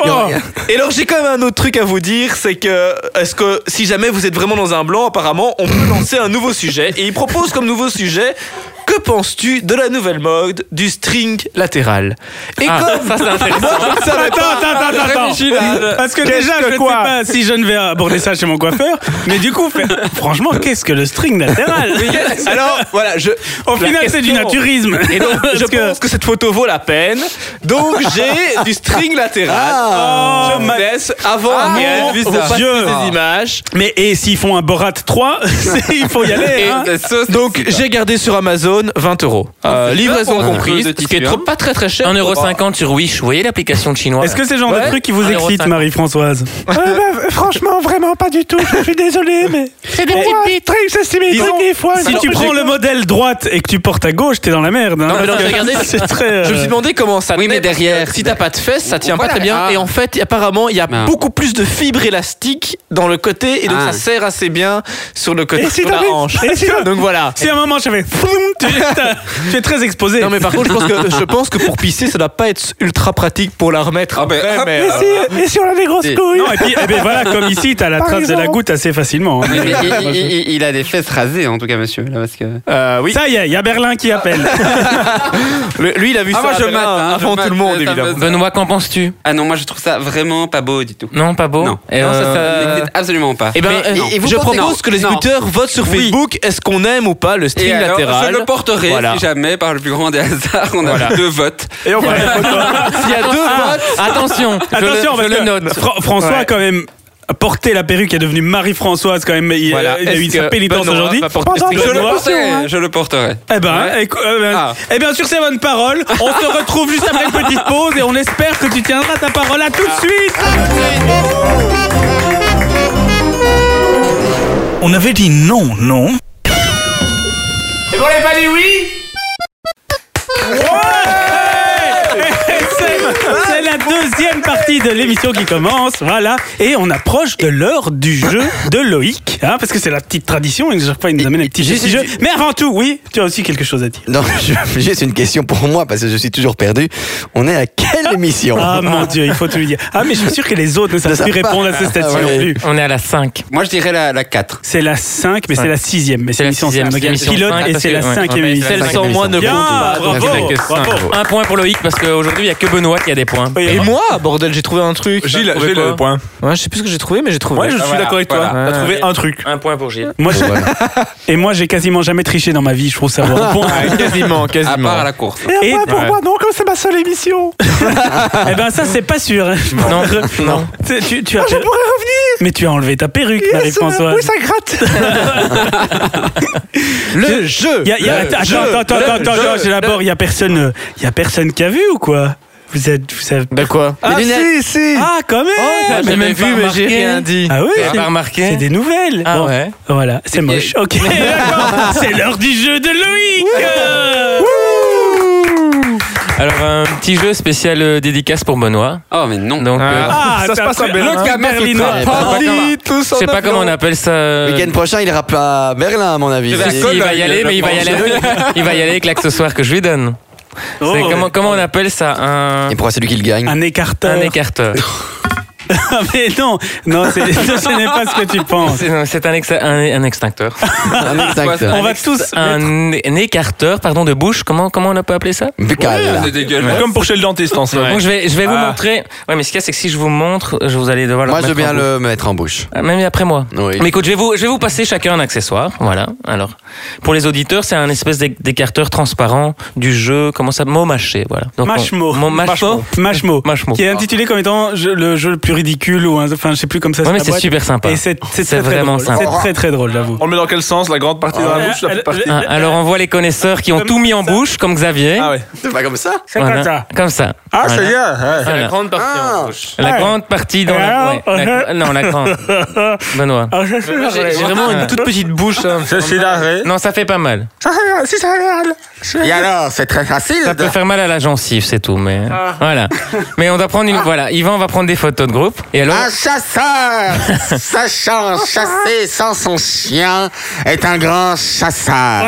[SPEAKER 1] Oh.
[SPEAKER 3] Et alors j'ai quand même un autre truc à vous dire, c'est que est-ce que si jamais vous êtes vraiment dans un blanc, apparemment, on peut lancer un nouveau sujet. Et il propose comme nouveau sujet. Que penses-tu de la nouvelle mode du string latéral Et comme ça, c'est intéressant.
[SPEAKER 1] Attends, attends, attends, attends. Parce que déjà, je ne sais pas si je ne vais aborder ça chez mon coiffeur, mais du coup, fait- franchement, qu'est-ce que le string latéral
[SPEAKER 3] Alors voilà, je,
[SPEAKER 1] Au final, c'est du naturisme.
[SPEAKER 3] Et donc, (laughs) je
[SPEAKER 1] Parce que-
[SPEAKER 3] pense que cette photo vaut la peine. Donc, j'ai du string latéral.
[SPEAKER 1] Ah.
[SPEAKER 3] je me laisse avant
[SPEAKER 1] Ah,
[SPEAKER 3] Ariel,
[SPEAKER 1] mon
[SPEAKER 3] vu ça.
[SPEAKER 1] Dieu.
[SPEAKER 3] Vous passez des images.
[SPEAKER 1] Mais et s'ils font un Borat 3, (laughs) c'est- il faut y aller. hein.
[SPEAKER 3] Donc, j'ai gardé sur Amazon 20 euros. Euh, livraison
[SPEAKER 6] pas pour
[SPEAKER 3] comprise.
[SPEAKER 6] un peu de
[SPEAKER 3] Ce qui est
[SPEAKER 6] tissu,
[SPEAKER 3] trop-
[SPEAKER 6] hein.
[SPEAKER 3] pas très très cher.
[SPEAKER 2] 1,50€ sur Wish. Vous voyez l'application chinoise
[SPEAKER 1] Est-ce que c'est le genre de
[SPEAKER 2] Ouais.
[SPEAKER 1] truc qui vous
[SPEAKER 2] Un euro
[SPEAKER 1] excite,
[SPEAKER 2] cinquante.
[SPEAKER 1] Marie-Françoise
[SPEAKER 7] Franchement, vraiment pas du tout. Je suis désolé, mais
[SPEAKER 9] C'est des petites bites.
[SPEAKER 1] Disons, Si tu prends le modèle droite et que tu portes à gauche, t'es dans la merde. hein,
[SPEAKER 3] Non, mais
[SPEAKER 1] parce
[SPEAKER 3] non,
[SPEAKER 1] que
[SPEAKER 3] regardez.
[SPEAKER 1] (laughs) c'est très. euh,
[SPEAKER 3] Je me suis demandé comment ça
[SPEAKER 6] Oui,
[SPEAKER 3] tenait,
[SPEAKER 6] mais
[SPEAKER 3] parce que
[SPEAKER 6] derrière.
[SPEAKER 3] Si t'as pas de fesses, ça tient
[SPEAKER 6] Voilà.
[SPEAKER 3] pas très bien.
[SPEAKER 6] Ah.
[SPEAKER 3] Et en fait, apparemment, il y a
[SPEAKER 6] Ah.
[SPEAKER 3] beaucoup plus de fibres élastiques dans le côté. Et donc,
[SPEAKER 6] Ah.
[SPEAKER 3] ça serre assez bien sur le côté
[SPEAKER 1] Et si
[SPEAKER 3] sur la
[SPEAKER 1] t'avais-
[SPEAKER 3] hanche.
[SPEAKER 1] et si-
[SPEAKER 3] Donc voilà.
[SPEAKER 1] Si à un moment j'avais. Tu tu es très exposé.
[SPEAKER 3] Non mais par contre je pense que je pense que pour pisser ça doit pas être ultra pratique pour la remettre
[SPEAKER 6] Ah, mais-
[SPEAKER 3] après, mais, euh,
[SPEAKER 1] hein. Non, et puis eh ben voilà, comme ici, t'as la trace de la goutte assez facilement. hein.
[SPEAKER 6] Mais- mais il, il- il- il a des fesses rasées en tout cas monsieur là parce que
[SPEAKER 3] euh, oui
[SPEAKER 1] Ah Ça y est, il y a Berlin qui appelle.
[SPEAKER 3] Le- lui il a vu
[SPEAKER 6] Ah,
[SPEAKER 3] ça
[SPEAKER 6] moi, je
[SPEAKER 3] à Berlin
[SPEAKER 6] mate, hein,
[SPEAKER 3] avant
[SPEAKER 6] je mate,
[SPEAKER 3] tout le monde
[SPEAKER 6] ça me-
[SPEAKER 3] évidemment
[SPEAKER 2] Benoît, qu'en penses-tu
[SPEAKER 6] ah non moi je trouve ça vraiment pas beau du tout
[SPEAKER 2] Non, pas beau
[SPEAKER 6] non
[SPEAKER 2] Et
[SPEAKER 6] non ça,
[SPEAKER 2] euh,
[SPEAKER 6] ça n'existe absolument pas
[SPEAKER 3] Eh ben,
[SPEAKER 6] Mais-
[SPEAKER 3] euh,
[SPEAKER 6] non.
[SPEAKER 3] je propose que les
[SPEAKER 6] Non.
[SPEAKER 3] auditeurs votent sur
[SPEAKER 6] Oui.
[SPEAKER 3] Facebook est-ce qu'on aime ou pas le string
[SPEAKER 6] Et alors,
[SPEAKER 3] latéral
[SPEAKER 6] je le porterai
[SPEAKER 3] Voilà.
[SPEAKER 6] si jamais, par le plus grand des hasards, on a deux votes.
[SPEAKER 1] Et on va aller au toit.
[SPEAKER 2] (laughs)
[SPEAKER 3] S'il y a deux votes,
[SPEAKER 2] Attention, je
[SPEAKER 1] Attention,
[SPEAKER 2] le-
[SPEAKER 1] parce
[SPEAKER 2] je le
[SPEAKER 1] que
[SPEAKER 2] note.
[SPEAKER 1] Fra- François, quand même, a porté la perruque, est devenu Marie-Françoise, quand même. Il, euh,
[SPEAKER 6] Voilà.
[SPEAKER 1] il a eu
[SPEAKER 6] Est-ce
[SPEAKER 1] sa
[SPEAKER 6] que
[SPEAKER 1] pénitence
[SPEAKER 3] Benoît
[SPEAKER 1] aujourd'hui.
[SPEAKER 3] va porter
[SPEAKER 1] Pendant
[SPEAKER 3] ses
[SPEAKER 1] que
[SPEAKER 6] Je le
[SPEAKER 1] Benoît-
[SPEAKER 6] porterai. Je le porterai.
[SPEAKER 1] Eh ben,
[SPEAKER 6] Ouais.
[SPEAKER 1] écou- euh, ben,
[SPEAKER 6] Ah.
[SPEAKER 1] eh bien, sur ces bonnes paroles, on se retrouve juste après une petite pause et on espère que tu tiendras ta parole à tout de suite.
[SPEAKER 4] On avait dit non, non.
[SPEAKER 1] C'est c'est la deuxième partie de l'émission qui commence, voilà. Et on approche de l'heure du jeu de Loïc, hein, parce que c'est la petite tradition, et chaque fois il nous amène un petit,
[SPEAKER 5] Juste-
[SPEAKER 1] petit jeu. Mais avant tout, oui, tu as aussi quelque chose à dire.
[SPEAKER 5] Non, (laughs) je- juste une question pour moi parce que je suis toujours perdu. On est à quelle émission
[SPEAKER 1] Ah mon dieu, il faut tout lui dire. Ah mais je suis sûr que les autres ne savent
[SPEAKER 5] savent
[SPEAKER 1] plus
[SPEAKER 5] pas.
[SPEAKER 1] répondre à ces statuts
[SPEAKER 5] Ah,
[SPEAKER 1] non
[SPEAKER 5] ouais.
[SPEAKER 1] plus.
[SPEAKER 2] On est à la 5.
[SPEAKER 6] Moi, je dirais la, la 4.
[SPEAKER 1] C'est la 5, mais c'est
[SPEAKER 2] Ouais.
[SPEAKER 1] la 6ème. Mais
[SPEAKER 2] C'est
[SPEAKER 1] c'est
[SPEAKER 2] la
[SPEAKER 1] l'émission 5.
[SPEAKER 2] sixième, c'est
[SPEAKER 1] Donc il y a
[SPEAKER 2] l'émission
[SPEAKER 1] pilote
[SPEAKER 2] cinq,
[SPEAKER 1] et
[SPEAKER 2] parce
[SPEAKER 1] c'est
[SPEAKER 2] que-
[SPEAKER 1] la
[SPEAKER 2] ouais,
[SPEAKER 1] 5ème
[SPEAKER 2] on est-
[SPEAKER 1] émission.
[SPEAKER 2] c'est la
[SPEAKER 3] celle
[SPEAKER 2] cinq
[SPEAKER 3] sans moi ne
[SPEAKER 1] Bien,
[SPEAKER 3] compte pas.
[SPEAKER 1] bravo,
[SPEAKER 3] Il y en a que cinq.
[SPEAKER 1] bravo.
[SPEAKER 2] Un point pour Loïc parce qu'aujourd'hui il n'y a que Benoît qui a des points.
[SPEAKER 1] Oui,
[SPEAKER 3] Et moi, Ah, bordel, j'ai trouvé un truc.
[SPEAKER 7] Gilles,
[SPEAKER 2] T'as trouvé
[SPEAKER 7] Gilles,
[SPEAKER 2] quoi
[SPEAKER 7] le point.
[SPEAKER 3] Ouais, je sais plus ce que j'ai trouvé, mais j'ai trouvé.
[SPEAKER 1] Ouais, je suis d'accord avec toi.
[SPEAKER 2] voilà.
[SPEAKER 1] T'as trouvé un truc.
[SPEAKER 2] Un point pour Gilles.
[SPEAKER 1] Moi, j'ai- (laughs) Et moi, j'ai quasiment jamais triché dans ma vie, je trouve ça vraiment
[SPEAKER 3] (laughs)
[SPEAKER 1] bon.
[SPEAKER 3] Ouais, quasiment,
[SPEAKER 6] À
[SPEAKER 3] quasiment.
[SPEAKER 6] part à la course.
[SPEAKER 1] Et
[SPEAKER 3] pour moi,
[SPEAKER 1] non, comme c'est ma seule émission.
[SPEAKER 3] bah.
[SPEAKER 1] eh ben ça, c'est pas sûr. hein. (laughs)
[SPEAKER 2] Non, non.
[SPEAKER 1] Tu, tu- tu as... je pourrais revenir. Mais tu as enlevé ta perruque, Marie-Françoise. Oui, ça
[SPEAKER 3] Le jeu.
[SPEAKER 1] y a, y a-
[SPEAKER 3] Le
[SPEAKER 1] attends,
[SPEAKER 3] jeu.
[SPEAKER 1] attends, attends,
[SPEAKER 3] Le
[SPEAKER 1] attends, attends,
[SPEAKER 3] jeu.
[SPEAKER 1] j'ai d'abord, il y a personne, euh, il y a personne qui a vu ou quoi Vous êtes. Vous savez...
[SPEAKER 3] De quoi
[SPEAKER 1] Ah,
[SPEAKER 5] lunettes.
[SPEAKER 1] si, si Ah, quand
[SPEAKER 3] Oh,
[SPEAKER 1] même
[SPEAKER 2] Ah, j'avais
[SPEAKER 3] même
[SPEAKER 2] pas
[SPEAKER 3] vu, mais j'ai
[SPEAKER 2] remarqué.
[SPEAKER 3] rien dit.
[SPEAKER 1] Ah oui
[SPEAKER 2] T'as
[SPEAKER 1] c'est-
[SPEAKER 2] pas remarqué
[SPEAKER 1] C'est des nouvelles
[SPEAKER 2] Ah
[SPEAKER 1] Bon,
[SPEAKER 2] ouais.
[SPEAKER 1] Voilà, c'est moche.
[SPEAKER 3] (laughs)
[SPEAKER 1] Ok, d'accord. C'est l'heure du jeu de Loïc
[SPEAKER 2] Alors un petit jeu spécial euh, dédicace pour Benoît.
[SPEAKER 6] Oh, mais non.
[SPEAKER 2] Donc euh,
[SPEAKER 1] Ah,
[SPEAKER 3] Ça se
[SPEAKER 1] t'as
[SPEAKER 3] passe à
[SPEAKER 1] pris
[SPEAKER 3] Berlin.
[SPEAKER 1] un
[SPEAKER 3] Le
[SPEAKER 5] gamin se
[SPEAKER 1] Berlinois.
[SPEAKER 5] travaille
[SPEAKER 2] pas.
[SPEAKER 1] Parti.
[SPEAKER 2] Dis,
[SPEAKER 3] tous
[SPEAKER 2] je sais pas comment on appelle ça. euh,
[SPEAKER 5] Le week-end prochain, il ira pas à Berlin, à mon avis.
[SPEAKER 2] si, si, il va y aller, mais il va y aller. Il va y aller avec l'accessoire que je lui donne.
[SPEAKER 1] Oh,
[SPEAKER 2] C'est comment comment on appelle ça un
[SPEAKER 5] Et pourquoi c'est lui qui le gagne
[SPEAKER 1] Un écarteur.
[SPEAKER 2] un écarteur.
[SPEAKER 1] (laughs) Ah, mais non, non, c'est- (laughs) ce n'est pas ce que tu penses.
[SPEAKER 2] C'est non, c'est un, exa- un- un extincteur.
[SPEAKER 5] Un exacteur.
[SPEAKER 1] On va tous.
[SPEAKER 2] un, un écarteur, pardon, de bouche. Comment comment on peut appeler ça
[SPEAKER 5] Buccal.
[SPEAKER 3] C'est dégueulasse.
[SPEAKER 7] Comme pour chez le dentiste en soi.
[SPEAKER 2] Donc je vais je vais vous
[SPEAKER 7] Ah.
[SPEAKER 2] montrer. Ouais, mais ce qu'il y a, c'est que si je vous montre, je vous allez devoir. le
[SPEAKER 5] Moi, je veux
[SPEAKER 2] remettre en
[SPEAKER 5] bien
[SPEAKER 2] bouche.
[SPEAKER 5] le mettre en bouche.
[SPEAKER 2] Ah, Même après moi.
[SPEAKER 5] Oui.
[SPEAKER 2] Mais écoute, je vais vous, je vais vous passer chacun un accessoire. Voilà. Alors, pour les auditeurs, c'est un espèce d'é- d'écarteur transparent du jeu. Comment ça Mot mâché. Voilà. Donc,
[SPEAKER 1] Mâche-mot.
[SPEAKER 2] on- mon- Mâche-mot.
[SPEAKER 1] Machmo.
[SPEAKER 2] Mâche-mot.
[SPEAKER 1] Qui est intitulé comme étant je- le jeu le plus ridicule ou un- enfin je sais plus comme ça.
[SPEAKER 2] Ouais, mais
[SPEAKER 1] la
[SPEAKER 2] c'est
[SPEAKER 1] boîte.
[SPEAKER 2] super sympa.
[SPEAKER 1] Et c'est c'est
[SPEAKER 2] C'est
[SPEAKER 1] très, très
[SPEAKER 2] vraiment
[SPEAKER 1] drôle.
[SPEAKER 2] sympa.
[SPEAKER 1] C'est très très drôle, j'avoue.
[SPEAKER 7] On le met dans quel sens La grande partie dans la bouche, la petite partie.
[SPEAKER 2] Ah, alors, on voit les connaisseurs qui ont
[SPEAKER 1] Comme
[SPEAKER 2] tout mis en
[SPEAKER 1] ça.
[SPEAKER 2] bouche, comme Xavier.
[SPEAKER 7] Ah ouais.
[SPEAKER 5] C'est pas comme ça
[SPEAKER 1] C'est
[SPEAKER 2] Voilà.
[SPEAKER 1] comme ça.
[SPEAKER 2] Comme ça.
[SPEAKER 7] Ah,
[SPEAKER 2] Voilà.
[SPEAKER 7] c'est bien. ouais.
[SPEAKER 2] Voilà.
[SPEAKER 3] grande
[SPEAKER 5] Ah.
[SPEAKER 2] La
[SPEAKER 1] Ouais.
[SPEAKER 2] grande partie dans la...
[SPEAKER 1] Et alors
[SPEAKER 2] ouais, la- Non, la
[SPEAKER 1] (laughs)
[SPEAKER 2] grande. Benoît.
[SPEAKER 1] Ah, je sais pas.
[SPEAKER 2] J'ai vraiment une toute petite bouche.
[SPEAKER 3] hein.
[SPEAKER 7] Je suis l'arrêt.
[SPEAKER 2] Non, ça fait pas mal.
[SPEAKER 4] Et alors, c'est très
[SPEAKER 2] Ça
[SPEAKER 4] facile.
[SPEAKER 2] peut faire mal à la gencive, c'est tout, mais
[SPEAKER 1] Ah.
[SPEAKER 2] voilà. Mais on doit prendre une. Voilà, Yvan va prendre des photos de groupe. Et alors,
[SPEAKER 4] Un
[SPEAKER 1] Ah,
[SPEAKER 4] chasseur,
[SPEAKER 2] (laughs)
[SPEAKER 4] sachant chasser sans son chien, est un grand chasseur.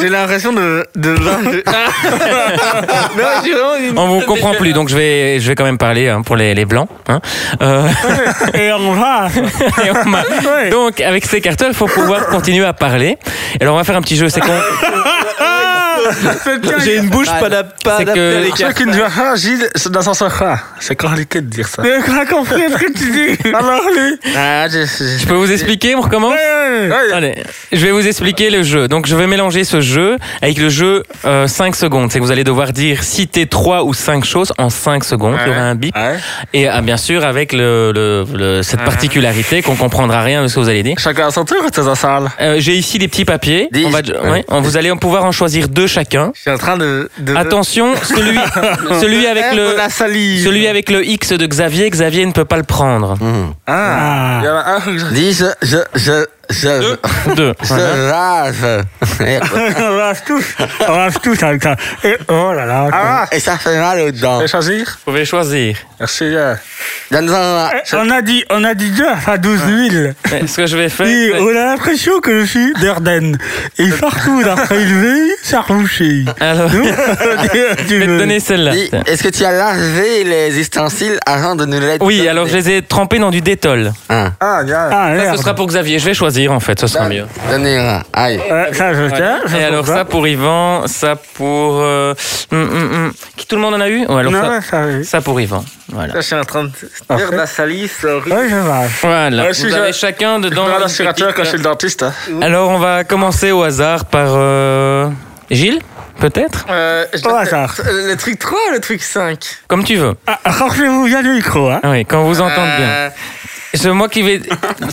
[SPEAKER 3] J'ai l'impression de.
[SPEAKER 2] (laughs)
[SPEAKER 3] de... non, j'ai vraiment une-
[SPEAKER 2] on vous comprend plus, donc je vais, je vais quand même parler hein, pour les, les blancs. hein. Euh,
[SPEAKER 1] (laughs) Et on va.
[SPEAKER 2] (laughs) et on m'a-
[SPEAKER 1] Ouais.
[SPEAKER 2] donc avec ces cartons, il faut pouvoir continuer à parler. Et alors on va faire un petit jeu.
[SPEAKER 1] (laughs)
[SPEAKER 2] C'est qu'on,
[SPEAKER 7] J'ai une bouche pas d'ap- pas
[SPEAKER 2] c'est
[SPEAKER 7] adaptée à
[SPEAKER 2] que
[SPEAKER 7] l'écart. Chacune doit faire Gilles, c'est dans son soir. C'est compliqué de dire ça.
[SPEAKER 5] Ah,
[SPEAKER 2] je peux vous expliquer. On recommence. Allez, je vais vous expliquer le jeu. Donc je vais mélanger ce jeu avec le jeu 5 secondes. C'est que vous allez devoir dire citer 3 ou 5 choses en 5 secondes. Il y aura un bip. Et ah, bien sûr avec le, le- le- cette particularité qu'on comprendra rien de ce que vous allez dire.
[SPEAKER 7] Chacun à son tour, c'est dans salle.
[SPEAKER 2] Euh, J'ai ici des petits papiers.
[SPEAKER 4] Dix.
[SPEAKER 2] On va, ouais, on- vous allez pouvoir en choisir deux chacun.
[SPEAKER 7] Je suis en train de. de
[SPEAKER 2] Attention,
[SPEAKER 7] (laughs)
[SPEAKER 2] celui, celui avec le,
[SPEAKER 7] salive.
[SPEAKER 2] celui avec le X de Xavier, Xavier ne peut pas le prendre.
[SPEAKER 9] Ah,
[SPEAKER 7] Il y en a un que je-
[SPEAKER 4] Dis, je, je, je, je,
[SPEAKER 7] Mm. (laughs)
[SPEAKER 2] Deux.
[SPEAKER 4] je rase.
[SPEAKER 1] On rase tous. On rase tous avec ça. Et oh là là.
[SPEAKER 7] Ah
[SPEAKER 4] Et ça fait mal aux dents.
[SPEAKER 7] Je vais choisir
[SPEAKER 2] Vous pouvez
[SPEAKER 7] (laughs)
[SPEAKER 2] choisir.
[SPEAKER 7] Merci. euh.
[SPEAKER 4] Dans un-
[SPEAKER 1] Eh, On a dit, on a dit 2 à 12 000.
[SPEAKER 2] Mais Ce que je vais faire.
[SPEAKER 1] Et on a l'impression que je suis d'Erden. Et partout, d'un prélevé, ça relouchait.
[SPEAKER 2] Alors, (laughs)
[SPEAKER 1] Nous,
[SPEAKER 2] je
[SPEAKER 1] tu
[SPEAKER 2] vais te
[SPEAKER 1] veux-
[SPEAKER 2] donner celle-là.
[SPEAKER 4] Dis,
[SPEAKER 2] Tiens.
[SPEAKER 4] Est-ce que tu as lavé les ustensiles avant de nous les
[SPEAKER 2] Oui, alors je les ai trempés dans du détol.
[SPEAKER 4] Un.
[SPEAKER 7] Ah, bien.
[SPEAKER 1] Ah,
[SPEAKER 2] Ça,
[SPEAKER 1] merde.
[SPEAKER 2] ce sera pour Xavier. Je vais choisir en fait, ce sera mieux.
[SPEAKER 4] Donnez un. Aïe.
[SPEAKER 3] Eh,
[SPEAKER 1] Ouais, ça, je tiens. je
[SPEAKER 2] Et
[SPEAKER 1] trouve
[SPEAKER 2] alors
[SPEAKER 1] pas.
[SPEAKER 2] ça pour Yvan, ça pour euh, hum, hum, hum. qui tout le monde en a eu Ouais, alors
[SPEAKER 1] Non,
[SPEAKER 2] ça,
[SPEAKER 1] ouais, ça, oui.
[SPEAKER 2] ça pour Yvan. Voilà.
[SPEAKER 1] (laughs)
[SPEAKER 7] Je suis en train de
[SPEAKER 1] Parfait.
[SPEAKER 7] dire de la salive. c'est horrible.
[SPEAKER 1] Ouais, je vois.
[SPEAKER 2] Voilà.
[SPEAKER 1] Ah,
[SPEAKER 7] Ouais, si
[SPEAKER 2] Vous
[SPEAKER 7] je-
[SPEAKER 2] avez chacun
[SPEAKER 7] Je
[SPEAKER 2] dedans.
[SPEAKER 7] prends
[SPEAKER 2] une
[SPEAKER 7] l'aspirateur quand je suis le
[SPEAKER 2] petite-
[SPEAKER 7] dentiste. hein.
[SPEAKER 2] Alors on va commencer au hasard par euh, Gilles, peut-être
[SPEAKER 3] Euh, je-
[SPEAKER 1] Au hasard.
[SPEAKER 3] Euh, Le truc 3 le truc 5
[SPEAKER 2] Comme tu veux.
[SPEAKER 1] Ah, Rapprochez-vous bien du micro, hein.
[SPEAKER 2] Ah oui, quand vous entendez bien.
[SPEAKER 3] Euh,
[SPEAKER 2] C'est moi qui vais.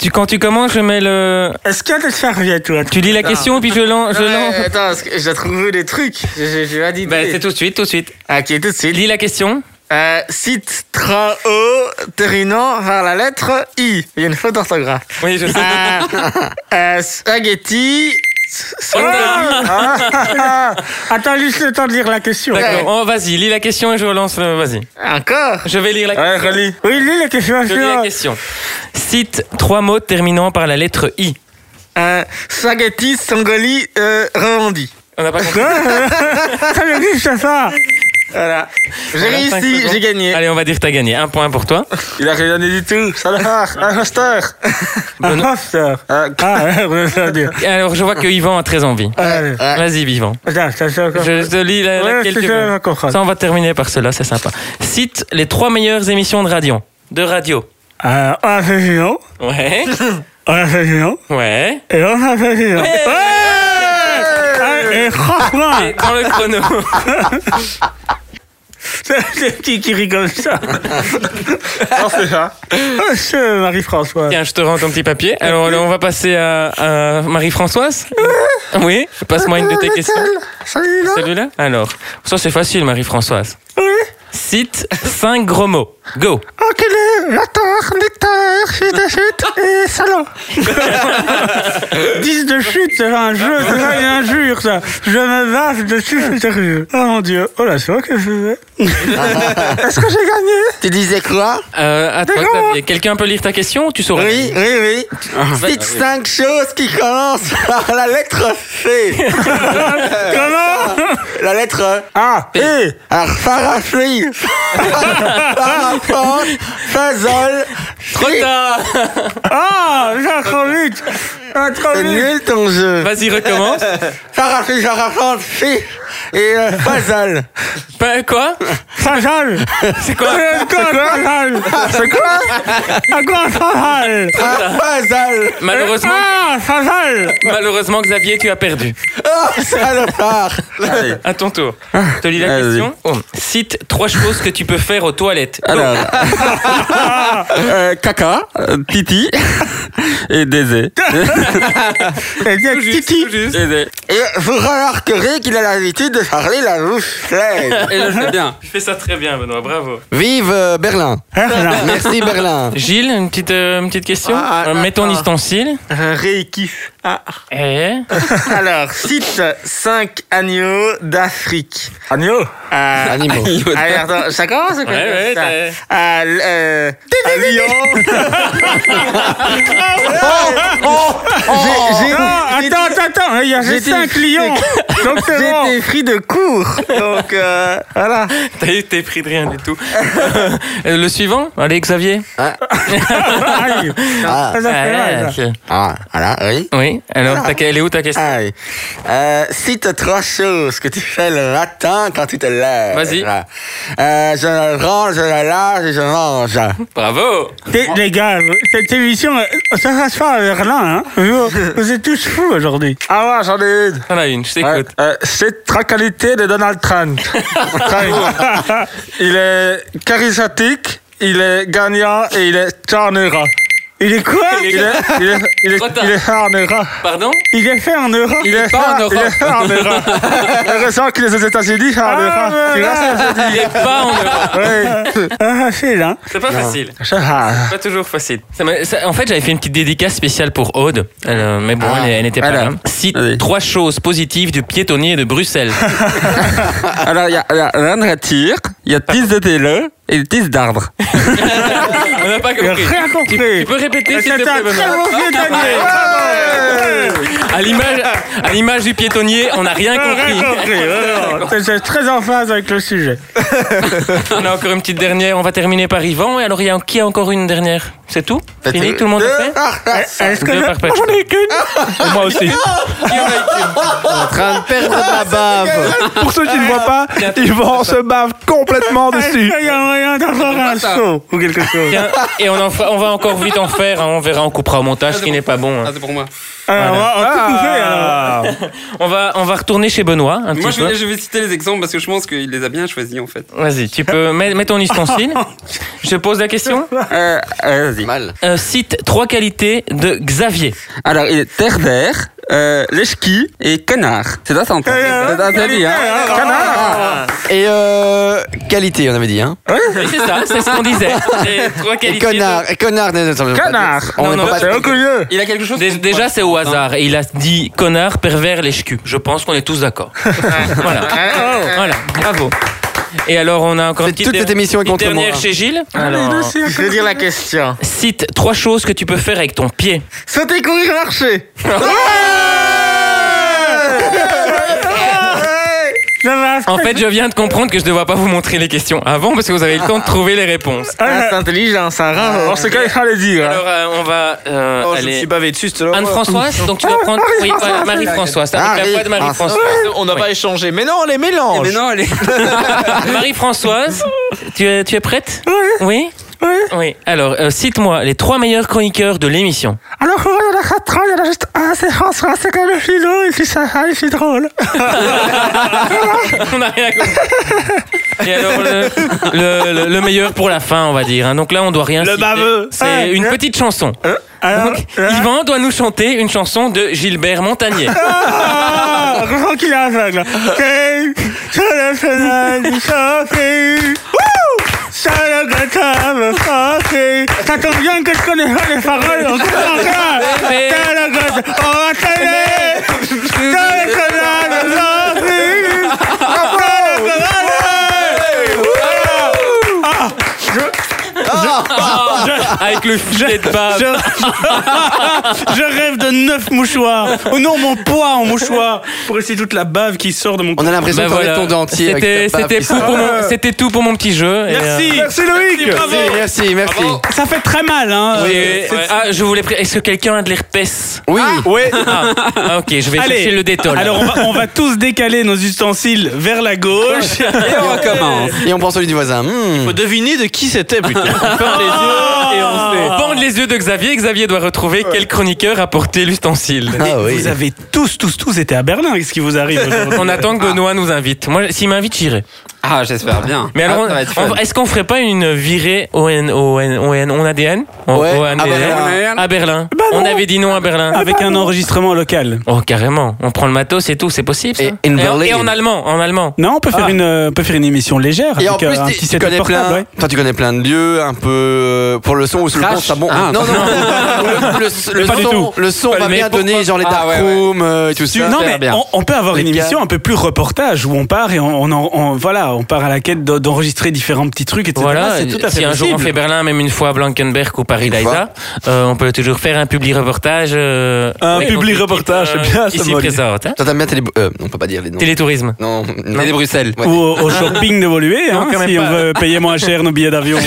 [SPEAKER 2] tu, quand tu commences, je mets le.
[SPEAKER 1] Est-ce qu'il y a des serviettes, toi
[SPEAKER 2] Tu lis la question et puis je l'en. Je
[SPEAKER 3] ouais,
[SPEAKER 2] l'en-
[SPEAKER 3] attends, parce que j'ai trouvé des trucs. J'ai j'ai pas dit.
[SPEAKER 2] Bah, c'est tout de suite, tout de suite.
[SPEAKER 3] Ok, tout de suite.
[SPEAKER 2] Lis la question.
[SPEAKER 3] Euh, cite Trao terminant vers la lettre I. Il y a une faute d'orthographe.
[SPEAKER 2] Oui, je sais.
[SPEAKER 3] Euh, euh, spaghetti.
[SPEAKER 1] Ah. Attends juste le temps de lire la question.
[SPEAKER 2] D'accord. Oh, vas-y, lis la question et je relance. le- Vas-y.
[SPEAKER 3] Encore
[SPEAKER 2] Je vais lire la
[SPEAKER 7] Ouais,
[SPEAKER 2] question.
[SPEAKER 7] relis.
[SPEAKER 1] Oui, lis la question.
[SPEAKER 2] Je lis la
[SPEAKER 1] sûr.
[SPEAKER 2] question. Cite trois mots terminant par la lettre I.
[SPEAKER 3] euh, Spaghetti, sangoli, euh, Romandie.
[SPEAKER 2] On n'a pas compris.
[SPEAKER 1] Ah, Ça n'existe pas.
[SPEAKER 3] Voilà. J'ai
[SPEAKER 2] Voilà, cinq
[SPEAKER 3] réussi,
[SPEAKER 2] secondes. Ah.
[SPEAKER 3] j'ai gagné.
[SPEAKER 2] Allez, on va dire que t'as gagné. Un point pour toi.
[SPEAKER 7] Il a rien dit du tout. Salafar, un roster.
[SPEAKER 1] Un
[SPEAKER 2] Benoît-
[SPEAKER 1] hamster.
[SPEAKER 7] Euh,
[SPEAKER 1] Ah, ouais, je veux pas dire.
[SPEAKER 2] Alors, je vois que Yvan a très envie.
[SPEAKER 1] Allez.
[SPEAKER 2] Vas-y, Yvan.
[SPEAKER 1] Attends, ça, ça, ça.
[SPEAKER 2] Je te lis la,
[SPEAKER 1] Ouais,
[SPEAKER 2] laquelle
[SPEAKER 1] c'est
[SPEAKER 2] tu
[SPEAKER 1] ça,
[SPEAKER 2] veux.
[SPEAKER 1] la comprends.
[SPEAKER 2] Ça, on va terminer par cela, c'est sympa. Cite les trois meilleures émissions de radio. De radio.
[SPEAKER 1] Euh, on a fait Gino,
[SPEAKER 2] Ouais.
[SPEAKER 1] on a fait Gino,
[SPEAKER 2] (laughs) Ouais.
[SPEAKER 1] et on a fait Gino.
[SPEAKER 2] Ouais.
[SPEAKER 9] Ah,
[SPEAKER 1] Ouais. Et
[SPEAKER 9] (laughs)
[SPEAKER 1] franchement,
[SPEAKER 2] Et Dans le chrono.
[SPEAKER 1] c'est qui qui rigole ça
[SPEAKER 7] on fait ça.
[SPEAKER 9] Ah,
[SPEAKER 1] Monsieur Marie-François.
[SPEAKER 2] Tiens, je te rends ton petit papier. Alors, là, on va passer à, à Marie-Françoise. Oui. Euh, Passe-moi une de tes questions. Celui-là Alors, ça, c'est facile, Marie-Françoise.
[SPEAKER 1] Oui,
[SPEAKER 2] cite cinq gros mots. Go.
[SPEAKER 9] Ah, Enculé, lateur, nectar, chute de chute
[SPEAKER 1] (laughs)
[SPEAKER 9] et salaud. 10 de chute, c'est un jeu, c'est pas une injure, ça. Je me vache dessus, je suis sérieux. Oh mon dieu. Oh là, c'est vrai que je faisais. Est-ce que j'ai gagné
[SPEAKER 4] Tu disais quoi
[SPEAKER 2] Euh, à toi,
[SPEAKER 9] D'accord.
[SPEAKER 2] Xavier. Quelqu'un peut lire ta question ou tu sauras
[SPEAKER 4] Oui, oui, oui. Dites cinq choses qui commencent par la lettre C.
[SPEAKER 9] Comment
[SPEAKER 4] La lettre
[SPEAKER 9] Ah,
[SPEAKER 4] E. Alors, parapluie. Parapente. Fasol.
[SPEAKER 2] Trop tard.
[SPEAKER 9] ah, j'ai trop vite. Ah, trop
[SPEAKER 4] C'est
[SPEAKER 9] vite.
[SPEAKER 4] nul ton jeu.
[SPEAKER 2] Vas-y, recommence.
[SPEAKER 4] Parapluie, parapente, fi. Et euh,
[SPEAKER 5] (laughs)
[SPEAKER 4] fasol.
[SPEAKER 2] Pas- quoi
[SPEAKER 9] Fajal.
[SPEAKER 2] C'est quoi
[SPEAKER 9] C'est quoi, Fajal C'est quoi C'est quoi, Fajal
[SPEAKER 4] Ah, Fasol.
[SPEAKER 2] Malheureusement,
[SPEAKER 9] Ah, Fajal
[SPEAKER 2] malheureusement, Xavier, tu as perdu.
[SPEAKER 4] Oh, salopard. Allez.
[SPEAKER 2] À ton tour.
[SPEAKER 9] Ah.
[SPEAKER 2] Je te lis la
[SPEAKER 4] Vas-y.
[SPEAKER 2] question. Oh. Cite trois choses que tu peux faire aux toilettes. Go.
[SPEAKER 6] Alors, euh, caca, euh,
[SPEAKER 5] (laughs)
[SPEAKER 6] pipi et désé.
[SPEAKER 9] Eh bien,
[SPEAKER 2] Tout juste,
[SPEAKER 9] Titi.
[SPEAKER 2] tout juste.
[SPEAKER 6] Désé.
[SPEAKER 4] Et vous remarquerez qu'il a l'habitude de parler la bouche pleine.
[SPEAKER 5] euh,
[SPEAKER 6] Et là, je fais bien.
[SPEAKER 2] Tu fais ça très bien, Benoît. Bravo.
[SPEAKER 5] (laughs) Vive euh, Berlin.
[SPEAKER 9] Fajal.
[SPEAKER 5] (laughs) Merci Berlin.
[SPEAKER 2] Gilles, une petite, euh, une petite question.
[SPEAKER 4] Ah, ah,
[SPEAKER 2] Euh, mets ton
[SPEAKER 4] ah.
[SPEAKER 2] ustensile.
[SPEAKER 4] Rékif. Ah.
[SPEAKER 2] Eh.
[SPEAKER 4] Alors, cite 5 agneaux d'Afrique.
[SPEAKER 9] Agneau.
[SPEAKER 4] Euh, (laughs)
[SPEAKER 5] Animaux.
[SPEAKER 4] allez, attends, ça commence
[SPEAKER 9] Ah,
[SPEAKER 4] ou quoi
[SPEAKER 2] Ouais, ouais,
[SPEAKER 4] Ça.
[SPEAKER 2] t'as-
[SPEAKER 4] À, l- euh, à Lyon. (laughs) Oh,
[SPEAKER 9] Oh,
[SPEAKER 4] J'ai- j'ai-
[SPEAKER 9] Non,
[SPEAKER 4] j'ai-
[SPEAKER 9] oh. Ah, attends, attends, attends, il y a
[SPEAKER 4] j'ai
[SPEAKER 9] juste
[SPEAKER 4] été- (laughs)
[SPEAKER 9] 5 lions. Donc c'est
[SPEAKER 4] J'ai
[SPEAKER 9] bon.
[SPEAKER 4] été pris de court. Donc, euh, voilà.
[SPEAKER 2] T'as eu tes prix de rien du tout. (laughs) Euh, Le suivant Allez, Xavier.
[SPEAKER 9] Aïe.
[SPEAKER 4] (laughs) Ah,
[SPEAKER 9] Ça, ça fait mal,
[SPEAKER 2] Ah,
[SPEAKER 9] ça.
[SPEAKER 2] ok.
[SPEAKER 4] ah, voilà, oui.
[SPEAKER 2] Oui, alors, ta- elle est où ta question
[SPEAKER 4] Ah, oui. Euh, cite trois choses que tu fais le matin quand tu te lèves.
[SPEAKER 2] Vas-y.
[SPEAKER 4] Euh, je me range, je me lave et je mange.
[SPEAKER 9] Ah.
[SPEAKER 2] Bravo
[SPEAKER 9] T'es- Les gars, cette émission, euh, ça passe pas à Berlin. Hein. Vous, vous êtes tous fous aujourd'hui.
[SPEAKER 4] Ah ouais, j'en ai une.
[SPEAKER 2] T'en as une, je t'écoute.
[SPEAKER 9] c'est la qualité Euh, de Donald
[SPEAKER 2] (laughs)
[SPEAKER 9] Trump.
[SPEAKER 4] Il est charismatique, il est gagnant et il est charnera.
[SPEAKER 9] Il est quoi
[SPEAKER 2] Il est-
[SPEAKER 9] il est, il est-
[SPEAKER 2] Trop tard.
[SPEAKER 9] il est fait en Europe.
[SPEAKER 2] Pardon
[SPEAKER 9] Il est fait en Europe.
[SPEAKER 4] Il est
[SPEAKER 6] pas en
[SPEAKER 4] Il est fait en Europe. Heureusement qu'il est aux États-Unis, fait en
[SPEAKER 9] Ah,
[SPEAKER 4] Europe. Tu vois ça
[SPEAKER 2] Il est pas
[SPEAKER 9] (laughs)
[SPEAKER 2] en Europe.
[SPEAKER 4] Oui.
[SPEAKER 9] Ah, c'est là.
[SPEAKER 2] C'est pas facile.
[SPEAKER 4] Ça
[SPEAKER 2] Pas toujours facile. Ça m'a- ça- en fait, j'avais fait une petite dédicace spéciale pour Aude, Elle, euh, mais bon,
[SPEAKER 4] Ah,
[SPEAKER 2] elle, elle n'était pas
[SPEAKER 4] voilà.
[SPEAKER 2] là. Cite
[SPEAKER 4] Allez.
[SPEAKER 2] trois choses positives du piétonnier de Bruxelles.
[SPEAKER 6] Alors, il y a, il y a l'un de tir, il y a 10 de télé et 10 d'arbre.
[SPEAKER 2] On n'a pas compris.
[SPEAKER 9] Rien
[SPEAKER 2] Tu
[SPEAKER 9] compris.
[SPEAKER 2] peux répéter, s'il te
[SPEAKER 9] C'est un
[SPEAKER 2] plaît,
[SPEAKER 9] très
[SPEAKER 2] Benoît
[SPEAKER 9] bon
[SPEAKER 2] (laughs)
[SPEAKER 9] piétonnier.
[SPEAKER 2] À l'image, à l'image du piétonnier, on n'a rien
[SPEAKER 9] Rien
[SPEAKER 2] compris.
[SPEAKER 9] compris.
[SPEAKER 2] (laughs)
[SPEAKER 9] vraiment. C'est- C'est très en phase avec le sujet.
[SPEAKER 2] On a encore une petite dernière. On va terminer par Yvan. Et alors, il y a qui a encore une dernière C'est tout Fini Tout le monde est fait
[SPEAKER 6] Ah,
[SPEAKER 9] Est-ce que
[SPEAKER 2] Deux
[SPEAKER 9] je-
[SPEAKER 2] parfaites.
[SPEAKER 9] Moi, j'en ai qu'une.
[SPEAKER 2] Moi aussi.
[SPEAKER 5] En train de perdre la bave.
[SPEAKER 7] Pour ceux qui ne voient pas, Yvan se bave complètement
[SPEAKER 9] Est-ce
[SPEAKER 7] dessus.
[SPEAKER 9] qu'il y a moyen d'avoir un saut ou quelque chose
[SPEAKER 2] Tiens, et on, en fera- on va encore vite en faire. hein. On verra, on coupera au montage, ce qui n'est pas bon. hein.
[SPEAKER 6] c'est pour moi.
[SPEAKER 9] Alors, on va- on va tout couper, alors.
[SPEAKER 2] On va, on va retourner chez Benoît un
[SPEAKER 6] Moi,
[SPEAKER 2] petit
[SPEAKER 6] je vais,
[SPEAKER 2] peu.
[SPEAKER 6] je vais citer les exemples parce que je pense qu'il les a bien choisis en fait.
[SPEAKER 2] Vas-y, tu peux mettre, mettre ton (laughs) ustensile. Je te pose la question.
[SPEAKER 6] Euh, euh, vas-y.
[SPEAKER 5] Mal.
[SPEAKER 2] Euh, cite trois qualités de Xavier.
[SPEAKER 6] Alors, il est terre d'air, euh, les skis et canard. C'est ça, ça entend.
[SPEAKER 9] euh,
[SPEAKER 6] C'est ça, dit, hein.
[SPEAKER 9] Ah,
[SPEAKER 5] Et euh, qualité, on avait dit. Hein.
[SPEAKER 2] Oui, c'est ça, c'est ce qu'on disait. (laughs) Les trois
[SPEAKER 5] Et
[SPEAKER 2] qualités. de-
[SPEAKER 5] connard. Et connard. non, non, non,
[SPEAKER 9] Connard.
[SPEAKER 5] On
[SPEAKER 2] Non,
[SPEAKER 5] n'est
[SPEAKER 2] non,
[SPEAKER 5] pas
[SPEAKER 9] C'est au curieux.
[SPEAKER 6] Il a quelque chose.
[SPEAKER 2] Dé- Déjà, c'est au hasard. Et il a dit connard, pervers, lèche Je pense qu'on est tous d'accord. (laughs)
[SPEAKER 9] (laughs)
[SPEAKER 2] voilà. voilà, bravo. Et alors, on a encore une
[SPEAKER 5] Faites
[SPEAKER 2] petite
[SPEAKER 5] toute cette
[SPEAKER 2] der-
[SPEAKER 5] émission est
[SPEAKER 2] petite
[SPEAKER 5] contre moi.
[SPEAKER 2] dernière chez Gilles. Alors,
[SPEAKER 4] Je veux dire la question.
[SPEAKER 2] cite trois choses que tu peux faire avec ton pied.
[SPEAKER 4] Sauter, courir, marcher.
[SPEAKER 9] Ça va,
[SPEAKER 2] En fait, je viens de comprendre que je ne devais pas vous montrer les questions avant parce que vous avez eu le temps de trouver les réponses.
[SPEAKER 9] Ah,
[SPEAKER 4] C'est intelligent, ça rend.
[SPEAKER 9] En ce cas, il fallait dire.
[SPEAKER 2] Alors, euh, on va euh,
[SPEAKER 3] Oh, je me
[SPEAKER 2] aller.
[SPEAKER 3] suis bavé dessus, c'était
[SPEAKER 2] Anne-Françoise, donc tu
[SPEAKER 9] (laughs)
[SPEAKER 2] vas prendre. Oui, voilà, Marie-Françoise. Avec la voix de Marie-Françoise.
[SPEAKER 3] On n'a pas échangé. Mais non, les mélanges.
[SPEAKER 6] Mais non, elle est.
[SPEAKER 2] Oh, Marie-Françoise, tu es, tu es prête Oui. Oui Oui. Alors, euh, cite-moi les trois meilleurs chroniqueurs de l'émission.
[SPEAKER 9] Alors, oh, il y en a quatre ans, il y en a juste un, c'est François, c'est quand même philo, et puis ça, ah, il fait drôle.
[SPEAKER 2] (laughs) on n'a rien compris. Et alors, le, le- le- le meilleur pour la fin, on va dire. hein. Donc là, on doit rien
[SPEAKER 7] Le
[SPEAKER 2] citer.
[SPEAKER 7] baveux.
[SPEAKER 2] C'est
[SPEAKER 9] Ouais.
[SPEAKER 2] une petite chanson.
[SPEAKER 9] Alors,
[SPEAKER 1] Ah.
[SPEAKER 9] là,
[SPEAKER 2] Yvan doit nous chanter une chanson de Gilbert Montagnier.
[SPEAKER 9] ah, je crois qu'il est aveugle. C'est sur la fenêtre du café. Ouh Ça le gâteau me fâche. Ça tombe bien que je connais pas les paroles, on comprend rien.
[SPEAKER 2] Mais-
[SPEAKER 9] Ça le gâteau, on va t'aider. Ça le gâteau me fâche. Ça le gâteau me fâche. Ah,
[SPEAKER 2] bah, Avec le filet de
[SPEAKER 1] Ah. Je...
[SPEAKER 2] bave.
[SPEAKER 1] je rêve de neuf mouchoirs. Oh non, mon poids en mouchoir. Pour essayer toute la bave qui sort de mon
[SPEAKER 5] On a l'impression
[SPEAKER 2] Bah
[SPEAKER 5] qu'on
[SPEAKER 2] voilà.
[SPEAKER 5] est ton dentier. avec
[SPEAKER 2] C'était-
[SPEAKER 5] ta pape
[SPEAKER 2] C'était
[SPEAKER 5] qui
[SPEAKER 2] tout,
[SPEAKER 5] sort.
[SPEAKER 2] pour mon- c'était tout pour mon petit jeu.
[SPEAKER 1] Euh.
[SPEAKER 2] et,
[SPEAKER 1] Merci. Merci Loïc.
[SPEAKER 5] Merci, merci, merci.
[SPEAKER 3] Bravo.
[SPEAKER 1] Ça fait très mal, hein.
[SPEAKER 2] euh, oui,
[SPEAKER 1] Euh,
[SPEAKER 2] oui, oui. Ah, je voulais. pré- Est-ce que quelqu'un a de l'herpès
[SPEAKER 5] Oui.
[SPEAKER 1] Ouais.
[SPEAKER 2] Ah, Ok, je vais
[SPEAKER 1] Allez.
[SPEAKER 2] chercher le détol.
[SPEAKER 1] Alors on va, on va tous décaler nos ustensiles vers la gauche.
[SPEAKER 6] Et on recommence.
[SPEAKER 5] Ah, Et on prend celui du voisin. Hmm.
[SPEAKER 3] Faut deviner de qui c'était, putain. On ferme les yeux et on sait.
[SPEAKER 2] On bande les yeux de Xavier. Xavier doit retrouver quel chroniqueur a porté l'ustensile.
[SPEAKER 1] (laughs)
[SPEAKER 5] Ah oui.
[SPEAKER 1] Vous avez tous, tous, tous été à Berlin. Qu'est-ce qui vous arrive aujourd'hui
[SPEAKER 2] On attend que Benoît nous invite. Moi, s'il m'invite, j'irai.
[SPEAKER 6] Ah, j'espère bien.
[SPEAKER 2] Mais alors,
[SPEAKER 6] Ah, ça va être fun.
[SPEAKER 2] on- est-ce qu'on ferait pas une virée ON, ON, ON, on ADN On-
[SPEAKER 5] Ouais,
[SPEAKER 2] ON,
[SPEAKER 5] à
[SPEAKER 6] Berlin.
[SPEAKER 2] À Berlin.
[SPEAKER 1] Bah non.
[SPEAKER 2] on avait dit non à Berlin.
[SPEAKER 1] Avec un enregistrement local.
[SPEAKER 2] Oh, carrément. On prend le matos et tout, c'est possible. ça
[SPEAKER 5] Et in
[SPEAKER 2] et, en,
[SPEAKER 5] Berlin.
[SPEAKER 2] et en allemand, en allemand.
[SPEAKER 1] Non, on peut faire une, euh, on peut faire une émission légère
[SPEAKER 5] Et en
[SPEAKER 1] avec
[SPEAKER 5] plus,
[SPEAKER 1] euh, un
[SPEAKER 5] tu-
[SPEAKER 1] petit
[SPEAKER 5] tu
[SPEAKER 1] setup
[SPEAKER 5] connais
[SPEAKER 1] portable.
[SPEAKER 5] plein.
[SPEAKER 1] ouais.
[SPEAKER 5] Enfin, tu connais plein de lieux, un peu euh, pour le son ou sous le
[SPEAKER 6] Crash.
[SPEAKER 5] bon, ça bon.
[SPEAKER 6] Ah,
[SPEAKER 5] non, non, le, le- le
[SPEAKER 1] Pas du
[SPEAKER 5] son, le son
[SPEAKER 2] Pas
[SPEAKER 5] va
[SPEAKER 2] du- mais
[SPEAKER 5] bien
[SPEAKER 2] pourquoi-
[SPEAKER 5] donner, genre les
[SPEAKER 6] Ah,
[SPEAKER 5] dark
[SPEAKER 6] ouais, ouais.
[SPEAKER 5] rooms, euh, et tout ça.
[SPEAKER 1] Non mais
[SPEAKER 6] bien.
[SPEAKER 1] on, on peut avoir
[SPEAKER 5] Les
[SPEAKER 1] une
[SPEAKER 5] gars.
[SPEAKER 1] émission un peu plus reportage où on part et on, on, en- on- voilà on part à la quête d'en- d'enregistrer différents petits trucs etc.
[SPEAKER 2] Voilà,
[SPEAKER 1] c'est tout à fait
[SPEAKER 2] si un jour on
[SPEAKER 1] possible.
[SPEAKER 2] fait Berlin, même une fois à Blankenberg ou Paris
[SPEAKER 5] fois.
[SPEAKER 2] Daïda, euh, on peut toujours faire un public reportage. euh,
[SPEAKER 7] Un
[SPEAKER 2] oui,
[SPEAKER 7] public
[SPEAKER 2] donc,
[SPEAKER 7] reportage,
[SPEAKER 2] euh,
[SPEAKER 7] c'est bien, ça,
[SPEAKER 2] Ici
[SPEAKER 7] Molly.
[SPEAKER 2] présente, hein.
[SPEAKER 5] Toi, t'aimes bien télé. Euh, on peut pas dire les noms.
[SPEAKER 2] Télétourisme.
[SPEAKER 5] Non, non.
[SPEAKER 6] Allez, Bruxelles.
[SPEAKER 5] Ouais.
[SPEAKER 1] Ou au, au shopping d'évoluer, hein,
[SPEAKER 2] quand même
[SPEAKER 1] si
[SPEAKER 2] pas.
[SPEAKER 1] on veut payer moins cher nos billets d'avion.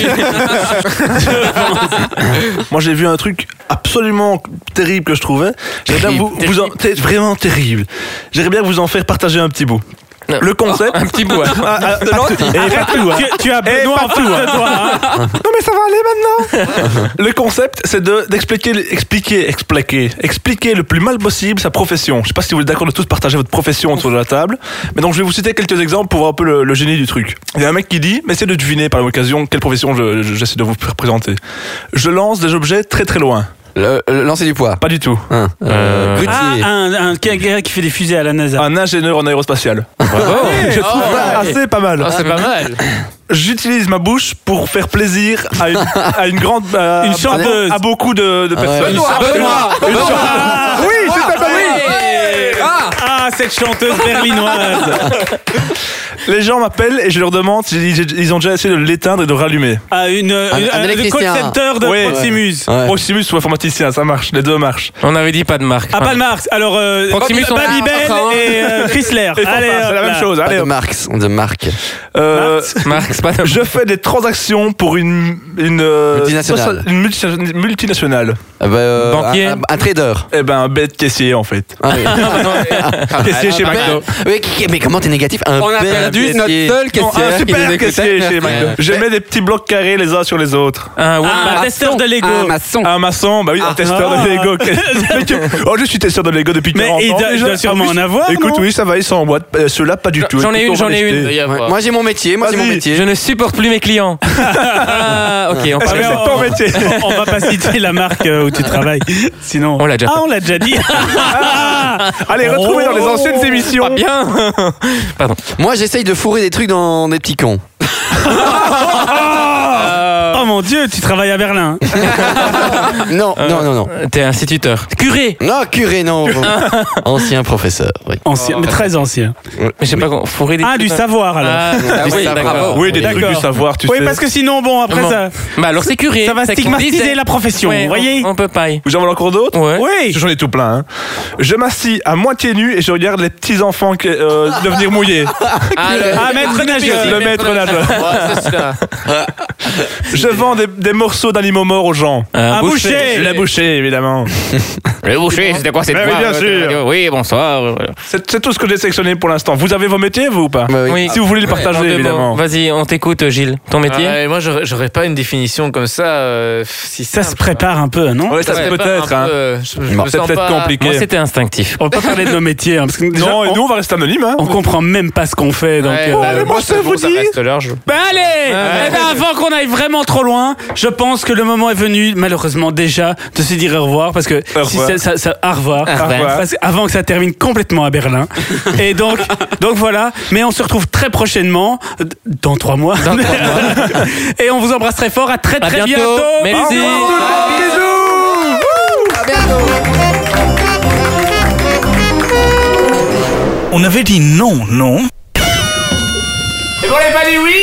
[SPEAKER 7] Moi, j'ai vu un truc absolument terrible que je trouvais. J'aimerais bien
[SPEAKER 2] Terrible,
[SPEAKER 7] vous, vous en- c'est vraiment terrible. J'aimerais bien vous en faire partager un petit bout.
[SPEAKER 2] Non.
[SPEAKER 7] Le concept.
[SPEAKER 2] Un petit bout. hein.
[SPEAKER 7] Ah, ah, pas tout.
[SPEAKER 1] Et pas tout, hein. tu, tu as Benoît en tout. hein.
[SPEAKER 7] Non mais ça va aller maintenant. le concept, c'est de d'expliquer, expliquer, expliquer, expliquer le plus mal possible sa profession. Je sais pas si vous êtes d'accord de tous partager votre profession autour de la table, mais donc je vais vous citer quelques exemples pour voir un peu le, le génie du truc. Il y a un mec qui dit, mais essayez de deviner par l'occasion quelle profession je- je- j'essaie de vous pr- présenter. Je lance des objets très très loin.
[SPEAKER 5] Le, le lancer du poids.
[SPEAKER 7] Pas du tout.
[SPEAKER 5] Hein.
[SPEAKER 2] Euh,
[SPEAKER 1] Ah,
[SPEAKER 5] Grutier.
[SPEAKER 1] un, un gars qui fait des fusées à la NASA.
[SPEAKER 7] Un ingénieur en aérospatial.
[SPEAKER 2] Bravo.
[SPEAKER 7] Je trouve
[SPEAKER 5] Ah,
[SPEAKER 7] ça assez pas mal.
[SPEAKER 2] Oh, c'est pas mal.
[SPEAKER 7] J'utilise ma bouche pour faire plaisir à une, à une grande, à-
[SPEAKER 1] Une chanteuse.
[SPEAKER 7] à beaucoup de,
[SPEAKER 5] Ah
[SPEAKER 7] de personnes.
[SPEAKER 5] Benoît,
[SPEAKER 6] Benoît.
[SPEAKER 5] Ah.
[SPEAKER 7] Oui, c'est pas mal.
[SPEAKER 6] Ah,
[SPEAKER 1] Ah, cette chanteuse berlinoise.
[SPEAKER 7] Les gens m'appellent et je leur demande s'ils ils ont déjà essayé de l'éteindre et de rallumer.
[SPEAKER 1] Ah, une, une,
[SPEAKER 5] un
[SPEAKER 1] le call
[SPEAKER 5] électricien.
[SPEAKER 1] center de
[SPEAKER 7] Ouais.
[SPEAKER 1] Proximus.
[SPEAKER 5] Ouais.
[SPEAKER 7] Proximus ou informaticien, ça marche, les deux marchent.
[SPEAKER 2] On avait dit pas de marque.
[SPEAKER 1] Ah, pas de Marx. Alors, euh,
[SPEAKER 2] Proximus, on-
[SPEAKER 1] Babybel
[SPEAKER 6] Ah, enfin.
[SPEAKER 1] et euh, Chrysler.
[SPEAKER 7] Et
[SPEAKER 1] Allez,
[SPEAKER 7] enfin, c'est
[SPEAKER 1] hop
[SPEAKER 7] la
[SPEAKER 1] là.
[SPEAKER 7] même chose.
[SPEAKER 5] Pas
[SPEAKER 7] Allez,
[SPEAKER 5] de Marx, de marque.
[SPEAKER 7] euh,
[SPEAKER 2] Marque, c'est pas de marque.
[SPEAKER 7] je fais des transactions pour une une euh,
[SPEAKER 5] Multinationale.
[SPEAKER 7] soci- une multi- multinationale.
[SPEAKER 5] Ah bah, euh,
[SPEAKER 2] Banquier.
[SPEAKER 5] Un, un- un trader.
[SPEAKER 7] Eh ben, un bête caissier en fait.
[SPEAKER 5] Ah oui. Ah,
[SPEAKER 7] Caissier chez McDo.
[SPEAKER 5] Mais, qui- mais comment t'es négatif Un
[SPEAKER 6] On a
[SPEAKER 5] bête
[SPEAKER 6] perdu
[SPEAKER 5] caissier.
[SPEAKER 6] notre seul
[SPEAKER 7] Non,
[SPEAKER 6] caissier.
[SPEAKER 7] Oh, un super caissier chez McDo.
[SPEAKER 5] Ouais.
[SPEAKER 7] Je mets des petits blocs carrés les uns sur les autres.
[SPEAKER 2] Un
[SPEAKER 1] Ah,
[SPEAKER 2] Walmart.
[SPEAKER 1] un testeur de Lego.
[SPEAKER 6] Un maçon.
[SPEAKER 7] Un maçon, bah oui, un testeur
[SPEAKER 1] ah.
[SPEAKER 7] de
[SPEAKER 1] (laughs)
[SPEAKER 7] Lego. Mais tu- oh, je suis testeur de Lego depuis
[SPEAKER 1] Mais
[SPEAKER 7] 40
[SPEAKER 1] il
[SPEAKER 7] ans.
[SPEAKER 1] doit- il
[SPEAKER 7] déjà.
[SPEAKER 1] doit sûrement
[SPEAKER 7] Ah, oui,
[SPEAKER 1] en avoir, non
[SPEAKER 7] Écoute, oui, ça va, ils sont en boîte. Euh, Ceux-là, pas du tout.
[SPEAKER 2] J'en ai
[SPEAKER 7] Écoute,
[SPEAKER 2] une,
[SPEAKER 7] on
[SPEAKER 2] j'en
[SPEAKER 7] va
[SPEAKER 2] ai
[SPEAKER 7] les jeter.
[SPEAKER 2] une.
[SPEAKER 5] Ouais, Moi j'ai mon métier, moi j'ai mon
[SPEAKER 7] Vas-y.
[SPEAKER 5] métier.
[SPEAKER 2] Je ne supporte plus mes clients. Ah, ok, on
[SPEAKER 7] Est-ce
[SPEAKER 2] parle.
[SPEAKER 7] que
[SPEAKER 1] Ah,
[SPEAKER 7] c'est ton métier
[SPEAKER 1] (laughs) On va pas citer la marque euh, où tu travailles. Sinon.
[SPEAKER 2] On l'a déjà
[SPEAKER 1] Ah,
[SPEAKER 2] fait.
[SPEAKER 1] on l'a déjà
[SPEAKER 2] (laughs)
[SPEAKER 1] dit.
[SPEAKER 7] Allez, retrouvez dans les anciennes émissions.
[SPEAKER 2] Bien. (laughs) Pardon.
[SPEAKER 5] Moi j'essaye de fourrer des trucs dans des petits cons.
[SPEAKER 1] Oh mon dieu, tu travailles à Berlin.
[SPEAKER 2] Oh,
[SPEAKER 5] Non,
[SPEAKER 7] Euh.
[SPEAKER 5] non, non, non.
[SPEAKER 2] T'es instituteur. Curé.
[SPEAKER 5] Non, curé, non. Ancien professeur, oui.
[SPEAKER 1] Ancien, mais très ancien.
[SPEAKER 2] Mais je sais pas quoi. Fourrer des.
[SPEAKER 1] Ah, du savoir alors.
[SPEAKER 2] Ah,
[SPEAKER 5] Ah
[SPEAKER 2] du
[SPEAKER 5] oui,
[SPEAKER 2] savoir.
[SPEAKER 5] bravo.
[SPEAKER 7] Oui, des
[SPEAKER 5] Oui.
[SPEAKER 7] trucs du
[SPEAKER 1] D'accord.
[SPEAKER 7] savoir, tu
[SPEAKER 1] oui,
[SPEAKER 7] sais.
[SPEAKER 1] parce que sinon, bon, après
[SPEAKER 2] Bon.
[SPEAKER 1] ça,
[SPEAKER 2] Bah alors c'est curé.
[SPEAKER 1] ça va
[SPEAKER 2] C'est qu'on
[SPEAKER 1] stigmatiser
[SPEAKER 2] disait.
[SPEAKER 1] la profession,
[SPEAKER 2] Ouais,
[SPEAKER 1] vous
[SPEAKER 2] on-
[SPEAKER 1] voyez
[SPEAKER 2] On peut pas. y-
[SPEAKER 7] Vous en voulez encore d'autres
[SPEAKER 2] Ouais.
[SPEAKER 1] Oui.
[SPEAKER 7] J'en ai tout plein. hein. Je m'assis à moitié nu et je regarde les petits enfants
[SPEAKER 1] (laughs)
[SPEAKER 7] que, euh, devenir mouillés.
[SPEAKER 2] Ah, le-
[SPEAKER 1] Ah, maître nageur.
[SPEAKER 7] Le maître nageur. Je vends des, des morceaux d'animaux morts aux gens.
[SPEAKER 2] Un
[SPEAKER 1] Un
[SPEAKER 2] boucher.
[SPEAKER 1] boucher.
[SPEAKER 7] Je l'ai bouché, évidemment.
[SPEAKER 2] Le boucher, c'était quoi cette
[SPEAKER 7] Mais oui,
[SPEAKER 2] voix,
[SPEAKER 7] bien
[SPEAKER 2] euh,
[SPEAKER 7] sûr.
[SPEAKER 2] de radio Oui, bonsoir.
[SPEAKER 7] C'est c'est tout ce que j'ai sélectionné pour l'instant. Vous avez vos métiers, vous ou pas
[SPEAKER 5] Bah oui.
[SPEAKER 2] Oui.
[SPEAKER 7] Si vous voulez le
[SPEAKER 2] En deux
[SPEAKER 7] partager,
[SPEAKER 2] mots.
[SPEAKER 7] évidemment.
[SPEAKER 2] Vas-y, on t'écoute, Gilles. Ton métier.
[SPEAKER 5] Ah,
[SPEAKER 3] Ouais, moi, j'aurais j'aurais pas une définition comme ça. euh, si
[SPEAKER 1] Ça se
[SPEAKER 3] simple.
[SPEAKER 1] prépare un peu, non
[SPEAKER 7] Ouais, ça
[SPEAKER 3] Ouais,
[SPEAKER 7] c'est
[SPEAKER 3] pas
[SPEAKER 7] peut-être.
[SPEAKER 3] un peu,
[SPEAKER 7] hein.
[SPEAKER 3] euh, je- je
[SPEAKER 5] Bon,
[SPEAKER 3] me
[SPEAKER 7] C'est
[SPEAKER 3] sens
[SPEAKER 7] peut-être
[SPEAKER 3] pas-
[SPEAKER 2] Moi,
[SPEAKER 7] compliqué.
[SPEAKER 2] c'était instinctif.
[SPEAKER 1] On va pas parler de nos métiers, hein, parce que déjà,
[SPEAKER 7] Non, et
[SPEAKER 1] on,
[SPEAKER 7] nous, on va rester anonyme. Hein.
[SPEAKER 1] on comprend même pas ce qu'on fait. Donc,
[SPEAKER 3] Ouais,
[SPEAKER 1] euh,
[SPEAKER 3] bah,
[SPEAKER 7] mais moi, je
[SPEAKER 3] c'est
[SPEAKER 7] sais vous
[SPEAKER 3] bon, ça
[SPEAKER 7] dire.
[SPEAKER 3] reste large.
[SPEAKER 1] Bah allez
[SPEAKER 2] Ouais.
[SPEAKER 1] Eh ben, Avant qu'on aille vraiment trop loin, je pense que le moment est venu, malheureusement déjà, de se dire au revoir, parce que
[SPEAKER 7] Au
[SPEAKER 1] si
[SPEAKER 7] revoir.
[SPEAKER 1] ça, ça- ça- au revoir.
[SPEAKER 6] Au revoir.
[SPEAKER 1] Parce que- avant que ça termine complètement à Berlin. Et donc, donc voilà. Mais on se retrouve très prochainement, euh, dans trois mois. (laughs) Et on vous embrasse très fort. À très
[SPEAKER 2] À
[SPEAKER 1] très
[SPEAKER 2] bientôt.
[SPEAKER 1] bientôt.
[SPEAKER 2] Merci.
[SPEAKER 1] Au revoir.
[SPEAKER 10] On avait dit non, non
[SPEAKER 9] Et qu'on l'ait pas dit oui